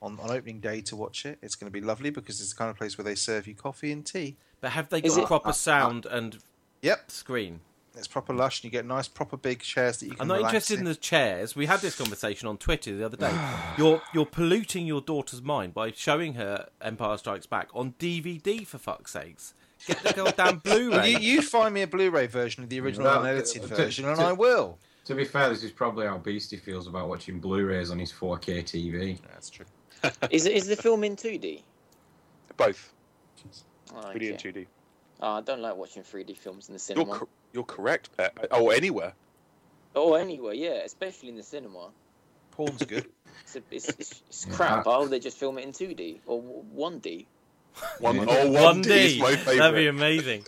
Speaker 2: on, on opening day to watch it. It's going to be lovely because it's the kind of place where they serve you coffee and tea.
Speaker 1: But have they
Speaker 3: Is
Speaker 1: got
Speaker 3: it-
Speaker 1: proper sound and
Speaker 2: Yep,
Speaker 1: screen?
Speaker 2: it's proper lush and you get nice proper big chairs that you can.
Speaker 1: I'm not
Speaker 2: relax
Speaker 1: interested in the chairs. We had this conversation on Twitter the other day. you're you're polluting your daughter's mind by showing her Empire Strikes Back on DVD for fuck's sakes. Get the goddamn Blu-ray.
Speaker 2: You, you find me a Blu-ray version of the original
Speaker 5: No,
Speaker 2: unedited
Speaker 5: to-
Speaker 2: version, and
Speaker 5: to-
Speaker 2: I will.
Speaker 5: To be fair, this is probably how Beastie feels about watching Blu-rays on his 4K TV.
Speaker 2: That's true.
Speaker 3: Is is the film in 2D?
Speaker 4: Both
Speaker 3: Oh,
Speaker 4: 3D and
Speaker 3: okay.
Speaker 4: 2D.
Speaker 3: Oh, I don't like watching 3D films in
Speaker 4: You're,
Speaker 3: the cinema.
Speaker 4: cor- you're correct, Pet. Oh, anywhere.
Speaker 3: Oh, anyway, yeah, especially in the cinema.
Speaker 2: Porn's good.
Speaker 3: It's, a, it's, it's, it's
Speaker 5: Yeah.
Speaker 3: crap. Why would they just film it in 2D or w- 1D?
Speaker 4: One,
Speaker 5: Yeah.
Speaker 4: oh, 1D,
Speaker 1: 1D.
Speaker 4: is my
Speaker 1: That'd be
Speaker 4: favourite.
Speaker 1: amazing.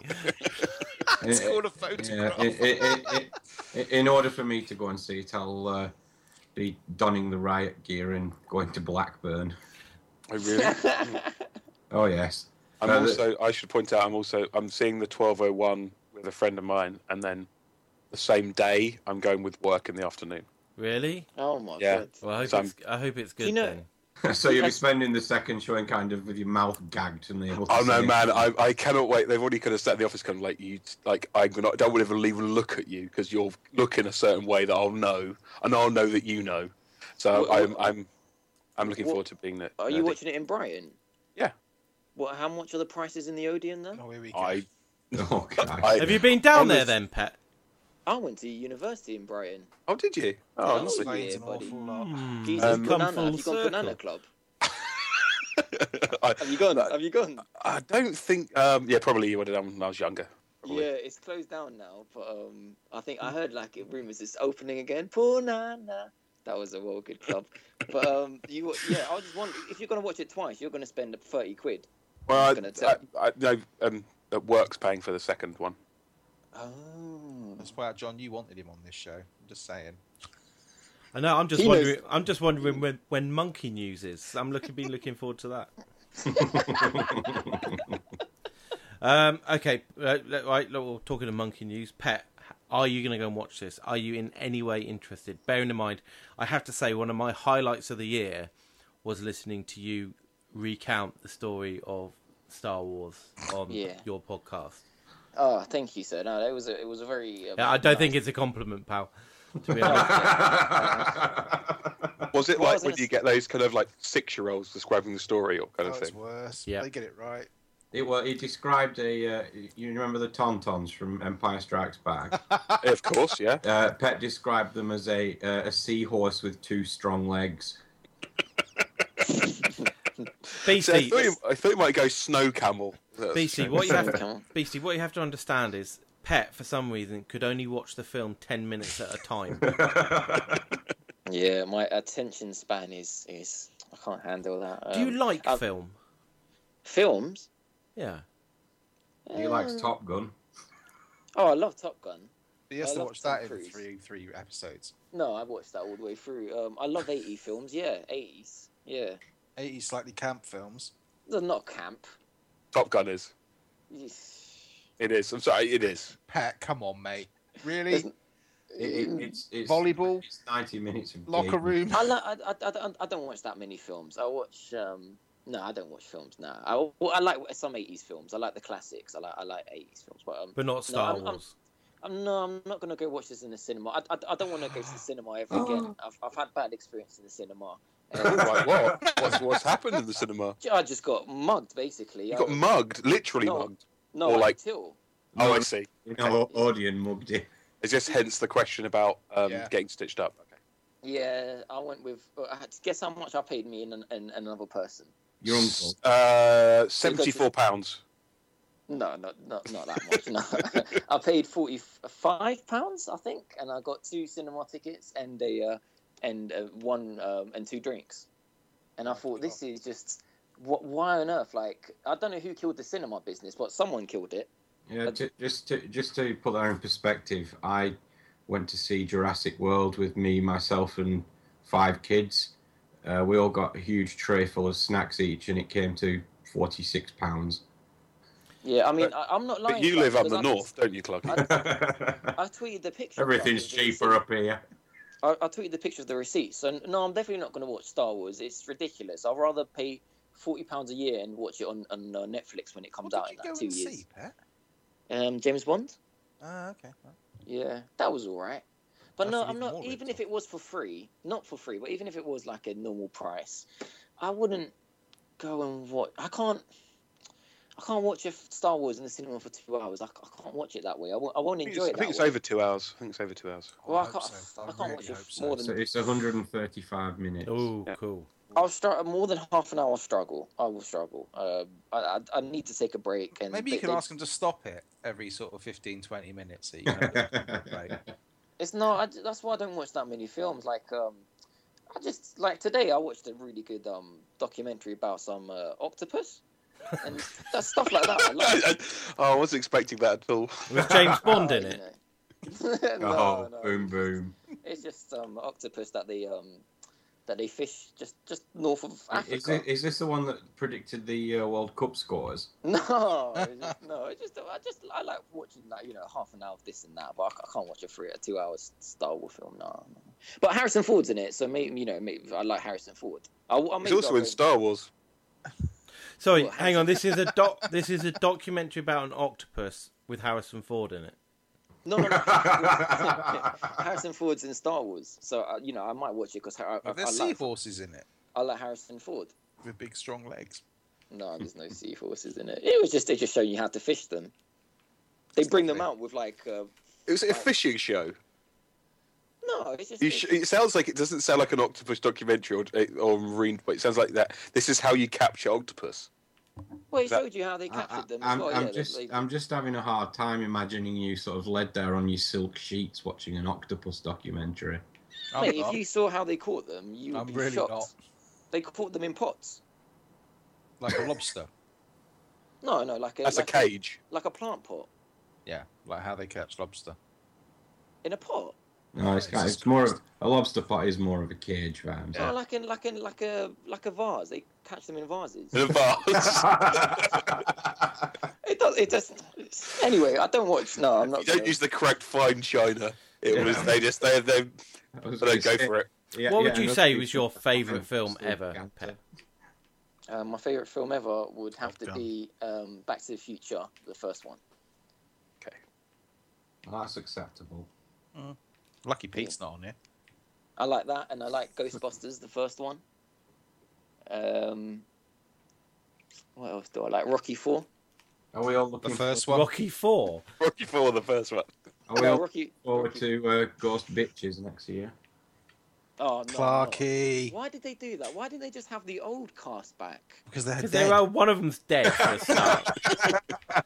Speaker 5: It's called
Speaker 2: a
Speaker 5: Yeah, it, it, it, it, eh, in order for me to go and see it, I'll uh, be donning the riot gear and going to Blackburn.
Speaker 4: I really.
Speaker 5: Oh yes.
Speaker 4: I'm
Speaker 5: Uh,
Speaker 4: also. I should point out. I'm also. I'm seeing the 1201 with a friend of mine, and then the same day I'm going with work in the afternoon.
Speaker 1: Really?
Speaker 3: oh my
Speaker 4: Yeah.
Speaker 3: god.
Speaker 1: Well, I hope,
Speaker 4: So
Speaker 1: it's, I hope it's good
Speaker 3: you know-
Speaker 1: then.
Speaker 5: so you'll be spending the second showing kind of with your mouth gagged and able to.
Speaker 4: Oh no,
Speaker 5: see it.
Speaker 4: man! I, I cannot wait. They've already kind of sat in the office, kind of like you, like I'm not. I don't want to even even look at you because you're looking a certain way that I'll know, and I'll know that you know. So
Speaker 3: Wha-
Speaker 4: I'm, I'm, I'm looking
Speaker 3: Wha-
Speaker 4: forward to being there.
Speaker 3: Are you watching it in Brighton?
Speaker 4: Yeah.
Speaker 3: What? How much are the prices in the Odeon then?
Speaker 2: Oh, here we go.
Speaker 4: I,
Speaker 5: Oh god.
Speaker 4: I,
Speaker 1: Have you been down
Speaker 4: on
Speaker 1: there
Speaker 4: the-
Speaker 1: then, Pet?
Speaker 3: I went to university in Brighton.
Speaker 4: Oh, did you? Oh,
Speaker 3: Yeah,
Speaker 4: lovely.
Speaker 3: I
Speaker 2: Explains
Speaker 3: yeah,
Speaker 2: an
Speaker 3: buddy.
Speaker 2: awful lot.
Speaker 1: Mm,
Speaker 3: Jesus,
Speaker 1: um, come
Speaker 3: banana.
Speaker 1: full
Speaker 3: Have you gone banana
Speaker 1: circle.
Speaker 3: club?
Speaker 4: I,
Speaker 3: Have you gone? Have you gone?
Speaker 4: I don't think. Um, yeah, probably you would have done when I was younger. Probably.
Speaker 3: Yeah, it's closed down now, but um, I think I heard like rumors it's opening again. Punana. That was a well good club, but um, you yeah, I was just wondering if you're gonna watch it twice, you're gonna spend thirty quid.
Speaker 4: Well,
Speaker 3: gonna
Speaker 4: I,
Speaker 3: tell-
Speaker 4: I, I, no, um, at work's paying for the second one.
Speaker 3: Oh,
Speaker 2: That's why, John, you wanted him on this show. I'm just saying.
Speaker 1: I know. I'm just
Speaker 3: He knows-
Speaker 1: wondering. I'm just wondering when, when Monkey News is. I'm looking, been looking forward to that. um, okay, uh, le- right. Look, we're talking of Monkey News. Pet, are you going to go and watch this? Are you in any way interested? Bearing in mind, I have to say one of my highlights of the year was listening to you recount the story of Star Wars on
Speaker 3: Yeah.
Speaker 1: your podcast.
Speaker 3: oh, thank you, sir. No, that was a it was a very. uh,
Speaker 1: Yeah, I don't
Speaker 3: nice-
Speaker 1: think it's a compliment, pal. To be honest,
Speaker 4: Was it
Speaker 3: Well, I
Speaker 4: like
Speaker 3: was
Speaker 4: when
Speaker 3: gonna
Speaker 4: you
Speaker 3: s-
Speaker 4: get those kind of like six-year-olds describing the story or kind
Speaker 2: Oh,
Speaker 4: of
Speaker 2: it's
Speaker 4: thing?
Speaker 2: worse.
Speaker 1: Yeah.
Speaker 2: They get it right.
Speaker 5: It, well, he described a. Uh, you remember the Tauntauns from Empire Strikes Back?
Speaker 4: of course, yeah.
Speaker 5: uh, Pet described them as a uh, a seahorse with two strong legs.
Speaker 4: So I,
Speaker 1: Beastie,
Speaker 4: thought you, I thought you might go snow camel.
Speaker 1: Beastie, what you have to,
Speaker 3: Come on.
Speaker 1: Beastie, what you have to understand is Pet, for some reason, could only watch the film ten minutes at a time.
Speaker 3: Yeah, my attention span is is I can't handle that.
Speaker 1: Do you
Speaker 3: Um,
Speaker 1: like
Speaker 3: um,
Speaker 1: film?
Speaker 3: films?
Speaker 1: Yeah.
Speaker 5: he likes
Speaker 3: Mm.
Speaker 5: Top Gun.
Speaker 3: Oh, I love Top Gun.
Speaker 2: He has
Speaker 3: I
Speaker 2: to
Speaker 3: love
Speaker 2: watch
Speaker 3: Tom
Speaker 2: that in
Speaker 3: Cruise.
Speaker 2: three three episodes.
Speaker 3: No, I watched that all the way through. Um, I love 80 films. Yeah, 80s. Yeah,
Speaker 2: 80 slightly camp films.
Speaker 3: they're not camp.
Speaker 4: Top Gun is.
Speaker 3: Yeesh.
Speaker 4: It is. I'm sorry. It is.
Speaker 2: Pat, come on, mate. Really?
Speaker 3: Isn't-
Speaker 5: It, it, it's, it's
Speaker 2: Volleyball?
Speaker 5: It's ninety minutes of
Speaker 2: Locker
Speaker 5: gaming.
Speaker 2: room?
Speaker 3: I, lo- I, I, I, don't- I don't watch that many films. I watch. Um, no, I don't watch films now. I, well, I like some 80s films. I like the classics. I like I like 80s films. But um,
Speaker 1: But not Star
Speaker 3: I'm- I'm-
Speaker 1: Wars.
Speaker 3: I'm, no, I'm not going to go watch this in the cinema. I, I, I don't want to go to the cinema ever again.
Speaker 1: Oh.
Speaker 3: I've, I've had bad experience in the cinema. Um,
Speaker 4: like, what? What's, what's happened in the cinema?
Speaker 3: I just got mugged, basically.
Speaker 4: You
Speaker 3: I-
Speaker 4: got mugged, literally
Speaker 3: No.
Speaker 4: mugged.
Speaker 3: no,
Speaker 4: or
Speaker 3: I
Speaker 4: like-
Speaker 3: till.
Speaker 4: Oh, I see.
Speaker 5: You know, Odeon mugged it.
Speaker 4: It's just hence the question about um,
Speaker 2: Yeah.
Speaker 4: getting stitched up.
Speaker 3: Yeah, I went with. I had to guess how much I paid me and, an- and, and another person.
Speaker 5: Your uncle.
Speaker 4: Uh, Seventy-four pounds.
Speaker 3: No, not not not that much. No, I paid forty five pounds, I think, and I got two cinema tickets and a uh, and uh, one um, and two drinks.
Speaker 4: Oh,
Speaker 3: And I thought this is just what? Why on earth? Like I don't know who killed the cinema business, but someone killed it.
Speaker 5: Yeah, to, just to just to put that in perspective, I went to see Jurassic World with me, myself, and five kids. Uh, we all got a huge tray full of snacks each, and it came to forty six pounds.
Speaker 3: Yeah, I mean,
Speaker 4: But-
Speaker 3: I, I'm not lying.
Speaker 4: But you
Speaker 3: like,
Speaker 4: live up
Speaker 3: because
Speaker 4: the
Speaker 3: I-
Speaker 4: north, don't you, Clucky?
Speaker 3: I- I tweeted the picture. of
Speaker 5: Everything's
Speaker 3: that, the
Speaker 5: cheaper
Speaker 3: receipt.
Speaker 5: up here.
Speaker 3: I, I tweeted the picture of the receipt. So no, I'm definitely not going to watch Star Wars. It's ridiculous. I'd rather pay forty pounds a year and watch it on on uh, Netflix when it comes
Speaker 2: What did you
Speaker 3: out in
Speaker 2: go
Speaker 3: like two
Speaker 2: and
Speaker 3: years.
Speaker 2: see, Pat?
Speaker 3: Um, James Bond.
Speaker 2: Ah, okay.
Speaker 3: Yeah, that was all right.
Speaker 2: That's
Speaker 3: But no,
Speaker 2: even
Speaker 3: I'm not.
Speaker 2: more
Speaker 3: Even
Speaker 2: rental.
Speaker 3: if it was for free, not for free, but even if it was like a normal price, I wouldn't go and watch. I can't. I can't watch a f- Star Wars in the cinema for two hours. I, c- I can't watch it that way. I w- I won't
Speaker 4: I think
Speaker 3: enjoy
Speaker 4: it's-
Speaker 3: it.
Speaker 4: I think
Speaker 3: that
Speaker 4: it's
Speaker 3: way.
Speaker 4: over two hours. I think it's over two hours.
Speaker 3: Well, I
Speaker 2: hope
Speaker 3: can't-
Speaker 2: so.
Speaker 3: I can't
Speaker 2: really
Speaker 3: watch it
Speaker 2: hope
Speaker 3: for
Speaker 2: so.
Speaker 3: more than-
Speaker 5: So it's one hundred and thirty five minutes.
Speaker 1: Oh,
Speaker 4: Yeah.
Speaker 1: cool.
Speaker 3: I'll start more than half an hour. Struggle. I will struggle. Uh, I, I I need to take a break. And
Speaker 2: Maybe you
Speaker 3: they-
Speaker 2: can
Speaker 3: they-
Speaker 2: ask them to stop it every sort of 15, 20 minutes. So you can right.
Speaker 3: It's not. I, that's why I don't watch that many films. Like, um, I just like today I watched a really good um documentary about some uh, octopus, and that's stuff like that. I like. uh,
Speaker 4: oh, I wasn't expecting that at all.
Speaker 1: Was James Bond in
Speaker 3: You
Speaker 1: it?
Speaker 3: know. no,
Speaker 5: oh,
Speaker 3: no.
Speaker 5: boom, boom.
Speaker 3: It's just um octopus that they um that they fish just just north of
Speaker 5: Is,
Speaker 3: Africa.
Speaker 5: thi- is this the one that predicted the uh, World Cup scores?
Speaker 3: No, it's just, no, it's just I just I like watching like you know half an hour of this and that, but I, c- I can't watch a three a two hour Star Wars film. No, no. but Harrison Ford's in it, so maybe you know maybe I like Harrison Ford. I, I
Speaker 4: It's also in Star Wars.
Speaker 1: Sorry,
Speaker 3: Well,
Speaker 1: hang on. This is a doc. this is a documentary about an octopus with Harrison Ford in it.
Speaker 3: No, no, no. Harrison Ford's in Star Wars, so uh, you know I might watch it because I, I, I,
Speaker 2: There's
Speaker 3: like,
Speaker 2: seahorses in it
Speaker 3: I like Harrison Ford.
Speaker 2: with big, strong legs.
Speaker 3: No, there's no sea horses in it. It was just they just show you how to fish them. They bring them out with like uh,
Speaker 4: It was a fishing show.
Speaker 3: no, it's just
Speaker 4: You sh- it sounds like it doesn't sound like an octopus documentary or, eh, or marine, but it sounds like that. This is how you capture octopus.
Speaker 3: well, it
Speaker 4: that-
Speaker 3: showed you how they captured them. as
Speaker 5: I'm,
Speaker 3: well.
Speaker 5: I'm
Speaker 3: yeah, they-
Speaker 5: just,
Speaker 3: they-
Speaker 5: I'm just having a hard time imagining you sort of led there on your silk sheets watching an octopus documentary.
Speaker 2: I'm
Speaker 3: Mate, if
Speaker 2: not.
Speaker 3: you saw how they caught them, you would
Speaker 2: I'm
Speaker 3: be
Speaker 2: really
Speaker 3: shocked.
Speaker 2: not.
Speaker 3: They caught them in pots.
Speaker 2: Like a lobster.
Speaker 3: No, no, like a
Speaker 4: That's a
Speaker 3: like
Speaker 4: cage.
Speaker 3: like a plant pot
Speaker 2: yeah, like how they catch lobster.
Speaker 3: in a pot.
Speaker 5: No, it's,
Speaker 2: It's
Speaker 5: kind of,
Speaker 2: just
Speaker 5: it's more of a lobster pot is more of a cage farm.
Speaker 3: No, like in like in like a like a vase. They catch them in vases.
Speaker 4: In a vase.
Speaker 3: It does. It does. Anyway, I don't watch. No, I'm
Speaker 4: you
Speaker 3: not.
Speaker 4: don't
Speaker 3: gonna-
Speaker 4: use the correct fine china. It
Speaker 5: Yeah.
Speaker 4: was they just they they, they don't go for it.
Speaker 1: What would you say was your favourite film ever? Pet?
Speaker 3: Uh, my favorite film ever would have to
Speaker 2: Top Gun.
Speaker 3: be um, Back to the Future, the first one.
Speaker 5: That's acceptable.
Speaker 2: Lucky Pete's not on here.
Speaker 3: I like that, and I like Ghostbusters, the first one. Um, what else do I like? Rocky Four.
Speaker 5: Are we all looking
Speaker 2: The first one.
Speaker 1: Rocky Four.
Speaker 4: Rocky Four, the first one.
Speaker 2: Oh,
Speaker 5: Are we
Speaker 3: Well,
Speaker 5: all
Speaker 3: Rocky,
Speaker 5: forward
Speaker 3: Rocky-
Speaker 5: to uh, Ghost Bitches next year?
Speaker 3: oh, no, no.
Speaker 2: Clarky.
Speaker 3: Why did they do that? Why didn't they just have the old cast back?
Speaker 2: Because they're
Speaker 1: Because
Speaker 2: dead.
Speaker 1: they were one of them's dead. For a start.
Speaker 2: it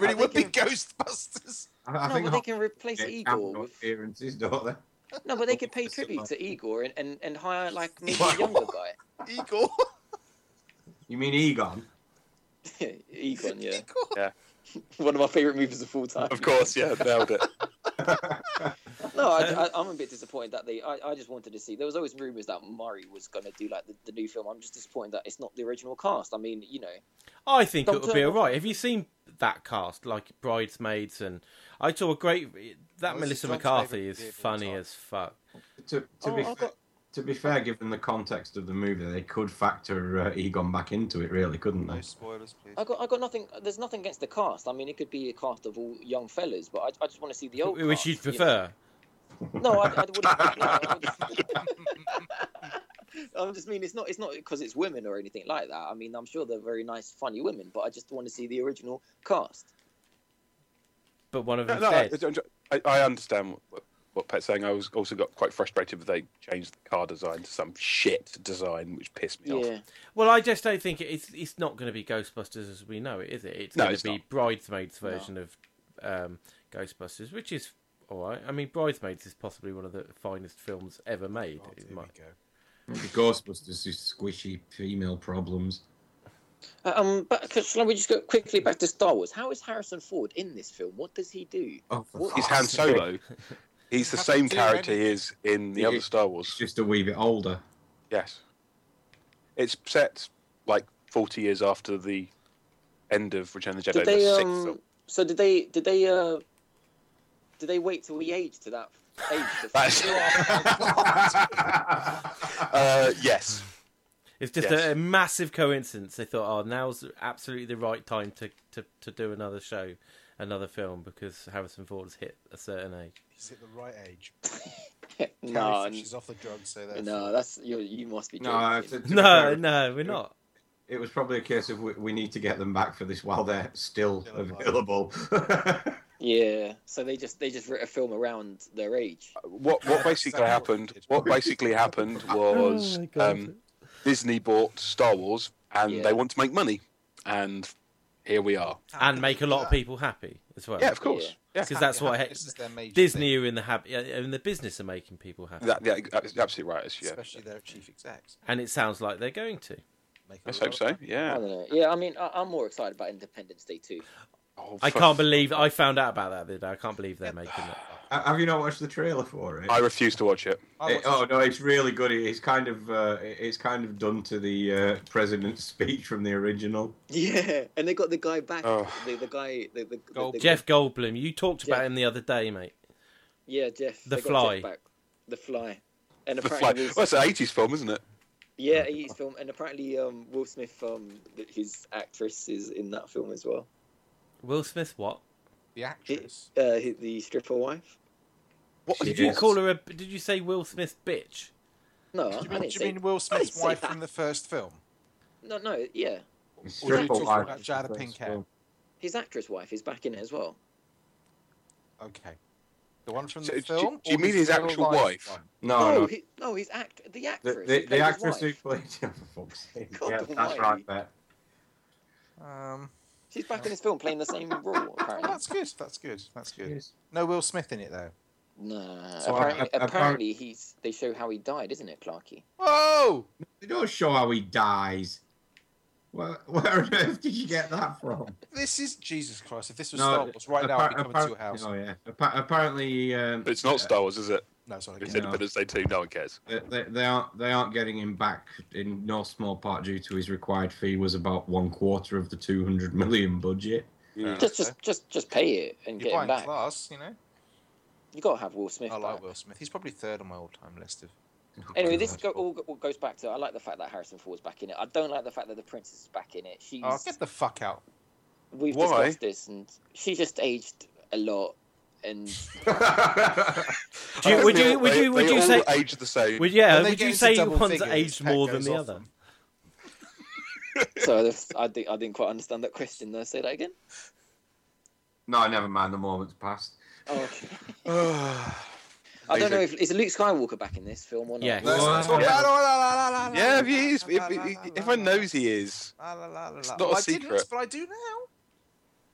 Speaker 2: really
Speaker 3: Oh,
Speaker 2: would
Speaker 3: they
Speaker 2: be
Speaker 3: can-
Speaker 2: Ghostbusters.
Speaker 5: I, I
Speaker 3: no,
Speaker 5: think
Speaker 3: but they can replace
Speaker 5: Hot Chick have
Speaker 3: Igor
Speaker 5: got
Speaker 3: with
Speaker 5: appearances, don't they?
Speaker 3: No, but they could pay
Speaker 5: It's
Speaker 3: tribute
Speaker 5: similar.
Speaker 3: to Igor and, and, and hire like maybe
Speaker 2: Wow.
Speaker 3: a younger guy.
Speaker 2: Igor.
Speaker 5: You mean Egon?
Speaker 3: Igor, yeah.
Speaker 2: Igor.
Speaker 3: One of my favorite movies of all time.
Speaker 4: Of course, yeah, nailed it.
Speaker 3: No, I, I, I'm a bit disappointed that they. I, I just wanted to see. There was always rumors that Murray was going to do like the, the new film. I'm just disappointed that it's not the original cast. I mean, you know,
Speaker 1: I think it would be
Speaker 3: Doctor-
Speaker 1: all right. Have you seen that cast, like bridesmaids, and I saw a great that
Speaker 2: Melissa
Speaker 1: Melissa
Speaker 2: John's
Speaker 1: McCarthy
Speaker 2: favourite
Speaker 1: is
Speaker 2: movie of all
Speaker 1: funny
Speaker 2: time.
Speaker 1: as fuck.
Speaker 5: To, to,
Speaker 3: Oh,
Speaker 5: be,
Speaker 3: I've got-
Speaker 5: to be fair, given the context of the movie, they could factor uh, Egon back into it, really, couldn't they?
Speaker 2: No spoilers, please.
Speaker 3: I got I got nothing. There's nothing against the cast. I mean, it could be a cast of all young fellas, but I, I just want to see the old.
Speaker 1: Which
Speaker 3: cast,
Speaker 1: you'd
Speaker 3: you know.
Speaker 1: prefer?
Speaker 3: No, I, I wouldn't. I wouldn't- I'm just mean it's not it's not because it's women or anything like that. I mean, I'm sure they're very nice, funny women, but I just want to see the original cast.
Speaker 1: But one of
Speaker 4: No,
Speaker 1: them's
Speaker 4: no, I,
Speaker 1: dead.
Speaker 4: I, I understand what, what Pet's saying. I was also got quite frustrated that they changed the car design to some shit design, which pissed me off.
Speaker 3: Yeah,
Speaker 1: Well, I just don't think it- it's it's not going to be Ghostbusters as we know it, is it? It's
Speaker 4: No,
Speaker 1: going
Speaker 4: it's
Speaker 1: to be
Speaker 4: not.
Speaker 1: bridesmaids version of um, Ghostbusters, which is all right. I mean, Bridesmaids is possibly one of the finest films ever made.
Speaker 2: Oh,
Speaker 1: It
Speaker 2: here we
Speaker 1: might-
Speaker 2: go.
Speaker 5: Ghostbusters is squishy female problems.
Speaker 3: Um, but shall we just go quickly back to Star Wars? How is Harrison Ford in this film? What does he do?
Speaker 5: Oh, for
Speaker 3: What-
Speaker 4: He's
Speaker 5: fuck's
Speaker 4: Han
Speaker 5: sake.
Speaker 4: Solo. He's the
Speaker 2: Haven't
Speaker 4: same
Speaker 2: seen
Speaker 4: character
Speaker 2: any.
Speaker 4: he is in the
Speaker 5: You-
Speaker 4: other Star
Speaker 5: It's
Speaker 4: Wars.
Speaker 5: just a wee bit older.
Speaker 4: Yes, it's set like forty years after the end of Return of the Jedi.
Speaker 3: Did
Speaker 4: the
Speaker 3: they
Speaker 4: sixth
Speaker 3: um?
Speaker 4: film.
Speaker 3: So did they did they uh? Did they wait till we age to that age? To
Speaker 4: That's- Uh, yes,
Speaker 1: It's just
Speaker 4: Yes.
Speaker 1: a, a massive coincidence. They thought, oh, now's absolutely the right time to, to, to do another show, another film, because Harrison Ford's hit a certain age.
Speaker 2: He's at the right age.
Speaker 3: no,
Speaker 2: Carrie
Speaker 3: n-
Speaker 2: Fisher's off the drugs, so therefore-
Speaker 3: no, that's you. You must be.
Speaker 5: no, uh,
Speaker 3: joking.
Speaker 5: to- to be
Speaker 1: No,
Speaker 5: fair,
Speaker 1: no, we're not.
Speaker 5: it was probably a case of we, we need to get them back for this while they're still
Speaker 2: Still alive.
Speaker 5: available.
Speaker 3: Yeah, so they just they just wrote a film around their age.
Speaker 4: what
Speaker 2: Yeah,
Speaker 4: what
Speaker 2: that's
Speaker 4: basically
Speaker 2: exactly
Speaker 4: happened? What
Speaker 2: what we did.
Speaker 4: basically happened was
Speaker 1: Oh, God.
Speaker 4: um, Disney bought Star Wars, and
Speaker 3: Yeah.
Speaker 4: they want to make money, and here we are.
Speaker 1: and make a lot of people happy as well.
Speaker 4: Yeah, of course. Yeah,
Speaker 1: because that's what
Speaker 2: This is
Speaker 1: I,
Speaker 2: their major
Speaker 1: Disney are in the hab- yeah, in the business of making people happy,
Speaker 4: that, yeah that's absolutely right. it's-
Speaker 2: thing,
Speaker 4: Yeah,
Speaker 2: especially their chief execs.
Speaker 1: and it sounds like they're going to.
Speaker 2: Make a
Speaker 4: let's
Speaker 2: lot
Speaker 4: hope
Speaker 2: of
Speaker 4: so.
Speaker 2: money.
Speaker 3: I
Speaker 4: Yeah,
Speaker 3: don't know. Yeah, I mean, I, I'm more excited about Independence Day too.
Speaker 4: Oh,
Speaker 1: I
Speaker 4: for-
Speaker 1: can't believe I found out about that the other day. I can't believe they're making it.
Speaker 5: Have you not watched the trailer for it?
Speaker 4: I refuse to watch it.
Speaker 2: I watched-
Speaker 5: It- oh no, it's really good. It- It's kind of uh, it- it's kind of done to the uh, president's speech from the original.
Speaker 3: Yeah, and they got the guy back.
Speaker 4: Oh.
Speaker 3: The, the guy, the, the, the-
Speaker 2: Gold-
Speaker 3: the-
Speaker 1: Jeff Goldblum, you talked about
Speaker 3: Jeff.
Speaker 1: him the other day, mate.
Speaker 3: Yeah, Jeff.
Speaker 1: The
Speaker 3: they got
Speaker 1: Fly.
Speaker 3: Jeff back. The Fly. And
Speaker 4: The
Speaker 3: apparently,
Speaker 4: fly.
Speaker 3: Will
Speaker 4: Well, it's an eighties film, isn't it?
Speaker 3: yeah, he's film, and apparently um, Will Smith, um, th- his actress, is in that film as well.
Speaker 1: Will Smith, what
Speaker 2: the actress.
Speaker 3: Uh, hi- the stripper wife.
Speaker 4: What
Speaker 5: She
Speaker 1: did you
Speaker 5: is.
Speaker 1: call her? A did you say Will Smith bitch?
Speaker 4: uh,
Speaker 3: No,
Speaker 2: Do
Speaker 3: I
Speaker 2: you mean,
Speaker 3: didn't
Speaker 2: do you
Speaker 3: say.
Speaker 2: mean Will Smith's
Speaker 3: say
Speaker 2: wife
Speaker 3: that.
Speaker 2: from the first film?
Speaker 3: No, no, yeah,
Speaker 5: Stripper
Speaker 2: talking
Speaker 5: wife.
Speaker 2: about Jada Pinkett?
Speaker 3: his actress wife is back in it as well.
Speaker 2: Okay. The one from
Speaker 4: So,
Speaker 2: the
Speaker 4: do-
Speaker 2: film?
Speaker 4: do you
Speaker 2: or
Speaker 4: mean
Speaker 2: the
Speaker 4: his
Speaker 2: real
Speaker 4: actual
Speaker 2: life
Speaker 4: wife?
Speaker 2: one?
Speaker 5: Oh, No,
Speaker 3: no,
Speaker 5: no.
Speaker 3: he, no, his act, the
Speaker 5: The,
Speaker 3: actress. who
Speaker 5: the, the
Speaker 3: played his
Speaker 5: actress who
Speaker 3: wife.
Speaker 5: played yeah, for fuck's sake.
Speaker 3: God
Speaker 5: yeah, that's
Speaker 3: almighty.
Speaker 5: right, Bet.
Speaker 2: Um,
Speaker 3: She's back in this film playing the same role,
Speaker 2: well,
Speaker 3: apparently.
Speaker 2: that's good. That's good. That's good.
Speaker 5: Yes.
Speaker 2: No Will Smith in it though.
Speaker 3: Nah,
Speaker 5: So,
Speaker 3: apparently,
Speaker 5: uh, uh,
Speaker 3: apparently he's. They show how he died, isn't it, Clarky?
Speaker 2: Whoa!
Speaker 5: They don't show how he dies. Where, where on earth did you get that from?
Speaker 2: This is Jesus Christ. If this was Star Wars right now,
Speaker 5: appar-
Speaker 2: I'd be coming to
Speaker 5: appar-
Speaker 2: your house.
Speaker 5: Oh yeah. Appa- apparently, um,
Speaker 4: But it's not Star Wars, is it?
Speaker 2: No, sorry.
Speaker 4: It's
Speaker 5: No.
Speaker 4: Independence Day two. No one cares.
Speaker 5: they, they- they aren't they aren't getting him back in no small part due to his required fee was about one quarter of the two hundred million budget.
Speaker 2: Yeah.
Speaker 3: Just, just, just, just pay it and
Speaker 2: You're
Speaker 3: get him
Speaker 2: buying
Speaker 3: back.
Speaker 2: class, you know.
Speaker 3: You gotta have Will Smith.
Speaker 2: I
Speaker 3: back.
Speaker 2: like Will Smith. He's probably third on my all-time list of.
Speaker 3: Anyway, this
Speaker 5: God.
Speaker 3: go, all, go- all goes back to I like the fact that Harrison Ford's back in it. I don't like the fact that the princess is back in it. She's
Speaker 2: Oh, get the fuck out!
Speaker 3: we've
Speaker 4: Why?
Speaker 3: discussed this, and she just aged a lot. And
Speaker 1: Do you,
Speaker 4: I
Speaker 1: would
Speaker 4: think they
Speaker 1: you
Speaker 4: all-
Speaker 1: would
Speaker 4: they-
Speaker 1: you would
Speaker 4: they
Speaker 1: you
Speaker 4: all
Speaker 1: say
Speaker 4: age the same?
Speaker 1: would yeah
Speaker 2: When they
Speaker 1: would
Speaker 2: get
Speaker 1: you
Speaker 2: into
Speaker 1: say
Speaker 2: double
Speaker 1: one's
Speaker 2: figures,
Speaker 1: aged
Speaker 2: tech
Speaker 1: more
Speaker 2: goes
Speaker 1: than the
Speaker 2: off
Speaker 1: other?
Speaker 2: them.
Speaker 3: so that's- I, di- I didn't quite understand that question. Though, say that again.
Speaker 5: No, never mind. The moment's passed.
Speaker 3: Oh, okay.
Speaker 4: yeah,
Speaker 3: I don't know if is Luke Skywalker back in this film or not.
Speaker 1: Yes.
Speaker 5: Well,
Speaker 2: Let's talk
Speaker 5: yeah.
Speaker 2: about- la, la, la, la, la,
Speaker 4: if he is, if,
Speaker 2: la, la, la,
Speaker 4: if,
Speaker 2: la,
Speaker 4: everyone
Speaker 2: la,
Speaker 4: knows he is,
Speaker 2: la, la, la, la, la.
Speaker 4: not a
Speaker 2: Well, I
Speaker 4: secret.
Speaker 2: didn't, but I do now.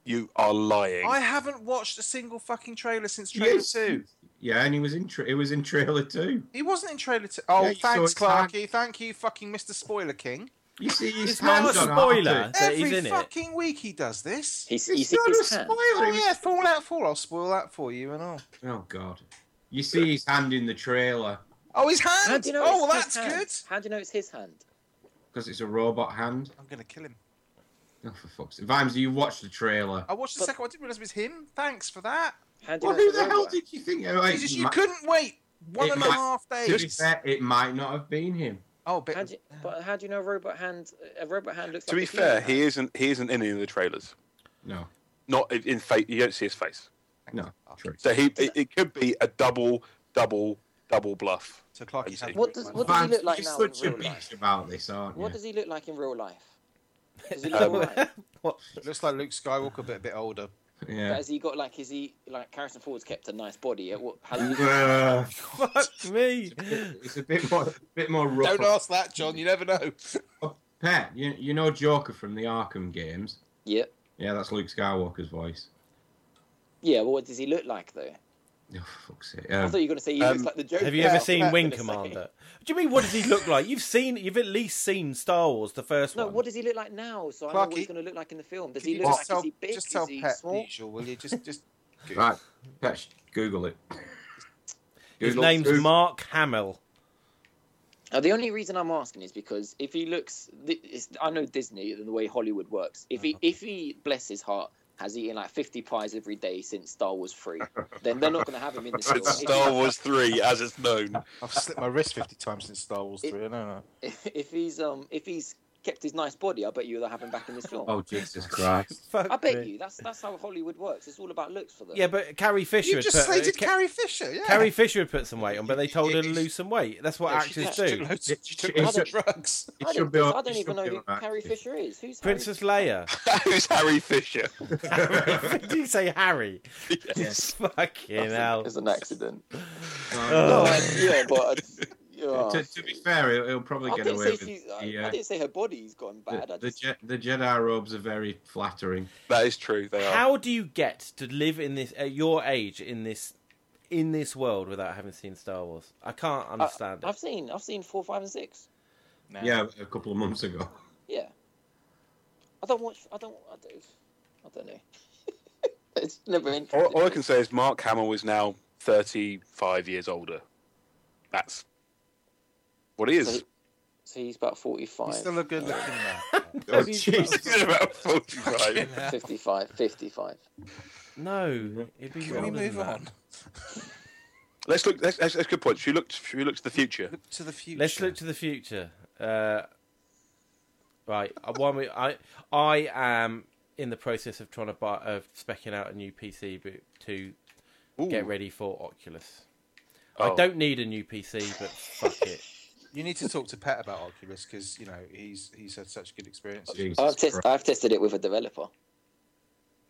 Speaker 4: you are lying.
Speaker 2: I haven't watched a single fucking trailer since trailer
Speaker 5: Yes.
Speaker 2: two.
Speaker 5: Yeah, and he was in. Tra- it was in trailer too.
Speaker 2: He wasn't in trailer two. Oh,
Speaker 5: Yeah, you saw
Speaker 2: thanks,
Speaker 5: his hand.
Speaker 2: Clarky. Thank you, fucking Mr. Spoiler King.
Speaker 5: You see, his
Speaker 1: It's not
Speaker 5: hands
Speaker 1: a
Speaker 5: on
Speaker 1: spoiler.
Speaker 5: Arthur.
Speaker 1: So he's
Speaker 2: Every
Speaker 1: in it.
Speaker 2: fucking week he does this.
Speaker 3: He's, you
Speaker 5: It's
Speaker 3: see
Speaker 5: not a
Speaker 3: his hand.
Speaker 5: spoiler.
Speaker 2: Oh
Speaker 5: It was-
Speaker 2: yeah, Fallout 4. I'll spoil that for you and all.
Speaker 5: Oh god. You see his hand in the trailer
Speaker 2: Oh, his hand.
Speaker 3: How do you know?
Speaker 2: oh, well, that's
Speaker 3: it's his hand?
Speaker 2: good.
Speaker 3: How do you know it's his hand?
Speaker 5: because it's a robot hand.
Speaker 2: I'm gonna kill him.
Speaker 5: Oh for fuck's sake. Vimes, you watched the trailer.
Speaker 2: I watched the
Speaker 3: But-
Speaker 2: second one. I didn't realize it was him. Thanks for that.
Speaker 3: How do you
Speaker 5: Well,
Speaker 3: know
Speaker 5: who
Speaker 3: it's
Speaker 5: the
Speaker 3: a
Speaker 5: hell
Speaker 3: robot?
Speaker 5: did you think? Oh, it
Speaker 2: Jesus, you
Speaker 5: mi-
Speaker 2: couldn't wait one
Speaker 5: It
Speaker 2: and a
Speaker 5: might-
Speaker 2: half
Speaker 5: to be
Speaker 2: days.
Speaker 5: fair, it might not have been him.
Speaker 2: Oh,
Speaker 3: How
Speaker 2: bit.
Speaker 3: do you, but how do you know a robot hand? A robot hand looks.
Speaker 4: to
Speaker 3: like
Speaker 4: be
Speaker 3: a human
Speaker 4: fair, he
Speaker 3: hand?
Speaker 4: isn't. He isn't in any of the trailers.
Speaker 5: No,
Speaker 4: Not in- in face. You don't see his face.
Speaker 5: no, true.
Speaker 4: So he. It, it could be a double, double, double bluff.
Speaker 2: So Clarky's
Speaker 4: What
Speaker 2: hand.
Speaker 3: What does what does he
Speaker 5: Vimes,
Speaker 3: look like
Speaker 5: you're
Speaker 3: now in
Speaker 5: such a
Speaker 3: real
Speaker 5: bitch
Speaker 3: life?
Speaker 5: about this, aren't
Speaker 3: What
Speaker 5: you?
Speaker 3: does he look like in real life? Does he look
Speaker 4: Um,
Speaker 3: alright?
Speaker 1: What?
Speaker 2: Looks like Luke Skywalker, but a bit older.
Speaker 3: But
Speaker 5: Yeah.
Speaker 3: has he got like is he like Harrison Ford's kept a nice body? At what? How
Speaker 5: Uh,
Speaker 1: Fuck me.
Speaker 5: it's a bit more, bit more rough.
Speaker 2: Don't ask that, John. You never know.
Speaker 5: Pet, you, you know Joker from the Arkham games.
Speaker 3: yeah,
Speaker 5: Yeah, that's Luke Skywalker's voice.
Speaker 3: yeah. But what does he look like though?
Speaker 5: Oh, fuck's sake.
Speaker 3: I
Speaker 5: Um,
Speaker 3: thought you were gonna say he
Speaker 4: Um,
Speaker 3: looks like the Joker.
Speaker 1: Have you ever
Speaker 3: That's what I
Speaker 1: seen
Speaker 3: was
Speaker 1: Wing
Speaker 3: gonna say.
Speaker 1: Commander? Do you mean what does he look like? You've seen, you've at least seen Star Wars, the first
Speaker 3: No,
Speaker 1: one.
Speaker 3: what does he look like now? So I know what
Speaker 2: Clarky,
Speaker 3: he's going to look like in the film. Does
Speaker 2: Can
Speaker 3: he
Speaker 2: you just
Speaker 3: look like
Speaker 2: tell,
Speaker 3: is he big?
Speaker 2: just tell
Speaker 3: is he
Speaker 2: Pet the
Speaker 3: small?
Speaker 2: usual, will you? Just, just.
Speaker 5: right, Pet, sh- Google it.
Speaker 1: His
Speaker 5: Google-
Speaker 1: name's
Speaker 5: Google-
Speaker 1: Mark Hamill.
Speaker 3: Now, the only reason I'm asking is because if he looks, th- it's, I know Disney and the way Hollywood works. If
Speaker 5: Uh-huh.
Speaker 3: he, if he, bless his heart, has eaten like 50 pies every day since Star Wars 3, then they're not going to have him in the film.
Speaker 4: It's Star Wars three, as it's known.
Speaker 2: I've slipped my wrist fifty times since Star Wars
Speaker 3: It-
Speaker 2: three. I don't know.
Speaker 3: If, if he's um, if he's kept his nice body, I bet you they'll have him back in this film.
Speaker 5: Oh, Jesus Christ.
Speaker 1: Fuck
Speaker 3: I bet
Speaker 1: me.
Speaker 3: you that's that's how Hollywood works. It's all about looks for them.
Speaker 1: Yeah, but Carrie Fisher.
Speaker 2: You
Speaker 1: had
Speaker 2: just
Speaker 1: put- uh,
Speaker 2: slated
Speaker 1: Ca-
Speaker 2: Carrie Fisher. Yeah.
Speaker 1: Carrie Fisher had put some weight on, but they told her to
Speaker 2: Yeah,
Speaker 1: lose some weight. That's what
Speaker 2: Yeah, she
Speaker 1: actors
Speaker 2: did. She
Speaker 1: do.
Speaker 2: took loads- she took
Speaker 5: It's-
Speaker 2: loads of
Speaker 5: it's-
Speaker 2: drugs.
Speaker 5: It
Speaker 3: I
Speaker 5: should
Speaker 3: don't,
Speaker 5: be all-
Speaker 3: I don't
Speaker 5: it
Speaker 3: even
Speaker 5: should
Speaker 3: know
Speaker 5: be
Speaker 3: who
Speaker 5: all right.
Speaker 3: Carrie Fisher is. Who's Harry-
Speaker 1: Princess Leia.
Speaker 4: Who's Harry Fisher?
Speaker 1: Did you say Harry?
Speaker 5: Yes.
Speaker 1: Fucking hell.
Speaker 3: It's an accident.
Speaker 1: Oh.
Speaker 3: Oh, yeah, but yeah.
Speaker 5: to, to be fair, he'll, he'll probably
Speaker 3: I
Speaker 5: get
Speaker 3: didn't
Speaker 5: away
Speaker 3: say
Speaker 5: with
Speaker 3: she's.
Speaker 5: it.
Speaker 3: I,
Speaker 5: Yeah.
Speaker 3: I didn't say her body's gone bad.
Speaker 5: The,
Speaker 3: I
Speaker 5: the,
Speaker 3: just,
Speaker 5: Je- the Jedi robes are very flattering.
Speaker 4: that is true. They are.
Speaker 1: How do you get to live in this at your age in this in this world without having seen Star Wars? I can't understand
Speaker 3: I,
Speaker 1: it.
Speaker 3: have seen. I've seen four, five, and six.
Speaker 2: No.
Speaker 5: Yeah, a couple of months ago. Oh,
Speaker 3: Yeah. I don't watch. I don't. I don't. I don't know. it's never interesting.
Speaker 4: All, all I can say is Mark Hamill is now 35 years older. That's what he
Speaker 3: So
Speaker 4: is.
Speaker 3: So he's about forty-five.
Speaker 2: He's still a good looking man.
Speaker 5: Oh, jeez.
Speaker 4: He's about 45.
Speaker 3: 55, 55.
Speaker 1: No, it'd be
Speaker 2: Can we
Speaker 1: wrong,
Speaker 2: move
Speaker 1: isn't it?
Speaker 2: on
Speaker 4: Let's look. That's, that's, that's a good point. Should we look? Should we look to the future?
Speaker 2: Look to the future?
Speaker 1: Let's look to the future. Uh, right, I, one, we- I I am in the process of trying to buy of specking out a new PC bo- to
Speaker 4: Ooh.
Speaker 1: get ready for Oculus. I
Speaker 4: Oh.
Speaker 1: don't need a new PC, but fuck it.
Speaker 2: You need to talk to Pet about Oculus because you know he's he's had such good experiences.
Speaker 5: Jesus
Speaker 3: I've, test,
Speaker 5: Christ.
Speaker 3: I've tested it with a developer,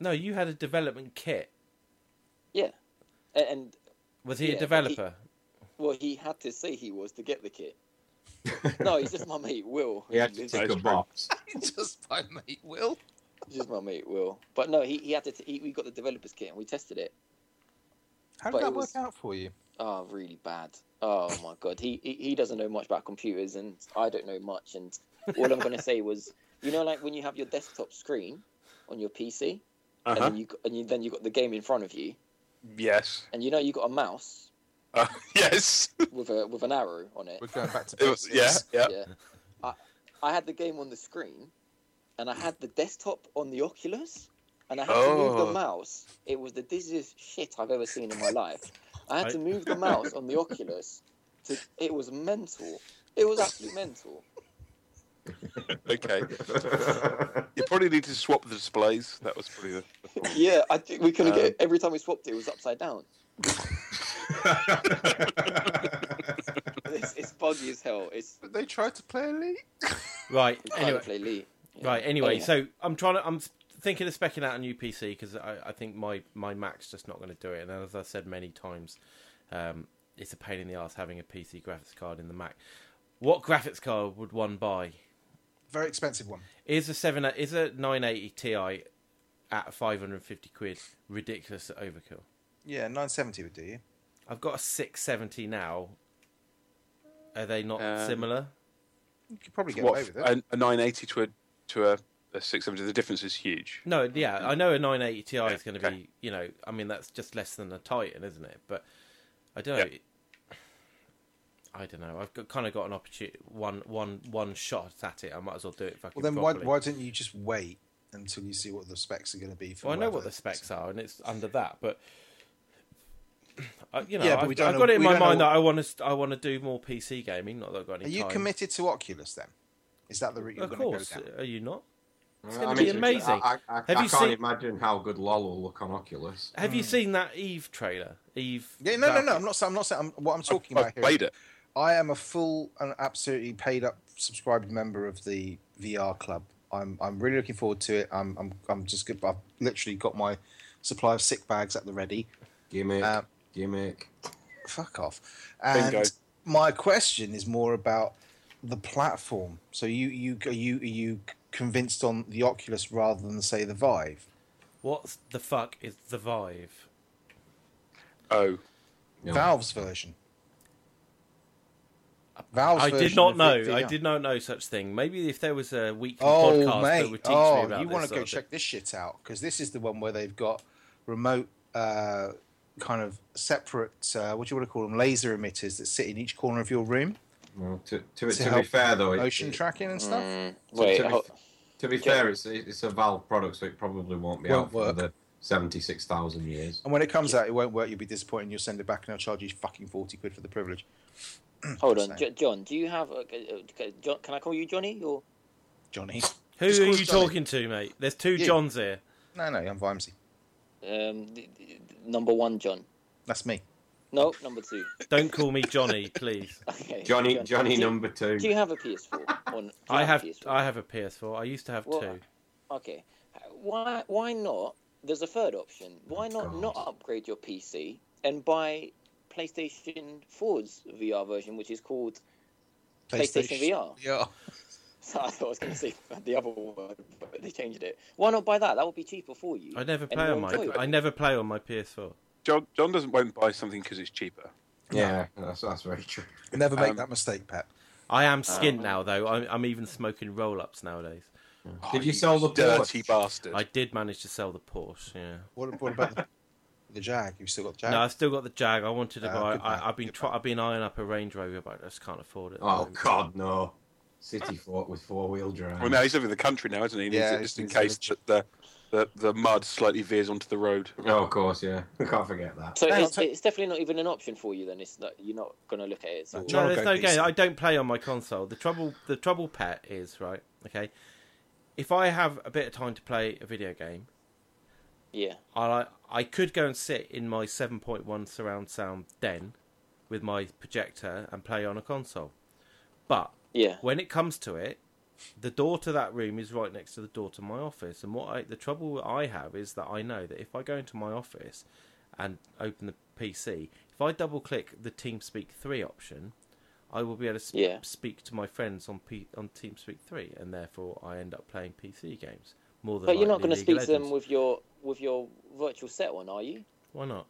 Speaker 1: No, you had a development kit.
Speaker 3: and, and
Speaker 1: Was he
Speaker 3: Yeah,
Speaker 1: a
Speaker 3: he-
Speaker 1: developer?
Speaker 3: well, he had to say he was to get the kit. No, he's just my mate Will.
Speaker 5: He had to
Speaker 3: He's
Speaker 5: tick a
Speaker 4: That's
Speaker 5: box.
Speaker 2: Just by mate Will.
Speaker 3: just my mate Will. But no, he, he had to. T- he, we got the developers kit and we tested it.
Speaker 2: How
Speaker 3: But
Speaker 2: did that
Speaker 3: it was-
Speaker 2: work out for you?
Speaker 3: Oh, really bad. Oh my god, he, he he doesn't know much about computers, and I don't know much. And all I'm gonna say was, you know, like when you have your desktop screen on your PC, and
Speaker 4: Uh-huh.
Speaker 3: then you got- and you, then you got the game in front of you,
Speaker 4: Yes.
Speaker 3: and you know you got a mouse
Speaker 4: Uh, yes.
Speaker 3: with a with an arrow on it.
Speaker 2: We're going back to
Speaker 4: It was- yeah.
Speaker 2: basics.
Speaker 4: Yeah.
Speaker 3: Yeah, I I had the game on the screen, and I had the desktop on the Oculus, and I had to move
Speaker 4: Oh.
Speaker 3: the mouse. It was the dizziest shit I've ever seen in my life. I had
Speaker 1: I-
Speaker 3: to move the mouse on the Oculus. To, it was mental. It was absolutely mental.
Speaker 4: Okay. You probably need to swap the displays. That was pretty. The, the problem.
Speaker 3: Yeah, I think we couldn't
Speaker 4: Um,
Speaker 3: get every time we swapped it, it was upside down. It's, it's buggy as hell. It's
Speaker 2: But they tried to play Elite.
Speaker 1: Right.
Speaker 3: It's trying
Speaker 1: Anyway,
Speaker 3: to play Lee. Yeah.
Speaker 1: Right. Anyway,
Speaker 3: Anyhow.
Speaker 1: so I'm trying to. I'm thinking of specking out a new PC because I, I think my my Mac's just not going to do it. And as I said many times, um, it's a pain in the ass having a PC graphics card in the Mac. What graphics card would one buy?
Speaker 2: Very expensive one.
Speaker 1: Is a seven is a nine eighty Ti at five hundred and fifty quid ridiculous overkill?
Speaker 2: Yeah, 970 would do you.
Speaker 1: I've got a six seventy now. Are they not
Speaker 4: Um,
Speaker 1: similar?
Speaker 2: You could probably get away
Speaker 4: What,
Speaker 2: with it.
Speaker 4: a, a 980 to a to a, a 670. The difference is huge.
Speaker 1: No, yeah, I know a 980 Ti is going to
Speaker 4: okay.
Speaker 1: be, you know, I mean that's just less than a Titan, isn't it? But I don't know. I don't know. I've got, kind of got an opportunity, one, one, one shot at it. I might as well do it fucking
Speaker 2: Well, then why,
Speaker 1: properly.
Speaker 2: why don't you just wait until you see what the specs are going to be? For
Speaker 1: well, I know
Speaker 2: whatever-
Speaker 1: what the specs are, and it's under that. But I, you know,
Speaker 2: Yeah, but
Speaker 1: I've,
Speaker 2: we don't
Speaker 1: I've
Speaker 2: know-
Speaker 1: got it in
Speaker 2: we
Speaker 1: my
Speaker 2: don't know
Speaker 1: mind
Speaker 2: what-
Speaker 1: that I want to, I want to do more PC gaming. Not that I've got any.
Speaker 2: Are you
Speaker 1: time.
Speaker 2: committed to Oculus then? Is that the route you're
Speaker 1: Of
Speaker 2: going to go
Speaker 1: course.
Speaker 2: down?
Speaker 1: Are you not?
Speaker 5: It's
Speaker 1: gonna be amazing.
Speaker 5: I, I,
Speaker 1: Have
Speaker 5: I
Speaker 1: you
Speaker 5: can't
Speaker 1: seen- Uh,
Speaker 5: imagine how good LOL will look on Oculus.
Speaker 1: Have you seen that Eve trailer? Eve.
Speaker 2: Yeah, no, no, no.
Speaker 1: Valkyrie.
Speaker 2: I'm not. saying- I'm not saying. I'm, what I'm talking
Speaker 4: I've
Speaker 2: about here.
Speaker 4: played it.
Speaker 2: I am a full and absolutely paid up subscribed member of the VR club. I'm I'm really looking forward to it. I'm I'm I'm just good. I've literally got my supply of sick bags at the ready.
Speaker 5: Gimmick.
Speaker 2: Um,
Speaker 5: gimmick.
Speaker 2: Fuck off. And
Speaker 4: Bingo.
Speaker 2: my question is more about the platform. So you you are you are you convinced on the Oculus rather than say the Vive?
Speaker 1: What the fuck is the Vive?
Speaker 4: Oh,
Speaker 5: No.
Speaker 2: Valve's version. Valve's
Speaker 1: I did
Speaker 2: version
Speaker 1: not
Speaker 2: of
Speaker 1: know.
Speaker 2: VR.
Speaker 1: I did not know such thing. Maybe if there was a weekly
Speaker 2: Oh
Speaker 1: podcast that
Speaker 2: mate!
Speaker 1: would teach
Speaker 2: Oh,
Speaker 1: me about
Speaker 2: you
Speaker 1: this
Speaker 2: want to
Speaker 1: sort
Speaker 2: go
Speaker 1: of
Speaker 2: check this shit out because this is the one where they've got remote, uh, kind of separate. Uh, what do you want to call them? Laser emitters that sit in each corner of your room.
Speaker 5: Well, to, to,
Speaker 2: To
Speaker 5: to, be
Speaker 2: help
Speaker 5: fair, though, it-
Speaker 2: Motion
Speaker 5: it-
Speaker 2: tracking and stuff.
Speaker 3: Mm,
Speaker 5: to-
Speaker 3: wait,
Speaker 5: to, be,
Speaker 3: ho-
Speaker 5: to be fair, it's it's a Valve product, so it probably won't be
Speaker 2: Won't
Speaker 5: out
Speaker 2: work.
Speaker 5: for the seventy-six thousand years.
Speaker 2: And when it comes out, it won't work. You'll be disappointed. You'll send it back, and I'll charge you fucking forty quid for the privilege.
Speaker 3: hold on,
Speaker 2: Same.
Speaker 3: Jo- John. Do you have? Okay, uh, okay, John, can I call you Johnny? Or
Speaker 2: Johnny.
Speaker 1: Who
Speaker 2: Just
Speaker 1: are
Speaker 2: call
Speaker 1: you
Speaker 2: us Johnny.
Speaker 1: talking to, mate? There's two
Speaker 2: You.
Speaker 1: Johns here.
Speaker 2: No, no, I'm Vimesy.
Speaker 3: um, th- th- number one, John.
Speaker 2: That's me.
Speaker 3: No, number two.
Speaker 1: Don't call me Johnny, please.
Speaker 3: Okay.
Speaker 5: Johnny,
Speaker 3: John.
Speaker 5: Johnny
Speaker 3: Do you-
Speaker 5: number two.
Speaker 3: Do you have a PS4? Or, n- do you
Speaker 1: I
Speaker 3: a
Speaker 1: have
Speaker 3: PS4?
Speaker 1: I have a PS4. I used to have
Speaker 3: Well, uh,
Speaker 1: two.
Speaker 3: Okay. Why why not? There's a third option. Why not
Speaker 5: God.
Speaker 3: not upgrade your PC and buy PlayStation 4's VR version, which is called. PlayStation VR.
Speaker 2: Yeah.
Speaker 3: So I thought I was going to say the other word, but they changed it. Why not buy that? That would be cheaper for you.
Speaker 1: I never
Speaker 3: and
Speaker 1: play
Speaker 3: you'll
Speaker 1: on my
Speaker 3: enjoy it.
Speaker 1: I never play on my PS4.
Speaker 4: John, John doesn't won't buy something because it's cheaper.
Speaker 5: Yeah, that's that's very true.
Speaker 2: Never make
Speaker 4: Um,
Speaker 2: that mistake, Pat.
Speaker 1: I
Speaker 3: Oh,
Speaker 1: am skint now though. I'm, I'm even smoking roll-ups nowadays.
Speaker 5: Did
Speaker 4: Oh,
Speaker 5: you sell the
Speaker 4: dirty
Speaker 5: Porsche?
Speaker 4: bastard?
Speaker 1: I did manage to sell the Porsche. Yeah.
Speaker 2: What, what about the, the Jag? You still got the Jag?
Speaker 1: No, I've still got the Jag. I wanted to
Speaker 2: Ah,
Speaker 1: buy.
Speaker 2: good man,
Speaker 1: I, I've been
Speaker 2: good
Speaker 1: try, I've been eyeing up a Range Rover, but I just can't afford it.
Speaker 5: Oh God, no! City Fort with four-wheel drive.
Speaker 4: Well, no, he's over the country now, isn't he? He
Speaker 2: Yeah,
Speaker 4: needs it just in
Speaker 2: he's-
Speaker 4: case
Speaker 2: he's-
Speaker 4: that the, the the mud slightly veers onto the road.
Speaker 5: Oh, of course, yeah. We can't forget that.
Speaker 3: So
Speaker 2: Hang on,
Speaker 3: it's,
Speaker 2: so-
Speaker 3: it's definitely not even an option for you. Then it's not, you're not going to look at it. at
Speaker 2: No,
Speaker 3: all.
Speaker 2: John-
Speaker 1: No,
Speaker 2: I'll
Speaker 1: there's
Speaker 2: go
Speaker 1: no game.
Speaker 2: PC.
Speaker 1: I don't play on my console. The trouble, the trouble, pet is right. Okay, if I have a bit of time to play a video game,
Speaker 3: yeah.
Speaker 1: I I could go and sit in my 7.1 surround sound den with my projector and play on a console. But
Speaker 3: Yeah.
Speaker 1: when it comes to it, the door to that room is right next to the door to my office. And what I, the trouble I have is that I know that if I go into my office and open the PC, if I double click the TeamSpeak 3 option, I will be able to sp-
Speaker 3: Yeah.
Speaker 1: speak to my friends on P- on TeamSpeak 3, and therefore I end up playing PC games more than
Speaker 3: But you're not
Speaker 1: likely
Speaker 3: going to
Speaker 1: League
Speaker 3: speak
Speaker 1: of
Speaker 3: to them
Speaker 1: Legends.
Speaker 3: with your with your virtual set one, are you?
Speaker 1: Why not?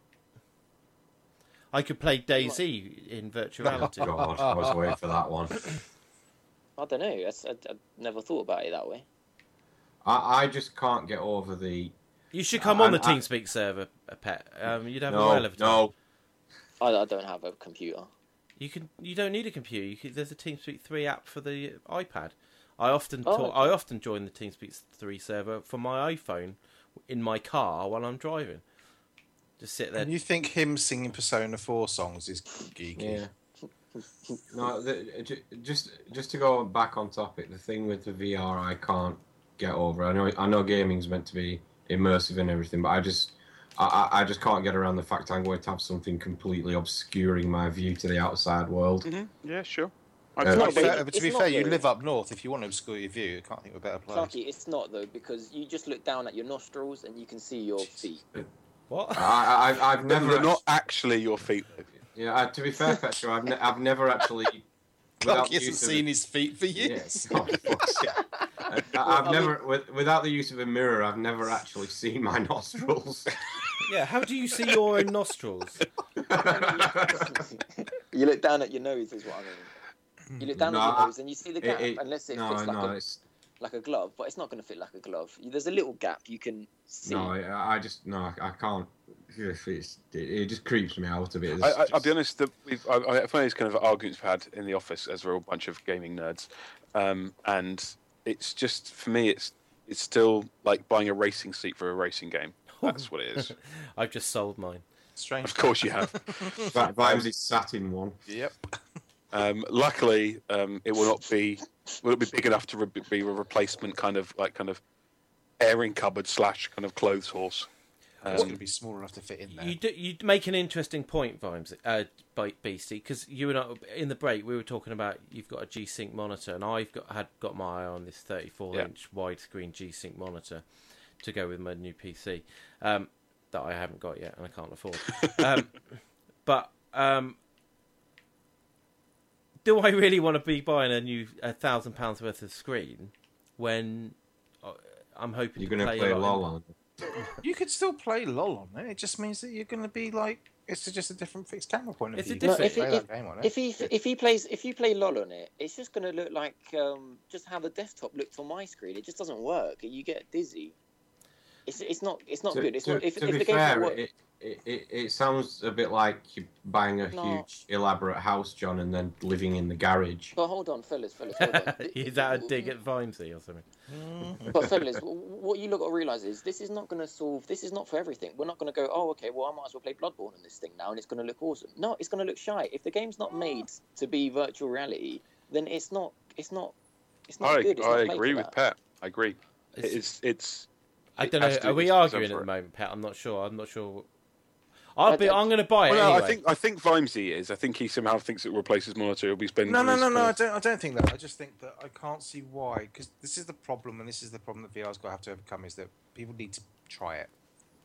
Speaker 1: I could play DayZ in virtuality.
Speaker 5: Oh God, I was waiting for that one.
Speaker 3: I don't know. That's, I, I never thought about it that way.
Speaker 5: I, I just can't get over the
Speaker 1: You should come on the
Speaker 5: I'm- I-
Speaker 1: TeamSpeak server, a pet. Um, you'd have a
Speaker 5: no,
Speaker 1: while of time.
Speaker 5: no.
Speaker 3: I, I don't have a computer.
Speaker 1: You can. You don't need a computer. You can, there's a TeamSpeak three app for the iPad. I often
Speaker 3: Oh,
Speaker 1: talk,
Speaker 3: okay.
Speaker 1: I often join the TeamSpeak three server for my iPhone in my car while I'm driving. Just sit there.
Speaker 2: And you think him singing Persona 4 songs is geeky?
Speaker 5: Yeah. No, the, ju- just just to go back on topic, the thing with the VR, I can't get over. I know I know gaming's meant to be immersive and everything, but I just I, I I just can't get around the fact I'm going to have something completely obscuring my view to the outside world.
Speaker 4: Yeah, sure. I
Speaker 5: Uh,
Speaker 4: can't
Speaker 2: To
Speaker 5: No,
Speaker 2: be
Speaker 3: but
Speaker 2: fair,
Speaker 3: it-
Speaker 2: but to
Speaker 3: it's
Speaker 2: be
Speaker 3: not
Speaker 2: fair, you
Speaker 3: though.
Speaker 2: live up north. If you want to obscure your view, I can't think of a better place.
Speaker 3: Clarky, it's not though because you just look down at your nostrils and you can see your feet.
Speaker 1: What?
Speaker 5: I, I, I've
Speaker 4: They're
Speaker 5: never.
Speaker 4: not actually your feet. though.
Speaker 5: Yeah, I, to be fair, Petra, I've, ne- I've never actually. without
Speaker 2: Clarky
Speaker 5: the
Speaker 2: hasn't
Speaker 5: use of
Speaker 2: seen
Speaker 5: the-
Speaker 2: his feet for years.
Speaker 5: Yes. Oh, fuck's sake. I, I've never, with, without the use of a mirror, I've never actually seen my nostrils.
Speaker 1: Yeah, how do you see your own nostrils?
Speaker 5: it,
Speaker 3: you look down at your nose is what I mean. You look down
Speaker 5: No,
Speaker 3: at your
Speaker 5: I-
Speaker 3: nose and you see the gap,
Speaker 5: it,
Speaker 3: unless it
Speaker 5: no,
Speaker 3: fits like
Speaker 5: no,
Speaker 3: a
Speaker 5: it's,
Speaker 3: like a glove, but it's not going to fit like a glove. You- There's a little gap you can see.
Speaker 5: no, I I just no, I can't. It's, it, it just creeps me out a bit. It's
Speaker 4: I, I, I'll
Speaker 5: just-
Speaker 4: be honest. The, we've, I, I, I've had these kind of arguments we've had in the office as we're all a bunch of gaming nerds, um, and it's just for me, it's it's still like buying a racing seat for a racing game. That's what it is.
Speaker 1: I've just sold mine.
Speaker 2: Strange.
Speaker 4: of course, you have.
Speaker 5: Vi- Vimes is sat in one.
Speaker 4: Yep. Um, luckily, um, it will not be will it be big enough to re- be a replacement kind of like kind of airing cupboard slash kind of clothes horse.
Speaker 2: It's going
Speaker 4: Um,
Speaker 2: to be small enough to fit in there.
Speaker 1: You do, you make an interesting point, Vimes, uh, by BC, because you and I in the break we were talking about you've got a G-Sync monitor, and I've got had got my eye on this 34-inch widescreen G-Sync monitor to go with my new PC um, that I haven't got yet and I can't afford. um, but um, do I really want to be buying a new a thousand pounds worth of screen when uh, I'm hoping
Speaker 5: You're
Speaker 1: to
Speaker 5: gonna
Speaker 1: play,
Speaker 5: play
Speaker 1: a lot in-
Speaker 5: LOL on it.
Speaker 2: You could still play LOL on it. It just means that you're going to be like it's just a different fixed camera point of
Speaker 1: It's
Speaker 2: view.
Speaker 1: a
Speaker 2: You can
Speaker 1: different-
Speaker 2: play
Speaker 3: If it-
Speaker 2: that game on it.
Speaker 3: If he if he plays if you play LOL on it, it's just going to look like um, just how the desktop looked on my screen. It just doesn't work. You get dizzy. It's, it's not it's not
Speaker 5: to,
Speaker 3: good. It's
Speaker 5: to-
Speaker 3: not, if,
Speaker 5: to
Speaker 3: if
Speaker 5: be
Speaker 3: the game's not
Speaker 5: fair,
Speaker 3: work,
Speaker 5: it, it, it, it sounds a bit like you're buying a
Speaker 3: No.
Speaker 5: huge, elaborate house, John, and then living in the garage.
Speaker 3: but hold on, fellas, fellas. Hold on.
Speaker 1: Is that a dig at Vimesy or something?
Speaker 3: But fellas, w- what you look at realize is this is not going to solve. This is not for everything. We're not going to go. Oh, okay. Well, I might as well play Bloodborne on this thing now, and it's going to look awesome. No, it's going to look shy. If the game's not made to be virtual reality, then it's not. It's not. It's not
Speaker 4: I,
Speaker 3: good. It's
Speaker 4: I
Speaker 3: not made
Speaker 4: agree
Speaker 3: for
Speaker 4: with
Speaker 3: that.
Speaker 4: Pat. I agree.
Speaker 1: It's-
Speaker 4: It's it's
Speaker 1: I
Speaker 4: It
Speaker 1: don't know.
Speaker 4: has to
Speaker 1: Are
Speaker 4: be
Speaker 1: we
Speaker 4: just
Speaker 1: arguing at
Speaker 4: for
Speaker 1: the
Speaker 4: it.
Speaker 1: moment, Pat? I'm not sure. I'm not sure. I'll
Speaker 3: I
Speaker 1: be.
Speaker 3: don't-
Speaker 1: I'm going to buy it
Speaker 4: well, no,
Speaker 1: anyway.
Speaker 4: I think I think Vimesy is. I think he somehow thinks it replaces monitor. He'll be spending
Speaker 2: No, no,
Speaker 4: his
Speaker 2: no, no.
Speaker 4: kind
Speaker 2: I
Speaker 4: of-
Speaker 2: don't. I don't think that. I just think that I can't see why. Because this is the problem, and this is the problem that VR's got to have to overcome: is that people need to try it.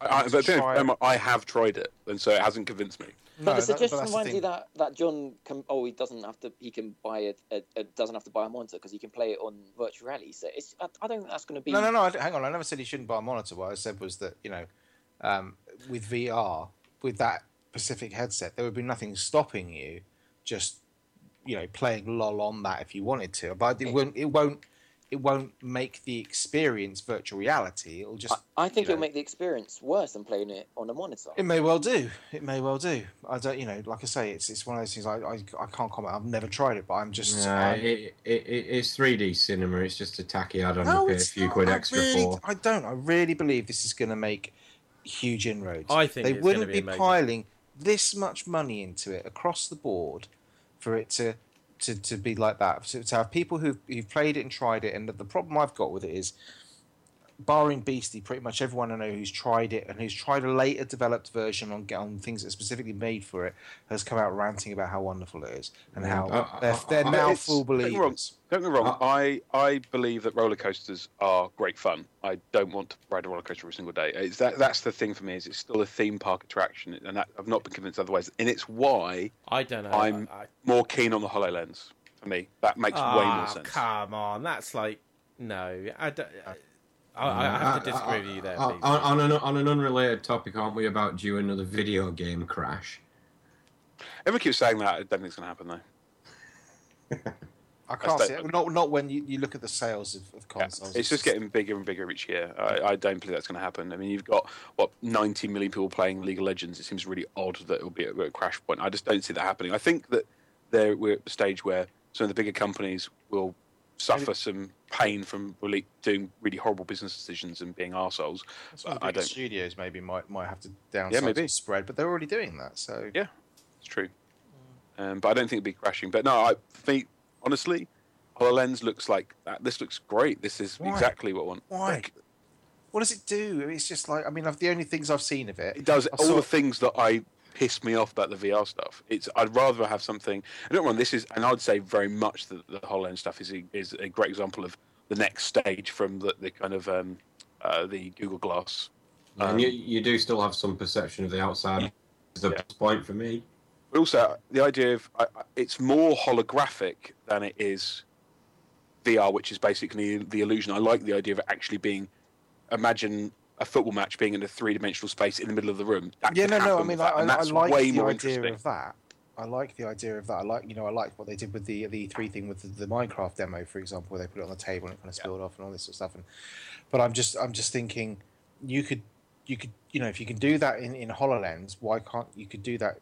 Speaker 4: I, I, Uh, but the thing is,
Speaker 2: Try it.
Speaker 4: Emma, I have tried it, and so it hasn't convinced me.
Speaker 3: But the
Speaker 2: that-
Speaker 3: suggestion
Speaker 2: that's the
Speaker 3: reminds me
Speaker 2: thing.
Speaker 3: that that John can. Oh, he doesn't have to. He can buy it. A, a, doesn't have to buy a monitor because he can play it on virtual reality. So it's. I, I don't think that's going to be.
Speaker 2: No, no, no. I d hang on. I never said you shouldn't buy a monitor. What I said was that you know, um, with VR, with that specific headset, there would be nothing stopping you just you know playing LOL on that if you wanted to. But it won't. It won't. It won't make the experience virtual reality. It'll just.
Speaker 3: I, I think
Speaker 2: you
Speaker 3: it'll
Speaker 2: know.
Speaker 3: make the experience worse than playing it on a monitor.
Speaker 2: It may well do. It may well do. I don't. You know, like I say, it's it's one of those things. I I, I can't comment. I've never tried it, but I'm just.
Speaker 5: No,
Speaker 2: I'm-
Speaker 5: it, it, it, it's 3D cinema. It's just a tacky add-on
Speaker 2: No,
Speaker 5: you pay a
Speaker 2: Oh, it's
Speaker 5: few
Speaker 2: not.
Speaker 5: quid
Speaker 2: I
Speaker 5: extra
Speaker 2: really-
Speaker 5: for.
Speaker 2: I don't. I really believe this is going to make huge inroads.
Speaker 1: I think
Speaker 2: they
Speaker 1: it's gonna
Speaker 2: wouldn't
Speaker 1: be
Speaker 2: be
Speaker 1: amazing.
Speaker 2: piling this much money into it across the board for it to to, to be like that. To, to have people who've, who've played it and tried it, and the, the problem I've got with it is, barring Beastie, pretty much everyone I know who's tried it and who's tried a later developed version on on things that are specifically made for it has come out ranting about how wonderful it is and how
Speaker 5: Yeah.
Speaker 2: they're, they're
Speaker 5: Mm. I-
Speaker 2: now
Speaker 4: it's-
Speaker 2: full
Speaker 4: don't get me wrong.
Speaker 2: believers.
Speaker 4: Don't get me
Speaker 2: Uh,
Speaker 4: wrong. I, I believe that roller coasters are great fun. I don't want to ride a roller coaster every single day. It's that that's the thing for me. Is it's still a theme park attraction, and that, I've not been convinced otherwise. And it's why
Speaker 1: I don't know.
Speaker 4: I'm
Speaker 1: I- I-
Speaker 4: more keen on the Hololens for me. That makes way more
Speaker 1: Ah,
Speaker 4: sense.
Speaker 1: come on. That's like no. I don't. I, I, I
Speaker 4: Uh,
Speaker 1: have to disagree with you there.
Speaker 5: On,
Speaker 1: please.
Speaker 5: on, an, on an unrelated topic, aren't we about due another video game crash?
Speaker 4: Everyone keeps saying that. I don't think it's going to happen though.
Speaker 2: I can't
Speaker 4: don't-
Speaker 2: see it. Not not when you, you look at the sales of, of
Speaker 4: Yeah,
Speaker 2: consoles.
Speaker 4: It's just getting bigger and bigger each year. I, I don't believe that's going to happen. I mean, you've got what 90 million people playing League of Legends. It seems really odd that it'll be at a crash point. I just don't see that happening. I think that there we're at the stage where some of the bigger companies will suffer some pain from really doing really horrible business decisions and being arseholes.
Speaker 2: That's what
Speaker 4: but
Speaker 2: the
Speaker 4: I
Speaker 2: big
Speaker 4: don't-
Speaker 2: Studios maybe might might have to downsize
Speaker 4: maybe.
Speaker 2: the spread, but they're already doing that. So
Speaker 4: Yeah. It's true.
Speaker 2: Mm.
Speaker 4: Um, but I don't think it'd be crashing. But no, I for me, honestly, HoloLens looks like that. This looks great. This is
Speaker 2: Why?
Speaker 4: exactly what one.
Speaker 2: why? What does it do? I mean, It's just like I mean, I've, the only things I've seen of it.
Speaker 4: It does
Speaker 2: I
Speaker 4: all
Speaker 2: saw-
Speaker 4: the things that I pissed me off about the VR stuff. It's I'd rather have something. I don't know. This is, and I'd say very much that the Hololens stuff is a, is a great example of the next stage from the, the kind of um, uh, the Google Glass. Um,
Speaker 5: and you, you do still have some perception of the outside.
Speaker 4: Yeah.
Speaker 5: Is the
Speaker 4: Yeah.
Speaker 5: point for me?
Speaker 4: But also the idea of I, I- it's more holographic than it is VR, which is basically the illusion. I like the idea of it actually being. Imagine a football match being in a three-dimensional space in the middle of the room. That
Speaker 2: yeah,
Speaker 4: could
Speaker 2: no,
Speaker 4: happen
Speaker 2: no. I
Speaker 4: with
Speaker 2: mean, I,
Speaker 4: that,
Speaker 2: I,
Speaker 4: and
Speaker 2: I
Speaker 4: that's
Speaker 2: like
Speaker 4: way
Speaker 2: the
Speaker 4: more
Speaker 2: idea
Speaker 4: interesting.
Speaker 2: of that. I like the idea of that. I like, you know, I like what they did with the the three thing with the, the Minecraft demo, for example, where they put it on the table and it kind of spilled off and all this sort of stuff. And but I'm just, I'm just thinking, you could, you could, you know, if you can do that in in Hololens, why can't you could do that?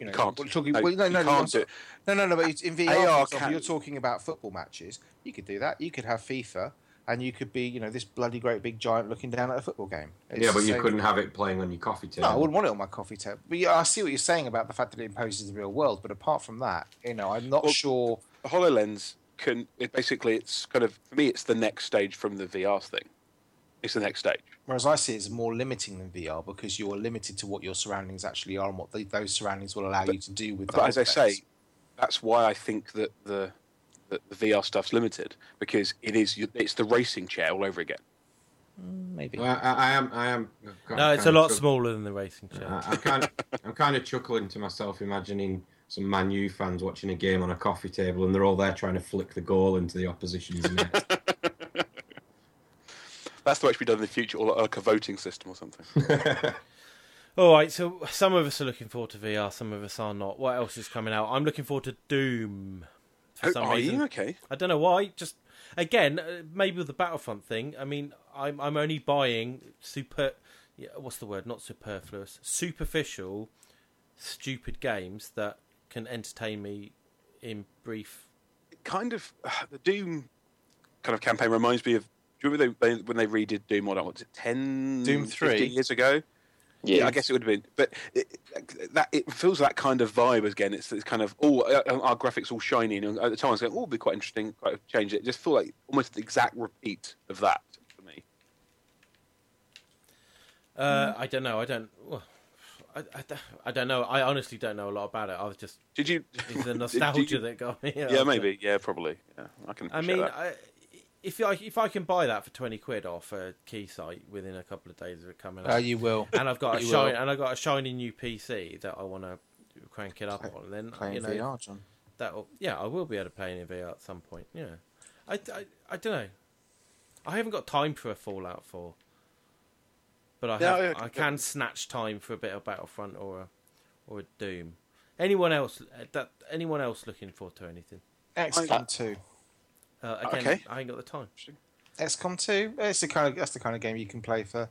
Speaker 2: You know,
Speaker 4: can't.
Speaker 2: We're talking,
Speaker 4: No,
Speaker 2: well, no,
Speaker 4: you
Speaker 2: no, no,
Speaker 4: can't
Speaker 2: no,
Speaker 4: do it.
Speaker 2: no, no, no. But it's in VR,
Speaker 4: AR
Speaker 2: for example,
Speaker 4: can-
Speaker 2: you're talking about football matches. You could do that. You could have FIFA, and you could be, you know, this bloody great big giant looking down at a football game. It's
Speaker 5: yeah,
Speaker 2: the
Speaker 5: but you
Speaker 2: same-
Speaker 5: couldn't have it playing on your coffee table.
Speaker 2: no, I wouldn't want it on my coffee table. But yeah, I see what you're saying about the fact that it imposes the real world. But apart from that, you know, I'm not
Speaker 4: Well,
Speaker 2: sure.
Speaker 4: the Hololens can it basically it's kind of for me it's the next stage from the VR thing. It's the next stage.
Speaker 2: Whereas I see it's more limiting than VR because you are limited to what your surroundings actually are and what the, those surroundings will allow you to do with.
Speaker 4: But as I say, that's why I think that the that the VR stuff's limited because it is it's the racing chair all over again.
Speaker 2: maybe.
Speaker 5: I, I, I am. I am.
Speaker 1: No, it's a lot smaller than the racing chair.
Speaker 4: Uh-huh.
Speaker 5: I, I'm kind. Of, I'm kind of chuckling to myself, imagining some Man U fans watching a game on a coffee table, and they're all there trying to flick the goal into the opposition's net.
Speaker 4: That's the way it should be done in the future, or like a voting system or something.
Speaker 1: All right, so some of us are looking forward to VR, some of us are not. What else is coming out? I'm looking forward to Doom. For
Speaker 4: Oh,
Speaker 1: some
Speaker 4: are
Speaker 1: reason,
Speaker 4: you okay?
Speaker 1: I don't know why. Just again, uh, maybe with the Battlefront thing. I mean, I'm I'm only buying super. Yeah, what's the word? Not superfluous, superficial, stupid games that can entertain me in brief.
Speaker 4: It kind of the Doom kind of campaign reminds me of. Do you remember they, they, when they redid Doom? What was it? Ten
Speaker 2: Doom 3?
Speaker 4: 15 years ago. Yeah, I guess it would have been, but it, it- that it feels that kind of vibe again. It's this kind of oh, uh, our graphics all shiny, and at the time I was going, oh, it'll be quite interesting, quite change it. It Just feel like almost the exact repeat of that for me. Mm.
Speaker 1: Uh, I don't know. I don't. well, I, I, don't- I don't know. I honestly don't know a lot about it. I was just
Speaker 4: Did you?
Speaker 1: it's the
Speaker 4: did
Speaker 1: nostalgia
Speaker 4: you-
Speaker 1: that got me.
Speaker 4: Yeah, maybe. Yeah, probably. Yeah, I can.
Speaker 1: I
Speaker 4: appreciate
Speaker 1: mean,
Speaker 4: that.
Speaker 1: I, if I if I can buy that for twenty quid off a key site within a couple of days of it coming
Speaker 2: Uh,
Speaker 1: out,
Speaker 2: you will.
Speaker 1: and I've got a
Speaker 2: you
Speaker 1: shiny
Speaker 2: will.
Speaker 1: and I've got a shiny new PC that I want to crank it up on, then
Speaker 2: Playing
Speaker 1: you know
Speaker 2: VR, John.
Speaker 1: that'll yeah I will be able to play in VR at some point. Yeah, I, I, don't know. I haven't got time for a Fallout Four, but I
Speaker 4: No,
Speaker 1: have,
Speaker 4: I-
Speaker 1: I can snatch time for a bit of Battlefront or a or a Doom. Anyone else uh, that anyone else looking forward to anything?
Speaker 2: XCOM two.
Speaker 1: Uh, again,
Speaker 4: Okay.
Speaker 1: I ain't got the time.
Speaker 2: XCOM two. It's the kind of that's the kind of game you can play for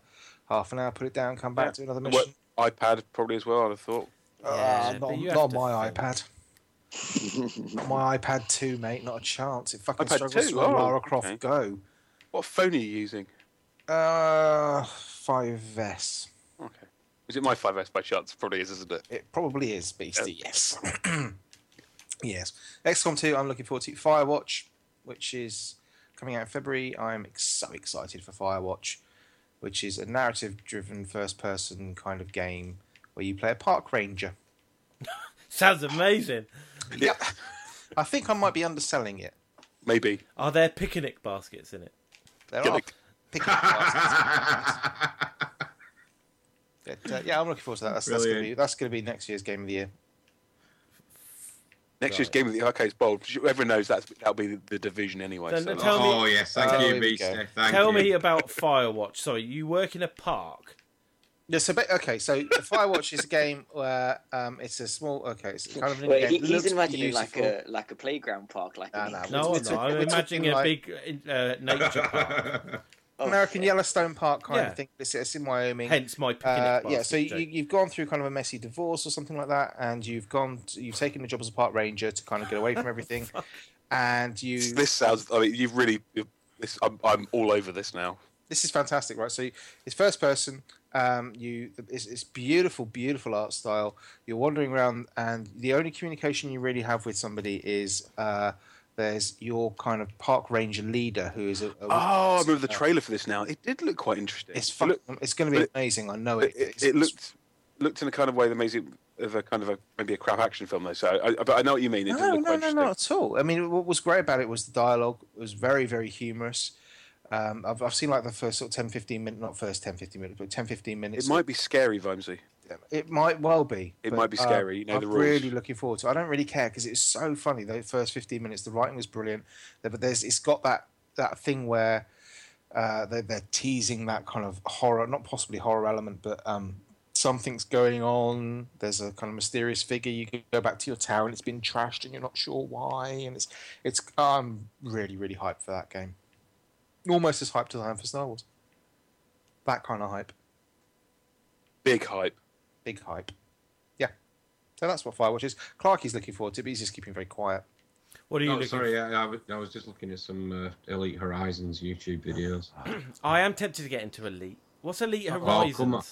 Speaker 2: half an hour, put it down, come back
Speaker 4: Yeah.
Speaker 2: to another
Speaker 4: What-
Speaker 2: mission.
Speaker 4: iPad probably as well. I'd have thought.
Speaker 1: Yeah,
Speaker 2: Uh,
Speaker 1: but
Speaker 2: not
Speaker 1: you
Speaker 2: not
Speaker 1: have to
Speaker 2: my
Speaker 1: think.
Speaker 2: iPad. Not my iPad 2, mate. Not a chance. It fucking
Speaker 4: iPad
Speaker 2: struggles
Speaker 4: 2?
Speaker 2: to run
Speaker 4: Oh,
Speaker 2: Lara Croft
Speaker 4: okay.
Speaker 2: Go.
Speaker 4: What phone are you using?
Speaker 2: Uh, 5S.
Speaker 4: Okay. Is it my 5S by chance? Probably is, isn't it?
Speaker 2: It probably is, Beastie. Yes. yes. XCOM 2, I'm looking forward to. Firewatch, which is coming out in February. I'm ex- so excited for Firewatch, which is a narrative driven first person kind of game where you play a park ranger.
Speaker 1: Sounds amazing.
Speaker 2: Yep. I think I might be underselling it.
Speaker 4: Maybe.
Speaker 1: Are there picnic baskets in it?
Speaker 2: There
Speaker 4: Get
Speaker 2: are
Speaker 4: a-
Speaker 2: picking classes.
Speaker 5: Oh,
Speaker 2: But, uh, yeah, I'm looking forward to that. That's, that's gonna
Speaker 5: Brilliant.
Speaker 2: be that's gonna be next year's game of the year.
Speaker 4: Next year's
Speaker 1: Right.
Speaker 4: game of the arcade's bold. Everyone knows that's that'll be the division anyway.
Speaker 1: Then
Speaker 4: so
Speaker 1: tell me-
Speaker 5: oh yes, thank
Speaker 2: Oh, here
Speaker 5: you,
Speaker 2: we
Speaker 5: Beastie.
Speaker 2: go.
Speaker 5: Thank
Speaker 1: Tell
Speaker 5: you.
Speaker 1: me about Firewatch. Sorry, you work in a park.
Speaker 2: Yeah, so ba- okay, so Firewatch is a game where um, it's a small okay, it's kind of an
Speaker 3: Wait,
Speaker 2: game.
Speaker 3: he,
Speaker 2: It
Speaker 3: he's
Speaker 2: looks
Speaker 3: imagining like uh,
Speaker 2: beautiful.
Speaker 3: a like a playground park, like
Speaker 2: Nah,
Speaker 3: an
Speaker 2: nah,
Speaker 3: inc-
Speaker 1: No, I'm
Speaker 2: It's-
Speaker 1: not. I'm
Speaker 2: it's-
Speaker 1: imagining a
Speaker 2: it's
Speaker 1: big uh, nature park.
Speaker 3: oh,
Speaker 2: American Yellowstone Park kind
Speaker 1: Yeah.
Speaker 2: of thing. It's, it's in Wyoming.
Speaker 1: Hence my picnic
Speaker 2: Uh,
Speaker 1: basket.
Speaker 2: yeah, so you,
Speaker 1: joke.
Speaker 2: you've gone through kind of a messy divorce or something like that, and you've gone, to, you've taken the job as a park ranger to kind of get away from everything, and you
Speaker 4: this sounds. I mean, you've really. This, I'm, I'm all over this now.
Speaker 2: this is fantastic, right? So it's first person. Um, you, it's, it's beautiful, beautiful art style. You're wandering around, and the only communication you really have with somebody is uh, there's your kind of park ranger leader, who is a. a
Speaker 4: Oh, I remember the
Speaker 2: uh,
Speaker 4: trailer for this now. It did look quite interesting.
Speaker 2: It's
Speaker 4: It
Speaker 2: fun.
Speaker 4: looked-
Speaker 2: It's going to be
Speaker 4: but
Speaker 2: amazing. I know
Speaker 4: It,
Speaker 2: it.
Speaker 4: it,
Speaker 2: is.
Speaker 4: it looked looked in a kind of way that makes it of a kind of a maybe a crap action film though. So, I, but I know what you mean. It doesn't
Speaker 2: no,
Speaker 4: look
Speaker 2: no,
Speaker 4: quite
Speaker 2: no,
Speaker 4: interesting.
Speaker 2: not at all. I mean, what was great about it was the dialogue It was very, very humorous. Um, I've, I've seen like the first sort of 10, 15 minutes, not first 10, 15 minutes, but 10, 15 minutes.
Speaker 4: It might be scary, Vimesy.
Speaker 2: it might well be.
Speaker 4: It
Speaker 2: but,
Speaker 4: might be
Speaker 2: uh,
Speaker 4: scary. you know
Speaker 2: I'm
Speaker 4: the rules.
Speaker 2: really looking forward to. it. I don't really care because it's so funny. The first 15 minutes, the writing was brilliant, but there's it's got that that thing where uh, they're, they're teasing that kind of horror, not possibly horror element, but um, something's going on. There's a kind of mysterious figure. You can go back to your tower and it's been trashed, and you're not sure why. And it's it's. I'm really really hyped for that game. Almost as hyped as I am for Star Wars. That kind of hype,
Speaker 4: Big hype.
Speaker 2: big hype. Yeah. So that's what Firewatch is. Clarky's looking forward to it, but he's just keeping very quiet.
Speaker 1: What are you
Speaker 5: Oh,
Speaker 1: looking
Speaker 5: sorry, yeah, I, w- I was just looking at some uh, Elite Horizons YouTube videos.
Speaker 1: for? I am tempted to get into Elite. What's Elite
Speaker 2: Oh,
Speaker 1: Horizons?
Speaker 5: come on.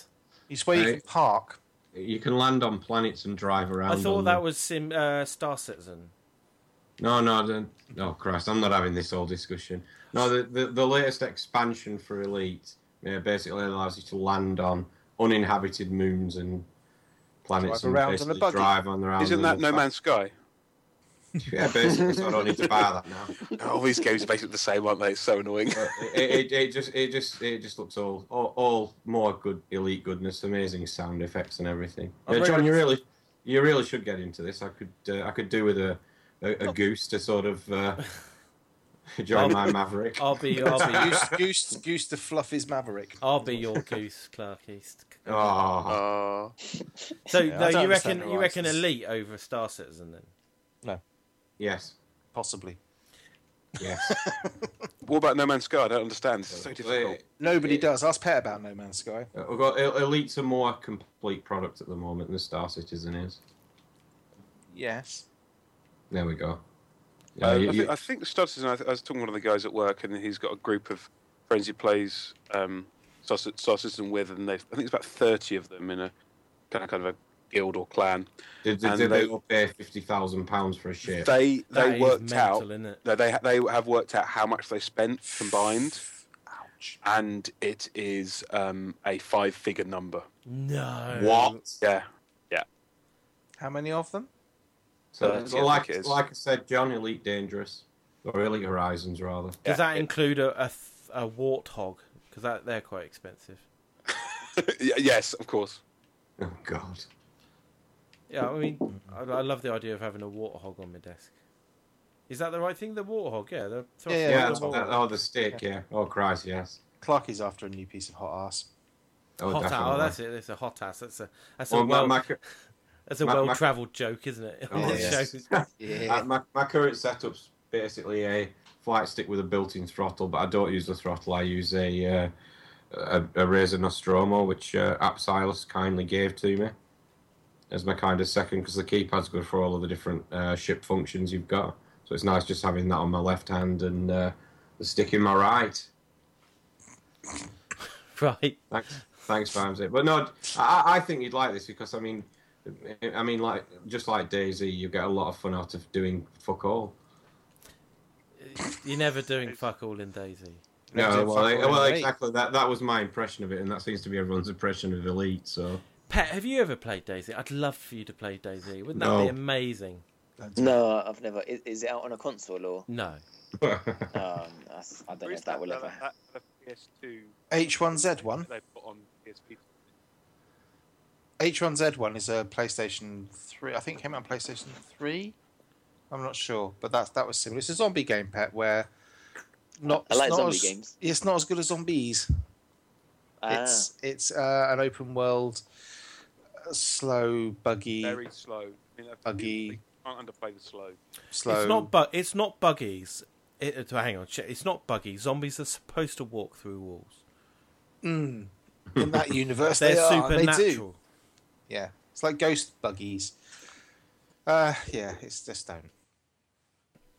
Speaker 2: It's where you
Speaker 5: Hey.
Speaker 2: can park.
Speaker 5: You can land on planets and drive around.
Speaker 1: I thought
Speaker 5: on
Speaker 1: that
Speaker 5: them.
Speaker 1: was Sim uh, Star Citizen.
Speaker 5: No, no, I don't. Oh Christ, I'm not having this whole discussion. No, the the, the latest expansion for Elite uh, basically allows you to land on uninhabited moons and planets
Speaker 2: Drive around on
Speaker 5: and
Speaker 2: a
Speaker 5: basically
Speaker 2: buggy.
Speaker 5: drive on around.
Speaker 4: Isn't that
Speaker 5: them.
Speaker 4: No Man's Sky?
Speaker 5: Yeah, basically, so I don't need to buy that now.
Speaker 4: All these games are basically the same, aren't they? It's so annoying.
Speaker 5: But It, it, it just it just it just looks all, all all more good elite goodness, amazing sound effects and everything.
Speaker 1: I've
Speaker 5: Yeah,
Speaker 1: read
Speaker 5: John,
Speaker 1: it-
Speaker 5: you really you really should get into this. I could uh, I could do with a a, a goose to sort of uh, join my maverick.
Speaker 1: I'll be, I'll be,
Speaker 2: Goose, Goose, Goose the Fluff is Maverick.
Speaker 1: I'll be your goose, Clark East.
Speaker 5: Oh,
Speaker 4: Uh,
Speaker 1: So
Speaker 2: Yeah,
Speaker 1: no,
Speaker 2: I don't
Speaker 1: you reckon
Speaker 2: understand
Speaker 1: you reckon
Speaker 2: Horizons.
Speaker 1: Elite over Star Citizen then?
Speaker 5: yes,
Speaker 2: Possibly.
Speaker 5: yes.
Speaker 4: what about No Man's Sky? I don't understand. It's so difficult.
Speaker 2: Nobody
Speaker 5: Yeah.
Speaker 2: does. Ask Pet about No Man's Sky.
Speaker 5: Uh, We've got El- Elite's a more complete product at the moment than Star Citizen is.
Speaker 2: Yes.
Speaker 5: There we go.
Speaker 4: Uh,
Speaker 5: Yeah, you-
Speaker 4: I,
Speaker 5: you-
Speaker 4: think, I think the Studsers, and I, th- I was talking to one of the guys at work, and he's got a group of friends he plays um, Star Ci- Star Citizen with, and they've, I think it's about 30 of them in a kind of, kind of a guild or clan.
Speaker 5: did, did,
Speaker 4: and
Speaker 5: did
Speaker 4: they-
Speaker 5: they all pay fifty thousand pounds for a ship?
Speaker 4: They
Speaker 1: That
Speaker 4: they
Speaker 1: is
Speaker 4: worked
Speaker 1: mental,
Speaker 4: out
Speaker 1: isn't it?
Speaker 4: No, they they have worked out how much they spent combined,
Speaker 2: Ouch.
Speaker 4: and it is um, a five figure number.
Speaker 1: No.
Speaker 5: What?
Speaker 4: Yeah,
Speaker 2: How many of them?
Speaker 5: So,
Speaker 4: Uh,
Speaker 5: so
Speaker 4: yeah,
Speaker 5: like,
Speaker 4: it is.
Speaker 5: like I said, John Elite Dangerous or Elite Horizons rather.
Speaker 1: Does
Speaker 4: Yeah,
Speaker 1: that
Speaker 4: it-
Speaker 1: include a a, th- a warthog? Because that they're quite expensive.
Speaker 4: Y- yes, of course.
Speaker 5: Oh God.
Speaker 1: Yeah, I mean, I, I love the idea of having a warthog on my desk. Is that the right thing? The warthog, yeah. The
Speaker 2: Yeah, yeah,
Speaker 5: Yeah.
Speaker 2: yeah,
Speaker 5: that's-
Speaker 2: well-
Speaker 5: that- oh, the stick. Yeah. Oh Christ. Yes.
Speaker 2: Clark is after a new piece of hot ass.
Speaker 5: Oh,
Speaker 1: hot ass.
Speaker 5: definitely.
Speaker 1: Oh, that's it. It's a hot ass. That's a that's a
Speaker 5: Well, my,
Speaker 1: well
Speaker 5: my, cur-
Speaker 1: that's a
Speaker 5: my- my-
Speaker 1: well travelled joke, isn't it?
Speaker 5: Oh,
Speaker 1: This
Speaker 5: yes.
Speaker 1: show.
Speaker 5: uh, my, my current setup's basically a flight stick with a built-in throttle, but I don't use the throttle. I use a uh, a, a Razor Nostromo, which uh, Apsilus kindly gave to me as my kind of second, because the keypad's good for all of the different uh, ship functions you've got. So it's nice just having that on my left hand and uh, the stick in my right.
Speaker 1: Right.
Speaker 5: Thanks, thanks, Vimesy. But no, I, I think you'd like this because I mean, I mean, like just like Daisy, you get a lot of fun out of doing fuck all.
Speaker 1: You're never doing fuck all in Daisy.
Speaker 5: No,
Speaker 2: Except
Speaker 5: well,
Speaker 2: fuck
Speaker 5: I-
Speaker 2: all in
Speaker 5: well,
Speaker 2: Elite.
Speaker 5: exactly. That that was my impression of it, and that seems to be everyone's impression of Elite. So
Speaker 1: Pet, have you ever played Daisy? I'd love for you to play Daisy. Wouldn't that
Speaker 5: No.
Speaker 1: be amazing?
Speaker 3: No, I've never. Is, is it out on a console or?
Speaker 1: No.
Speaker 3: Um, that's, I don't know if that will ever happen.
Speaker 4: PS2
Speaker 2: H1Z1.
Speaker 4: they put on PSP.
Speaker 2: Hmm. H1Z1 is a PlayStation 3. I think it came out on PlayStation 3. I'm not sure, but that's that was similar. It's a zombie game, Pet, where not.
Speaker 3: I like
Speaker 2: not
Speaker 3: zombie
Speaker 2: as-
Speaker 3: games.
Speaker 2: It's not as good as zombies.
Speaker 3: Ah,
Speaker 2: It's it's uh, an open world, uh, slow, buggy,
Speaker 4: Very slow. I mean,
Speaker 2: Buggy.
Speaker 4: they Can't underplay the slow.
Speaker 2: slow.
Speaker 1: It's not bu- It's not buggies. It, it- uh, hang on, shit, it's not buggy. Zombies are supposed to walk through walls.
Speaker 2: Mm. in that universe.
Speaker 1: They're
Speaker 2: they are, and
Speaker 1: supernatural.
Speaker 2: They do. Yeah, it's like ghost buggies. Uh, yeah, it's just don't.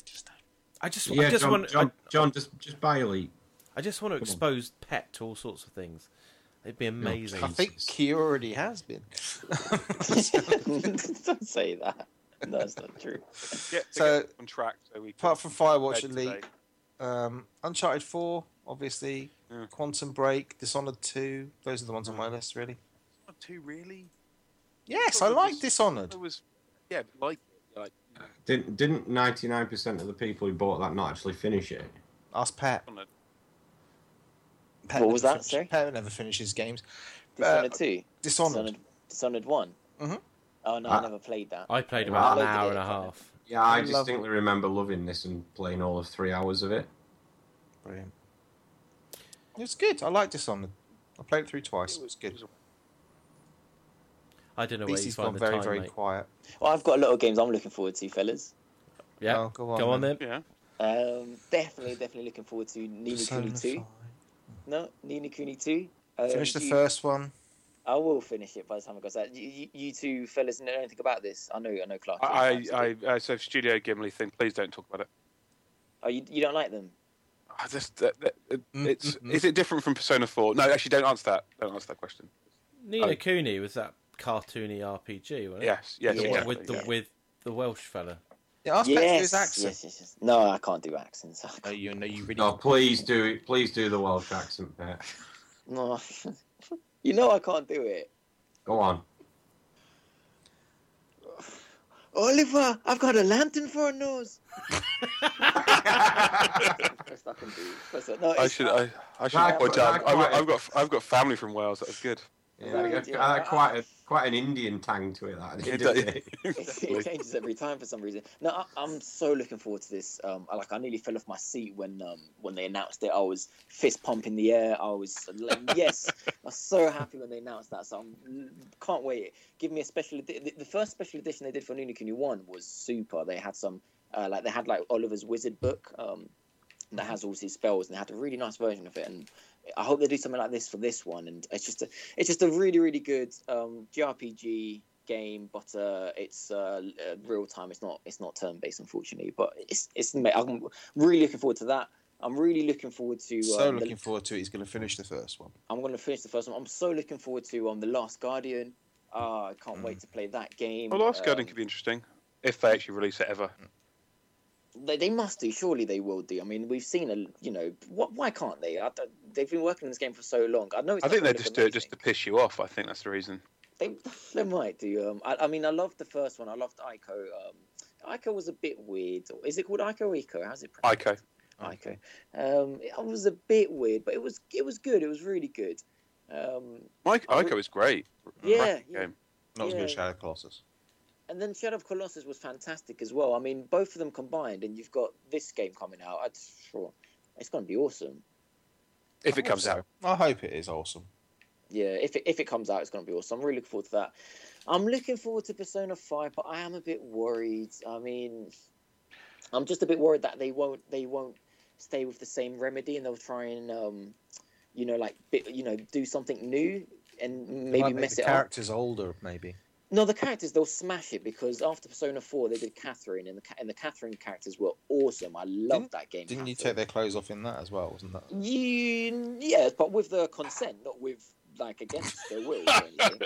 Speaker 2: Just don't.
Speaker 1: I just,
Speaker 5: yeah,
Speaker 1: I just
Speaker 5: John,
Speaker 1: want,
Speaker 5: John,
Speaker 1: I,
Speaker 5: John, just just buy Elite.
Speaker 1: I just want to expose Pet to all sorts of things. It'd be amazing.
Speaker 2: I think he already has been.
Speaker 3: Ah. don't say that. No, that's not true.
Speaker 2: Uh,
Speaker 4: Yeah,
Speaker 2: So-
Speaker 4: so on track. So we
Speaker 2: Apart from Firewatch Elite,
Speaker 4: league.
Speaker 2: um, Uncharted Four, obviously,
Speaker 4: Yeah. Mm.
Speaker 2: Quantum Break, Dishonored Two. Those are the ones on my list, really.
Speaker 4: Two really?
Speaker 2: Yes, I like Dishonored.
Speaker 4: It was, yeah, but like, like
Speaker 5: Didn't didn't ninety nine percent of the people who bought that not actually finish it?
Speaker 2: Ask Pat.
Speaker 4: Dishonored.
Speaker 2: Pat
Speaker 3: What was
Speaker 2: never
Speaker 3: that,
Speaker 2: finishes-
Speaker 3: sorry?
Speaker 2: Pat never finishes games.
Speaker 3: Dishonored two,
Speaker 2: Dishonored.
Speaker 3: Dishonored one.
Speaker 2: Mhm.
Speaker 3: Oh no,
Speaker 5: Ah.
Speaker 3: I never played that.
Speaker 1: I played about
Speaker 5: Wow.
Speaker 1: an hour and a half.
Speaker 5: Yeah, I,
Speaker 2: I love-
Speaker 5: distinctly remember loving this and playing all of three hours of it.
Speaker 2: Brilliant. It was good. I like Dishonored. I played it through twice. It was
Speaker 4: It
Speaker 2: good.
Speaker 4: was a-
Speaker 1: I don't know where you
Speaker 2: PC's
Speaker 1: find
Speaker 2: gone
Speaker 1: the
Speaker 2: very,
Speaker 1: time,
Speaker 2: very
Speaker 1: mate.
Speaker 2: quiet.
Speaker 3: Well, I've got a lot of games I'm looking forward to, fellas.
Speaker 1: Yeah,
Speaker 2: Oh, go on.
Speaker 1: go on then.
Speaker 4: yeah.
Speaker 3: Um, definitely, definitely looking forward to Nina Cooney
Speaker 2: Persona
Speaker 3: two.
Speaker 2: 5.
Speaker 3: No, Nina Cooney two. Um,
Speaker 2: Finish the
Speaker 3: you-
Speaker 2: first one.
Speaker 3: I will finish it by the time I got that. You, you, you two fellas know anything about this? I know, I know, Clark.
Speaker 4: I,
Speaker 3: you-
Speaker 4: I, I, so Studio Gimli thing. Please don't talk about it.
Speaker 3: oh, you, you don't like them?
Speaker 4: I just, that, that, it-
Speaker 2: Mm,
Speaker 4: it's,
Speaker 2: mm, mm.
Speaker 4: is it different from Persona Four? No, actually, don't answer that. Don't answer that question.
Speaker 1: Nina
Speaker 4: Oh.
Speaker 1: Cooney was that cartoony RPG, wasn't it?
Speaker 4: Yes, yes,
Speaker 1: The one
Speaker 4: exactly.
Speaker 1: with the
Speaker 4: yeah.
Speaker 1: with the Welsh fella.
Speaker 2: Yeah, ask Pat to do
Speaker 3: yes,
Speaker 2: his accent.
Speaker 3: yes, yes, yes. No, I can't do accents.
Speaker 2: No, Oh, you know you really.
Speaker 5: No, please do it. Please do the Welsh accent bit.
Speaker 3: No, you know I can't do it.
Speaker 5: Go on.
Speaker 3: Oliver, I've got a lantern for a nose. Best I can do. Best I- no,
Speaker 4: I
Speaker 3: it's-
Speaker 4: should, I, I should
Speaker 5: Right,
Speaker 4: boy
Speaker 5: but
Speaker 4: down. I've,
Speaker 5: right,
Speaker 4: got-
Speaker 5: right.
Speaker 4: I've got, I've got family from Wales. That's good.
Speaker 5: Yeah,
Speaker 3: Very
Speaker 5: that-
Speaker 3: good.
Speaker 5: that had quite a, quite an Indian tang to it. That
Speaker 4: It
Speaker 5: didn't
Speaker 4: does-
Speaker 5: it?
Speaker 3: it changes every time for some reason. No, I, I'm so looking forward to this. Um, I- like I nearly fell off my seat when um, when they announced it. I was fist pumping the air. I was like, yes, I was so happy when they announced that. So I'm can't wait. Give me a special. Edi- the, the first special edition they did for Nunukuni One was super. They had some uh, like they had like Oliver's wizard book um, that has all his spells, and they had a really nice version of it. And I hope they do something like this for this one. And it's just a it's just a really really good um, JRPG game, but uh, it's uh, uh, real time. It's not it's not turn based, unfortunately. But it's it's ma- I'm really looking forward to that. I'm really looking forward to uh,
Speaker 2: So
Speaker 3: the-
Speaker 2: looking forward to it. He's going to finish the first one.
Speaker 3: I'm going to finish the first one. I'm so looking forward to um, the Last Guardian. Ah, I can't wait to play that game.
Speaker 4: Well, Mm. Last Guardian
Speaker 3: Um,
Speaker 4: could be interesting if they actually release it ever.
Speaker 3: They, they must do. Surely they will do. I mean, we've seen a you know what? Why can't they? I, don't- they've been working on this game for so long. I know. It's
Speaker 4: I
Speaker 3: not
Speaker 4: think they
Speaker 3: going to
Speaker 4: just
Speaker 3: look
Speaker 4: do it just
Speaker 3: amazing.
Speaker 4: to piss you off. I think that's the reason.
Speaker 3: They, they might do. Um, I, I mean, I loved the first one. I loved Ico. Um, Ico was a bit weird. Is it called Ico? or Ico? How's it pronounced?
Speaker 4: Ico.
Speaker 3: Ico. Um, it was a bit weird, but it was it was good. It was really good. Um,
Speaker 4: Mike,
Speaker 3: I would-
Speaker 4: Ico is great.
Speaker 3: yeah,
Speaker 4: Cracking
Speaker 3: yeah.
Speaker 4: game.
Speaker 2: Not as good as
Speaker 3: Yeah.
Speaker 2: Shadow Colossus.
Speaker 3: And then Shadow of Colossus was fantastic as well. I mean, both of them combined, and you've got this game coming out. I'm sure it's going to be awesome.
Speaker 4: If it comes
Speaker 2: So,
Speaker 4: out.
Speaker 2: I hope it is awesome.
Speaker 3: Yeah, if it, if it comes out, it's going to be awesome. I'm really looking forward to that. I'm looking forward to Persona Five, but I am a bit worried. I mean, I'm just a bit worried that they won't they won't stay with the same remedy, and they'll try and um, you know, like bit, you know, do something new and
Speaker 2: Might
Speaker 3: maybe
Speaker 2: make
Speaker 3: mess
Speaker 2: the
Speaker 3: it up.
Speaker 2: characters older, maybe.
Speaker 3: No, the characters they'll smash it because after Persona Four they did Catherine and the ca- and the Catherine characters were awesome. I loved that game.
Speaker 2: Didn't you take
Speaker 3: Catherine.
Speaker 2: their clothes off in that as well? Wasn't that?
Speaker 3: You yes, but with their consent, not with like against their will. Or anything.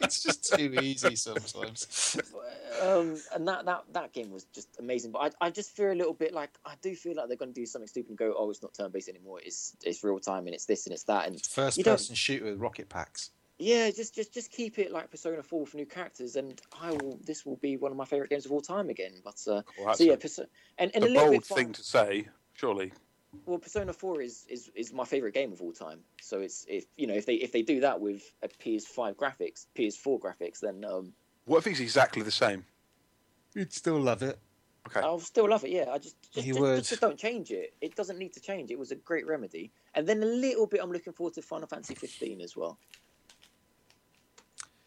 Speaker 2: it's just too easy sometimes.
Speaker 3: But, um, and that, that that game was just amazing. But I, I just feel a little bit like I do feel like they're going to do something stupid and go, oh, it's not turn based anymore. It's it's real time and it's this and it's that and
Speaker 2: First
Speaker 3: You don't-
Speaker 2: person shooter with rocket packs.
Speaker 3: Yeah, just just just keep it like Persona Four with new characters, and I will. This will be one of my favorite games of all time again. But uh,
Speaker 4: Well, that's
Speaker 3: so yeah,
Speaker 4: a-
Speaker 3: Perso- and and
Speaker 4: a
Speaker 3: a little
Speaker 4: bold
Speaker 3: bit
Speaker 4: thing
Speaker 3: thing
Speaker 4: to say, surely.
Speaker 3: Well, Persona Four is, is is my favorite game of all time. So it's if you know if they if they do that with a PS5 graphics, PS4 graphics, then um,
Speaker 4: What if it's exactly the same?
Speaker 2: You'd still love it.
Speaker 4: Okay.
Speaker 3: I'll still love it. Yeah, I just just,
Speaker 2: You
Speaker 3: just,
Speaker 2: would.
Speaker 3: just just don't change it. It doesn't need to change. It was a great remedy. And then a little bit, I'm looking forward to Final Fantasy 15 as well.
Speaker 4: Do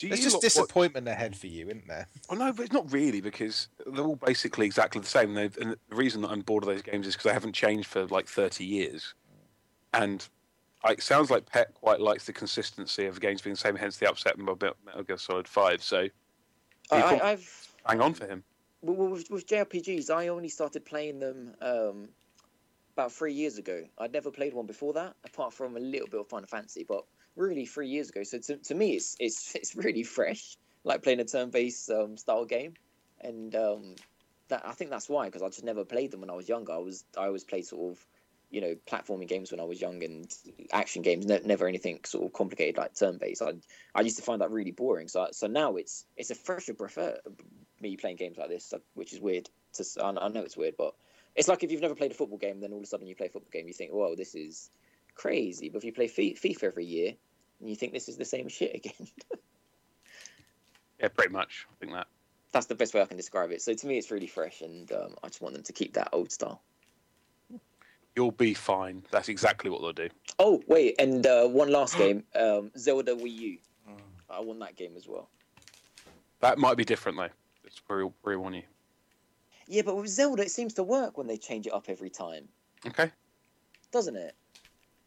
Speaker 2: There's
Speaker 4: you
Speaker 2: just
Speaker 4: lot watch-
Speaker 2: disappointment ahead for you, isn't there?
Speaker 4: Well, Oh, no, but it's not really because they're all basically exactly the same. They've, and the reason that I'm bored of those games is because they haven't changed for like 30 years. And I, it sounds like Pet quite likes the consistency of games being the same, hence the upset in Metal Metal Gear Solid 5. So
Speaker 3: I,
Speaker 4: People-
Speaker 3: I, I've
Speaker 4: hang on for him.
Speaker 3: Well, well, with, with JRPGs, I only started playing them um, about three years ago. I'd never played one before that, apart from a little bit of Final Fantasy, but really three years ago. So to, to me, it's it's it's really fresh, like playing a turn-based um, style game, and um, that I think that's why because I just never played them when I was younger. I was I always played sort of you know platforming games when I was young and action games, ne- never anything sort of complicated like turn based. I I used to find that really boring. So I- so now it's it's a fresher prefer me playing games like this, which is weird. To s- I I know it's weird, but it's like if you've never played a football game, then all of a sudden you play a football game, you think, "Whoa, this is crazy." But if you play Fi- FIFA every year, and you think this is the same shit again.
Speaker 4: Yeah, pretty much. I think that.
Speaker 3: That's the best way I can describe it. So to me, it's really fresh, and um, I just want them to keep that old style.
Speaker 4: You'll be fine. That's exactly what they'll do.
Speaker 3: Oh wait, and uh, one last game, um, Zelda Wii U. I won that game as well.
Speaker 4: That might be different though. It's very, very warn you.
Speaker 3: Yeah, but with Zelda, it seems to work when they change it up every time,
Speaker 4: Okay.
Speaker 3: doesn't it?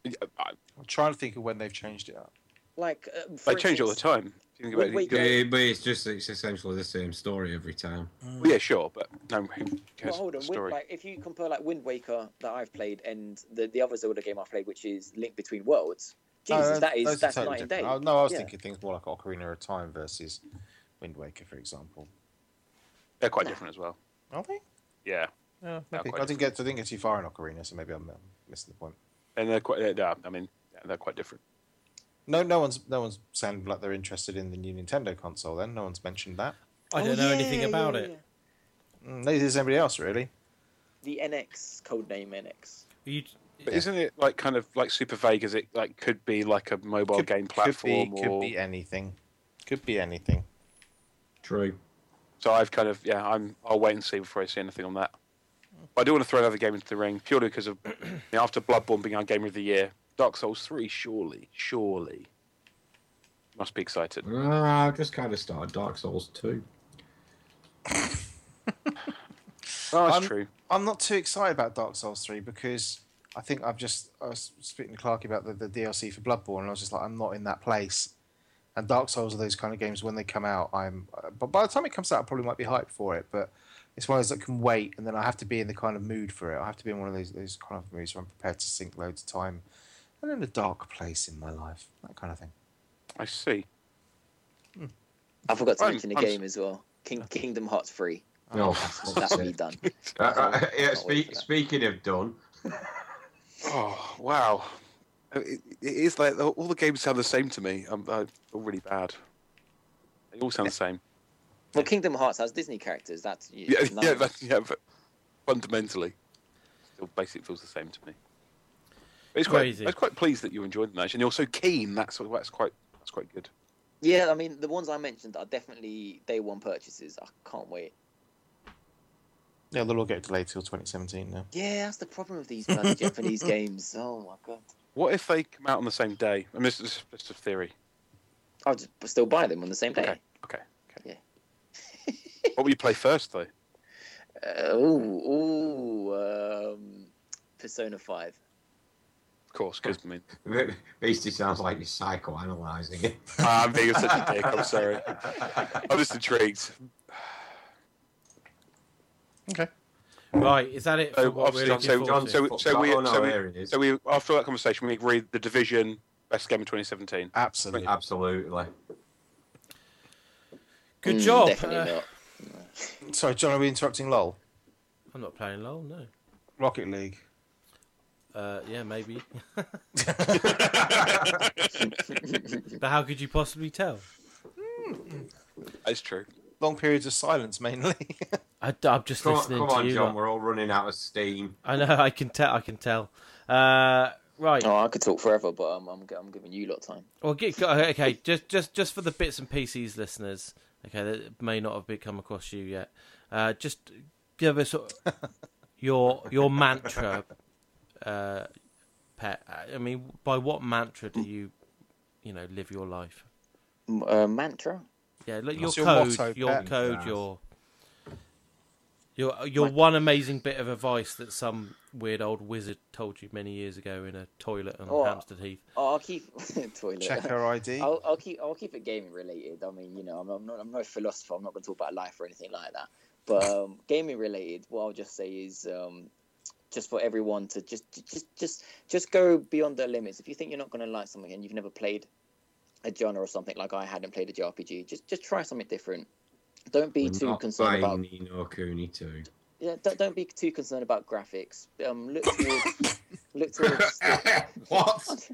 Speaker 4: Yeah, I-
Speaker 2: I'm trying to think of when they've changed it up.
Speaker 3: Like uh,
Speaker 4: They change all the time. If you think about it,
Speaker 3: Wait,
Speaker 4: you
Speaker 5: Yeah, but it's just it's essentially the same story every time.
Speaker 4: go- well, yeah, sure, but no, who
Speaker 3: Well,
Speaker 4: cares
Speaker 3: hold
Speaker 4: the
Speaker 3: on. Wind,
Speaker 4: story?
Speaker 3: like, if you compare like Wind Waker that I've played and the, the other Zelda game I've played, which is Link Between Worlds, Jesus,
Speaker 2: No,
Speaker 3: that
Speaker 2: those
Speaker 3: is
Speaker 2: are
Speaker 3: that's
Speaker 2: totally
Speaker 3: night and day.
Speaker 2: different. I- no, I was
Speaker 3: Yeah.
Speaker 2: thinking things more like Ocarina of Time versus Wind Waker, for example.
Speaker 4: They're quite different as well.
Speaker 2: Are they?
Speaker 4: Yeah,
Speaker 2: Yeah,
Speaker 4: They're
Speaker 2: maybe.
Speaker 4: quite
Speaker 2: I didn't get to think too far in Ocarina, so maybe I'm uh, missing the point.
Speaker 4: and they're quite. Yeah, I mean, yeah, they're quite different.
Speaker 2: No, no one's no one's sounding like they're interested in the new Nintendo console. Then no one's mentioned that.
Speaker 1: I don't
Speaker 3: Oh,
Speaker 1: know
Speaker 3: yeah,
Speaker 1: anything
Speaker 3: yeah,
Speaker 1: about
Speaker 3: yeah,
Speaker 1: it.
Speaker 2: Mm, neither does anybody else really.
Speaker 3: yeah. The NX codename NX.
Speaker 1: You,
Speaker 4: But
Speaker 2: Yeah.
Speaker 4: isn't it like kind of like super vague? As it like could be like a mobile
Speaker 2: Could-
Speaker 4: game platform
Speaker 2: could be, could
Speaker 4: or
Speaker 2: be anything. Could be anything.
Speaker 5: True.
Speaker 4: So I've kind of yeah, I'm I'll wait and see before I see anything on that. But I do want to throw another game into the ring purely because of you know, after Bloodborne being our game of the year, Dark Souls three surely, surely must be excited.
Speaker 5: Uh, I just kind of started Dark Souls 2.
Speaker 4: Oh, that's
Speaker 2: I'm-
Speaker 4: true.
Speaker 2: I'm not too excited about Dark Souls three because I think I've just I was speaking to Clarky about the, the DLC for Bloodborne, and I was just like, I'm not in that place. And Dark Souls are those kind of games when they come out, I'm. uh, But by the time it comes out, I probably might be hyped for it. But it's one of those that can wait, and then I have to be in the kind of mood for it. I have to be in one of those those kind of moods where I'm prepared to sink loads of time, and in a dark place in my life, that kind of thing.
Speaker 4: I see.
Speaker 3: I forgot to
Speaker 4: I'm-
Speaker 3: mention a
Speaker 4: I'm
Speaker 3: game as well. King, Kingdom Hearts Three.
Speaker 5: Oh,
Speaker 3: That's me done.
Speaker 5: uh, uh, yeah,
Speaker 3: Can't wait for
Speaker 5: speak,
Speaker 3: that.
Speaker 5: speaking of done,
Speaker 4: Oh wow, Uh, it, it is like all the games sound the same to me. I'm, I'm really bad. They all sound the same.
Speaker 3: Well, Kingdom Hearts has Disney characters. That's
Speaker 4: Yeah,
Speaker 3: none
Speaker 4: yeah,
Speaker 3: of them.
Speaker 4: that, yeah, but fundamentally, still basically feels the same to me. But it's quite,
Speaker 1: Crazy.
Speaker 4: I was quite pleased that you enjoyed the match, and you're so keen. That's that's quite that's quite good.
Speaker 3: Yeah, I mean the ones I mentioned are definitely day one purchases. I can't wait.
Speaker 2: Yeah, they'll all get delayed till 2017 now.
Speaker 3: Yeah, that's the problem with these bloody Japanese games. Oh my god,
Speaker 4: What if they come out on the same day? I mean, this is just a theory.
Speaker 3: I'll just still buy them on the same day.
Speaker 4: Okay. okay. what will you play first, though?
Speaker 3: Uh, ooh, ooh, um, Persona Five.
Speaker 4: Of course, because I mean,
Speaker 5: Beastie sounds like you're psychoanalyzing it.
Speaker 4: I'm being such a dick. I'm sorry. I'm just intrigued.
Speaker 2: Okay.
Speaker 1: right, is that it for
Speaker 4: So,
Speaker 1: what we're
Speaker 4: obviously,
Speaker 1: looking
Speaker 4: so-
Speaker 1: forward
Speaker 4: so-
Speaker 1: to?
Speaker 5: oh,
Speaker 4: we-
Speaker 5: no,
Speaker 4: so we-
Speaker 5: here it is.
Speaker 4: So we, after that conversation, we agreed the division best game of 2017.
Speaker 2: Absolutely.
Speaker 5: Absolutely.
Speaker 1: Good
Speaker 3: Mm,
Speaker 1: job.
Speaker 3: Definitely
Speaker 1: Uh,
Speaker 3: not.
Speaker 2: Sorry, John, are we interrupting LOL?
Speaker 1: I'm not playing LOL, no.
Speaker 2: Rocket League.
Speaker 1: Uh, yeah, maybe. but how could you possibly tell?
Speaker 4: That's true.
Speaker 2: Long periods of silence mainly.
Speaker 1: I, am just
Speaker 5: Come, on-
Speaker 1: listening
Speaker 5: come
Speaker 1: to
Speaker 5: on,
Speaker 1: you.
Speaker 5: John,
Speaker 1: lot.
Speaker 5: we're all running out of steam.
Speaker 1: I know. I can tell. I can tell. Uh, right.
Speaker 3: Oh, I could talk forever, but um, I'm I'm giving you lot time.
Speaker 1: Well, get, uh, okay. Just, just, just for the bits and pieces listeners. Okay, that may not have been come across you yet. Uh, just give us your your mantra. Uh, pet. I mean, by what mantra do you, you know, live your life?
Speaker 3: M- Uh, mantra.
Speaker 1: Yeah, look, your,
Speaker 2: What's your
Speaker 1: code,
Speaker 2: motto,
Speaker 1: your
Speaker 2: Pet?
Speaker 1: code, your your your one amazing bit of advice that some weird old wizard told you many years ago in a toilet on
Speaker 3: Oh,
Speaker 1: Hampstead Heath.
Speaker 3: Oh, I'll keep toilet.
Speaker 2: Check her ID.
Speaker 3: I'll, I'll keep I'll keep it gaming related. I mean, you know, I'm, I'm not I'm no philosopher. I'm not going to talk about life or anything like that. But um, gaming related, what I'll just say is um, just for everyone to just just just just go beyond their limits. If you think you're not going to like something and you've never played a genre or something like I hadn't played a JRPG, just just try something different. Don't be
Speaker 5: We're
Speaker 3: too
Speaker 5: not
Speaker 3: concerned
Speaker 5: buying
Speaker 3: about
Speaker 5: Ni no Kuni 2.
Speaker 3: yeah, don't, don't be too concerned about graphics. Um, look towards look towards
Speaker 5: what?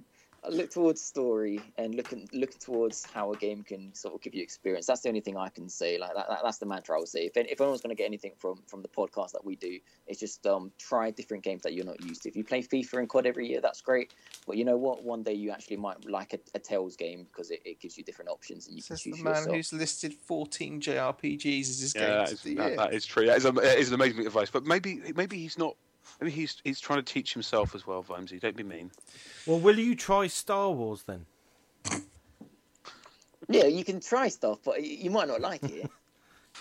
Speaker 3: I look towards story and look at- look towards how a game can sort of give you experience. That's the only thing I can say. Like that, that that's the mantra I would say. If, any- if anyone's going to get anything from from the podcast that we do, it's just um try different games that you're not used to. If you play FIFA and COD every year, that's great. But you know what? One day you actually might like a, a Tails game because it, it gives you different options and you
Speaker 2: Says
Speaker 3: can
Speaker 2: the
Speaker 3: choose
Speaker 2: man
Speaker 3: yourself.
Speaker 2: who's listed 14 JRPGs as his
Speaker 4: Yeah, that
Speaker 2: games
Speaker 4: is,
Speaker 2: of the
Speaker 4: that-
Speaker 2: year.
Speaker 4: that is true. That is, a, that is an amazing bit of advice. But maybe maybe he's not. Maybe he's he's trying to teach himself as well, Vimesy. Don't be mean.
Speaker 1: Well, will you try Star Wars then?
Speaker 3: Yeah, you can try stuff, but y- you might not like it.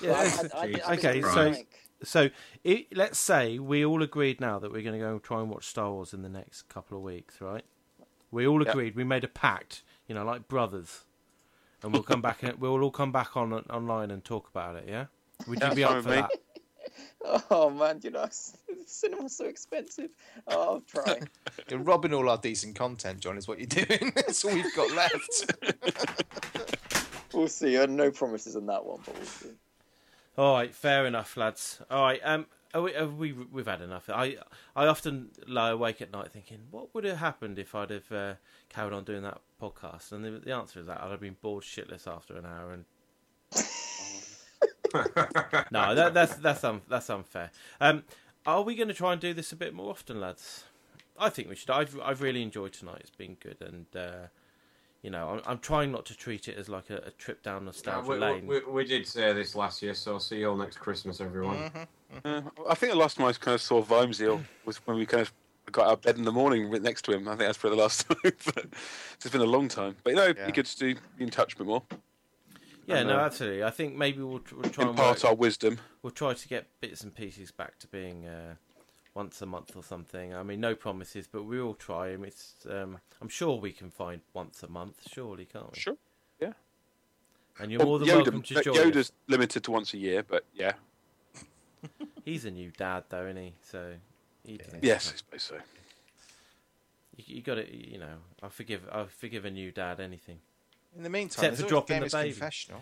Speaker 3: But I-
Speaker 1: Yeah.
Speaker 3: I- I- I
Speaker 5: Jesus
Speaker 3: didn't
Speaker 1: Okay,
Speaker 5: so-
Speaker 3: like-
Speaker 1: So it, let's say we all agreed now that we're going to go and try and watch Star Wars in the next couple of weeks, right? We all
Speaker 4: Yep.
Speaker 1: agreed. We made a pact, you know, like brothers, and we'll come back. and We'll all come back on online and talk about it. Yeah, would you
Speaker 4: That's
Speaker 1: be
Speaker 4: fine
Speaker 1: up
Speaker 4: with
Speaker 1: for
Speaker 4: me.
Speaker 1: that?
Speaker 3: Oh man, you know, cinema's so expensive. Oh, I'll try.
Speaker 2: You're robbing all our decent content, John, is what you're doing. That's all we've got left.
Speaker 3: we'll see. Uh, no promises on that one, but we'll see.
Speaker 1: All right, fair enough, lads. All right, um, are we, are we we've had enough. I I often lie awake at night thinking, what would have happened if I'd have uh, carried on doing that podcast? And the, the answer is that I'd have been bored shitless after an hour. And no, that, that's that's un, that's unfair. Um, are we going to try and do this a bit more often, lads? I think we should. I've I've really enjoyed tonight. It's been good, and uh, you know, I'm, I'm trying not to treat it as like a, a trip down nostalgia
Speaker 5: we,
Speaker 1: lane.
Speaker 5: we- we did say this last year, so see you all next Christmas, everyone.
Speaker 1: Mm-hmm.
Speaker 4: Uh, I think the last time I kind of saw Vimesy was when we kind of got out of bed in the morning right next to him. I think that's probably the last time. but it's been a long time. But you know, it'd
Speaker 2: Yeah.
Speaker 4: be good to do, be in touch a bit more.
Speaker 1: Yeah,
Speaker 4: And,
Speaker 1: no,
Speaker 4: uh,
Speaker 1: absolutely. I think maybe we'll, tr- we'll try and
Speaker 4: Impart
Speaker 1: work-
Speaker 4: our wisdom.
Speaker 1: we'll try to get bits and pieces back to being uh, once a month or something. I mean, no promises, but we will try. And it's um, I'm sure we can find once a month. Surely, can't we?
Speaker 4: Sure.
Speaker 1: And you're more than
Speaker 4: Yoda-
Speaker 1: welcome to join.
Speaker 4: Yoda's
Speaker 1: us.
Speaker 4: limited to once a year, but yeah,
Speaker 1: He's a new dad, though, isn't he? So he doesn't-
Speaker 4: yes, I suppose so.
Speaker 1: you, you got to You know, I forgive. I forgive a new dad anything.
Speaker 2: In the meantime,
Speaker 1: Except
Speaker 2: there's
Speaker 1: for
Speaker 2: always
Speaker 1: dropping
Speaker 2: game
Speaker 1: the
Speaker 2: is
Speaker 1: baby.
Speaker 2: confessional.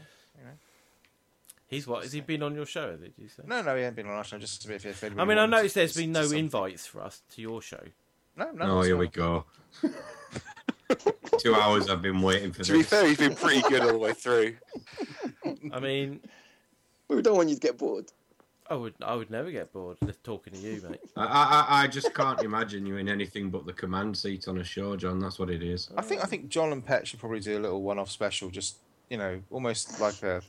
Speaker 1: He's what? Has he been on your show? Did you say?
Speaker 2: No, no, he hasn't been on our show. Just to be if if anybody
Speaker 1: I mean, I
Speaker 2: wants
Speaker 1: noticed
Speaker 2: to-
Speaker 1: there's been
Speaker 2: to-
Speaker 1: no
Speaker 2: to-
Speaker 1: invites for us to your show.
Speaker 2: No, no.
Speaker 5: Oh,
Speaker 2: it's
Speaker 5: here
Speaker 2: not.
Speaker 5: we go. Two hours I've been waiting for
Speaker 4: To be
Speaker 5: this.
Speaker 4: fair, he's been pretty good all the way through.
Speaker 1: I mean,
Speaker 3: We don't want you to get bored.
Speaker 1: I would. I would never get bored talking to you, mate.
Speaker 5: I, I, I- I just can't imagine you in anything but the command seat on a show, John. That's what it is.
Speaker 2: I think I think John and Pet should probably do a little one-off special, just you know, almost like a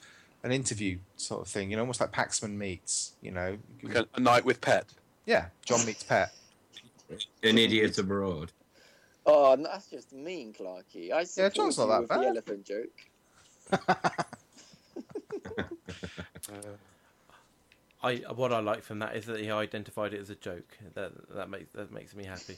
Speaker 2: an interview sort of thing. You know, almost like Paxman meets. You know,
Speaker 4: A a night with Pet.
Speaker 2: yeah, John meets Pet.
Speaker 5: An idiot abroad.
Speaker 3: Oh, no, that's just mean, Clarky. I support
Speaker 2: John's not
Speaker 3: you
Speaker 2: that
Speaker 3: with
Speaker 2: bad.
Speaker 3: The elephant joke.
Speaker 1: I what I like from that is that he identified it as a joke. That that makes that makes me happy.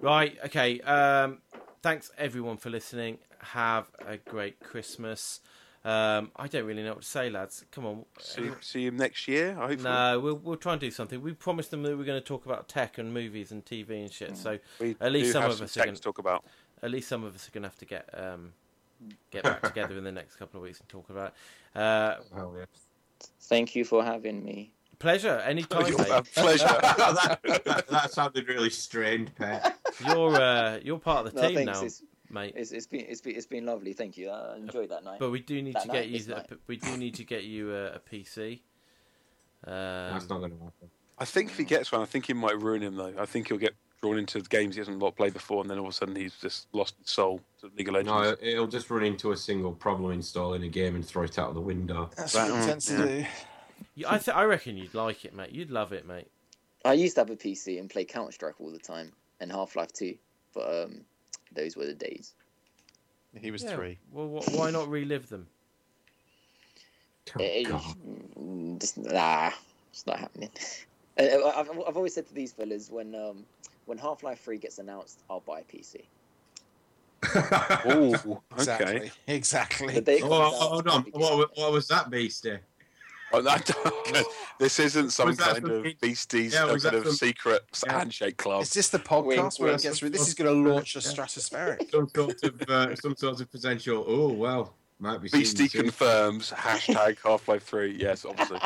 Speaker 1: right. Okay. Um, thanks everyone for listening. Have a great Christmas. Um, I don't really know what to say, lads. Come on.
Speaker 4: See, see him next year. I hope.
Speaker 1: No, we'll we'll try and do something. We promised them that we were going to talk about tech and movies and TV and
Speaker 3: Mm.
Speaker 1: shit. So
Speaker 4: we
Speaker 1: at least
Speaker 4: do
Speaker 1: some
Speaker 4: have
Speaker 1: of
Speaker 4: some
Speaker 1: us are
Speaker 4: tech
Speaker 1: gonna-
Speaker 4: to talk about.
Speaker 1: at least some of us are going to have to get um, get back together in the next couple of weeks and talk about. It. Uh,
Speaker 5: Hell yeah.
Speaker 3: Thank you for having me.
Speaker 1: pleasure. Any time.
Speaker 4: Oh, You'll have pleasure.
Speaker 5: that, that, that sounded really strained, Pet.
Speaker 1: You're uh, you're part of the
Speaker 3: No,
Speaker 1: team
Speaker 3: thanks.
Speaker 1: now,
Speaker 3: It's,
Speaker 1: mate.
Speaker 3: it's, it's been it's been it's been lovely. Thank you. I enjoyed that night.
Speaker 1: But we do need
Speaker 3: that
Speaker 1: to get
Speaker 3: night,
Speaker 1: you.
Speaker 3: this
Speaker 1: A, we do need to get you a, a PC. Um,
Speaker 5: That's not going to happen.
Speaker 4: I think if he gets one, I think it might ruin him though. I think he'll get drawn into games he hasn't lot played before, and then all of a sudden he's just lost his soul to League of Legends.
Speaker 5: No, it- it'll just run into a single problem installing a game and throw it out of the window.
Speaker 2: That's
Speaker 4: Right
Speaker 2: what
Speaker 4: on,
Speaker 2: he tends
Speaker 4: yeah.
Speaker 2: to do.
Speaker 1: you- I th- I reckon you'd like it, mate. You'd love it, mate.
Speaker 3: I used to have a PC and play Counter Strike all the time and Half Life Two, but um, those were the days.
Speaker 2: He was
Speaker 1: Yeah,
Speaker 2: three.
Speaker 1: Well, wh- why not relive them?
Speaker 5: Oh,
Speaker 3: Eh, eh,
Speaker 5: God.
Speaker 3: mm, just, nah, it's not happening. Eh, eh, I've, I've always said to these fellas when um, when Half Life Three gets announced, I'll buy a PC.
Speaker 4: Ooh,
Speaker 2: Exactly.
Speaker 4: okay.
Speaker 3: The
Speaker 2: Exactly.
Speaker 3: day it
Speaker 5: Oh,
Speaker 3: comes
Speaker 5: oh,
Speaker 3: out,
Speaker 5: hold
Speaker 3: I'll
Speaker 5: on.
Speaker 3: be
Speaker 5: What, wa- what was that beastie?
Speaker 4: Oh, that- this isn't some
Speaker 5: Was that
Speaker 4: kind of
Speaker 5: something-
Speaker 4: beasties
Speaker 5: Yeah,
Speaker 4: some
Speaker 5: was
Speaker 4: kind
Speaker 5: that
Speaker 4: of
Speaker 5: some-
Speaker 4: secret
Speaker 5: Yeah.
Speaker 4: handshake club.
Speaker 2: Is this the podcast
Speaker 3: Wink,
Speaker 2: where
Speaker 5: wink.
Speaker 2: it gets? This is going to launch a stratospheric.
Speaker 5: Some sort of uh, some sort of potential. Oh well, might be. seen
Speaker 4: Beastie
Speaker 5: soon.
Speaker 4: confirms hashtag Half Life Three. Yes, obviously.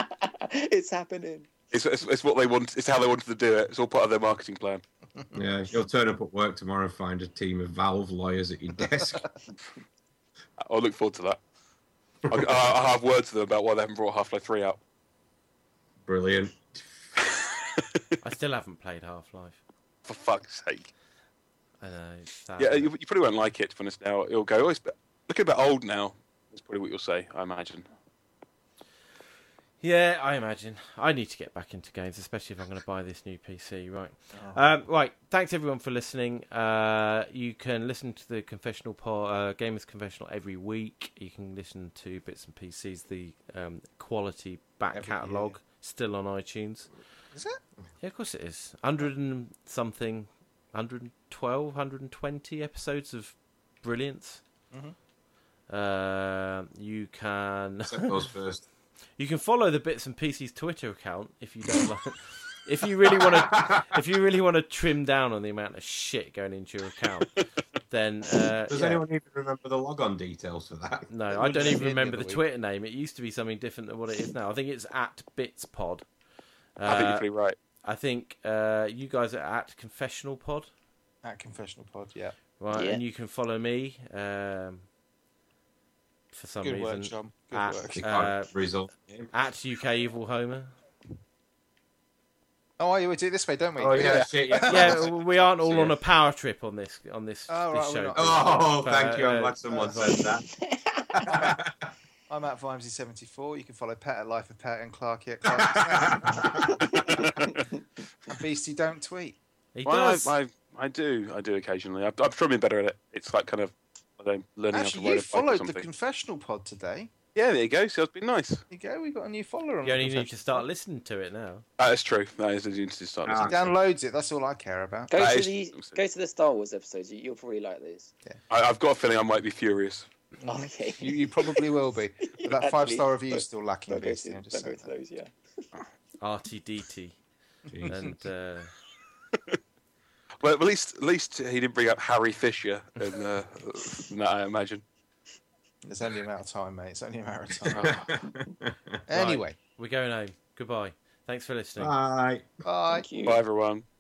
Speaker 3: it's happening.
Speaker 4: It's, it's, it's what they want. It's how they wanted to do it. It's all part of their marketing plan.
Speaker 5: Yeah, you'll turn up at work tomorrow and find a team of Valve lawyers at your desk.
Speaker 4: I'll look forward to that. I'll, I'll I'll have words to them about why they haven't brought Half Life Three out.
Speaker 5: Brilliant.
Speaker 1: I still haven't played Half Life.
Speaker 4: For fuck's sake.
Speaker 1: I know. It's sad.
Speaker 4: Yeah, you, you probably won't like it. To be honest, now you'll go. Oh, it's a bit- looking a bit old now. That's probably what you'll say. I imagine.
Speaker 1: Yeah, I imagine. I need to get back into games, especially if I'm going to buy this new PC. Right.
Speaker 2: Oh.
Speaker 1: Um, right. Thanks everyone for listening. Uh, you can listen to the confessional po- uh, gamers confessional every week. You can listen to bits and PCs, the um, quality back
Speaker 2: Every-
Speaker 1: catalogue, still on iTunes.
Speaker 2: Is it?
Speaker 1: Yeah, of course it is. Hundred and something, 112, 120 episodes of brilliance.
Speaker 2: Mhm.
Speaker 1: Uh, you can.
Speaker 5: Except those first.
Speaker 1: You can follow the Bits and Pieces Twitter account if you don't like. If you really want to, if you really want to trim down on the amount of shit going into your account, then uh,
Speaker 5: Does
Speaker 1: yeah.
Speaker 5: anyone even remember the logon details for that?
Speaker 1: No, I don't
Speaker 2: It
Speaker 1: even
Speaker 2: was
Speaker 1: remember
Speaker 2: the
Speaker 1: the
Speaker 2: other
Speaker 1: Twitter name. It used to be something different than what it is now. I think it's at BitsPod.
Speaker 4: I think you're
Speaker 1: Uh,
Speaker 4: pretty right.
Speaker 1: I think uh, you guys are at Confessional Pod,
Speaker 2: At Confessional Pod, yeah.
Speaker 1: right?
Speaker 3: Yeah.
Speaker 1: And you can follow me um, for some
Speaker 2: Good
Speaker 1: reason
Speaker 2: work, John. Good
Speaker 1: at-
Speaker 2: work.
Speaker 1: Uh,
Speaker 5: result.
Speaker 1: at UK Evil Homer.
Speaker 2: Oh, yeah, we do it this way, don't we?
Speaker 5: Oh yeah, shit, yeah.
Speaker 1: yeah, we aren't all
Speaker 5: So, yeah.
Speaker 1: on a power trip on this on this,
Speaker 2: Oh,
Speaker 1: this
Speaker 2: right, we're
Speaker 1: show.
Speaker 2: not.
Speaker 5: Oh,
Speaker 1: But,
Speaker 5: thank you.
Speaker 1: uh,
Speaker 5: I'm glad someone said that.
Speaker 2: I'm at Vimesy74. You can follow Pet at Life of Pet and Clarky at Clarky. and Beastie don't tweet.
Speaker 1: He
Speaker 4: Well,
Speaker 1: does.
Speaker 4: I, I, I do. I do occasionally. I've, I've tried being better at it. It's like kind of I don't know, learning
Speaker 2: Actually,
Speaker 4: how
Speaker 2: you
Speaker 4: to ride a bike or
Speaker 2: followed the
Speaker 4: something.
Speaker 2: Confessional Pod today.
Speaker 4: yeah, there you go. So it's been nice.
Speaker 2: There you go. We got a new follower on
Speaker 1: you
Speaker 2: the
Speaker 1: only need to
Speaker 2: Confessional
Speaker 1: start
Speaker 2: Pod.
Speaker 1: listening to it now.
Speaker 4: That is true. That is as you to start.
Speaker 5: Ah.
Speaker 4: listening.
Speaker 2: He downloads it. That's all I care about.
Speaker 3: Go
Speaker 4: That
Speaker 3: to
Speaker 4: is-
Speaker 3: the go to the Star Wars episodes. You, you'll probably like these.
Speaker 4: I, I've got a feeling I might be furious.
Speaker 5: Mm.
Speaker 3: Okay.
Speaker 2: You, you probably will be. But that
Speaker 3: Actually,
Speaker 2: five star review
Speaker 3: don't-
Speaker 2: is still lacking,
Speaker 3: Don't go
Speaker 2: Beastie.
Speaker 3: to,
Speaker 2: I'm
Speaker 3: don't
Speaker 2: just
Speaker 3: go
Speaker 2: saying
Speaker 3: to
Speaker 2: that.
Speaker 3: those. Yeah.
Speaker 1: RTDT and uh,
Speaker 4: Well, at least at least he didn't bring up Harry Fisher. And uh, no, I imagine.
Speaker 2: It's only a matter of time, mate. It's only a matter of time.
Speaker 5: Jeez.
Speaker 2: anyway,
Speaker 1: we're going home. Goodbye. Thanks for listening.
Speaker 5: Bye.
Speaker 2: bye.
Speaker 3: Thank you.
Speaker 4: Bye everyone.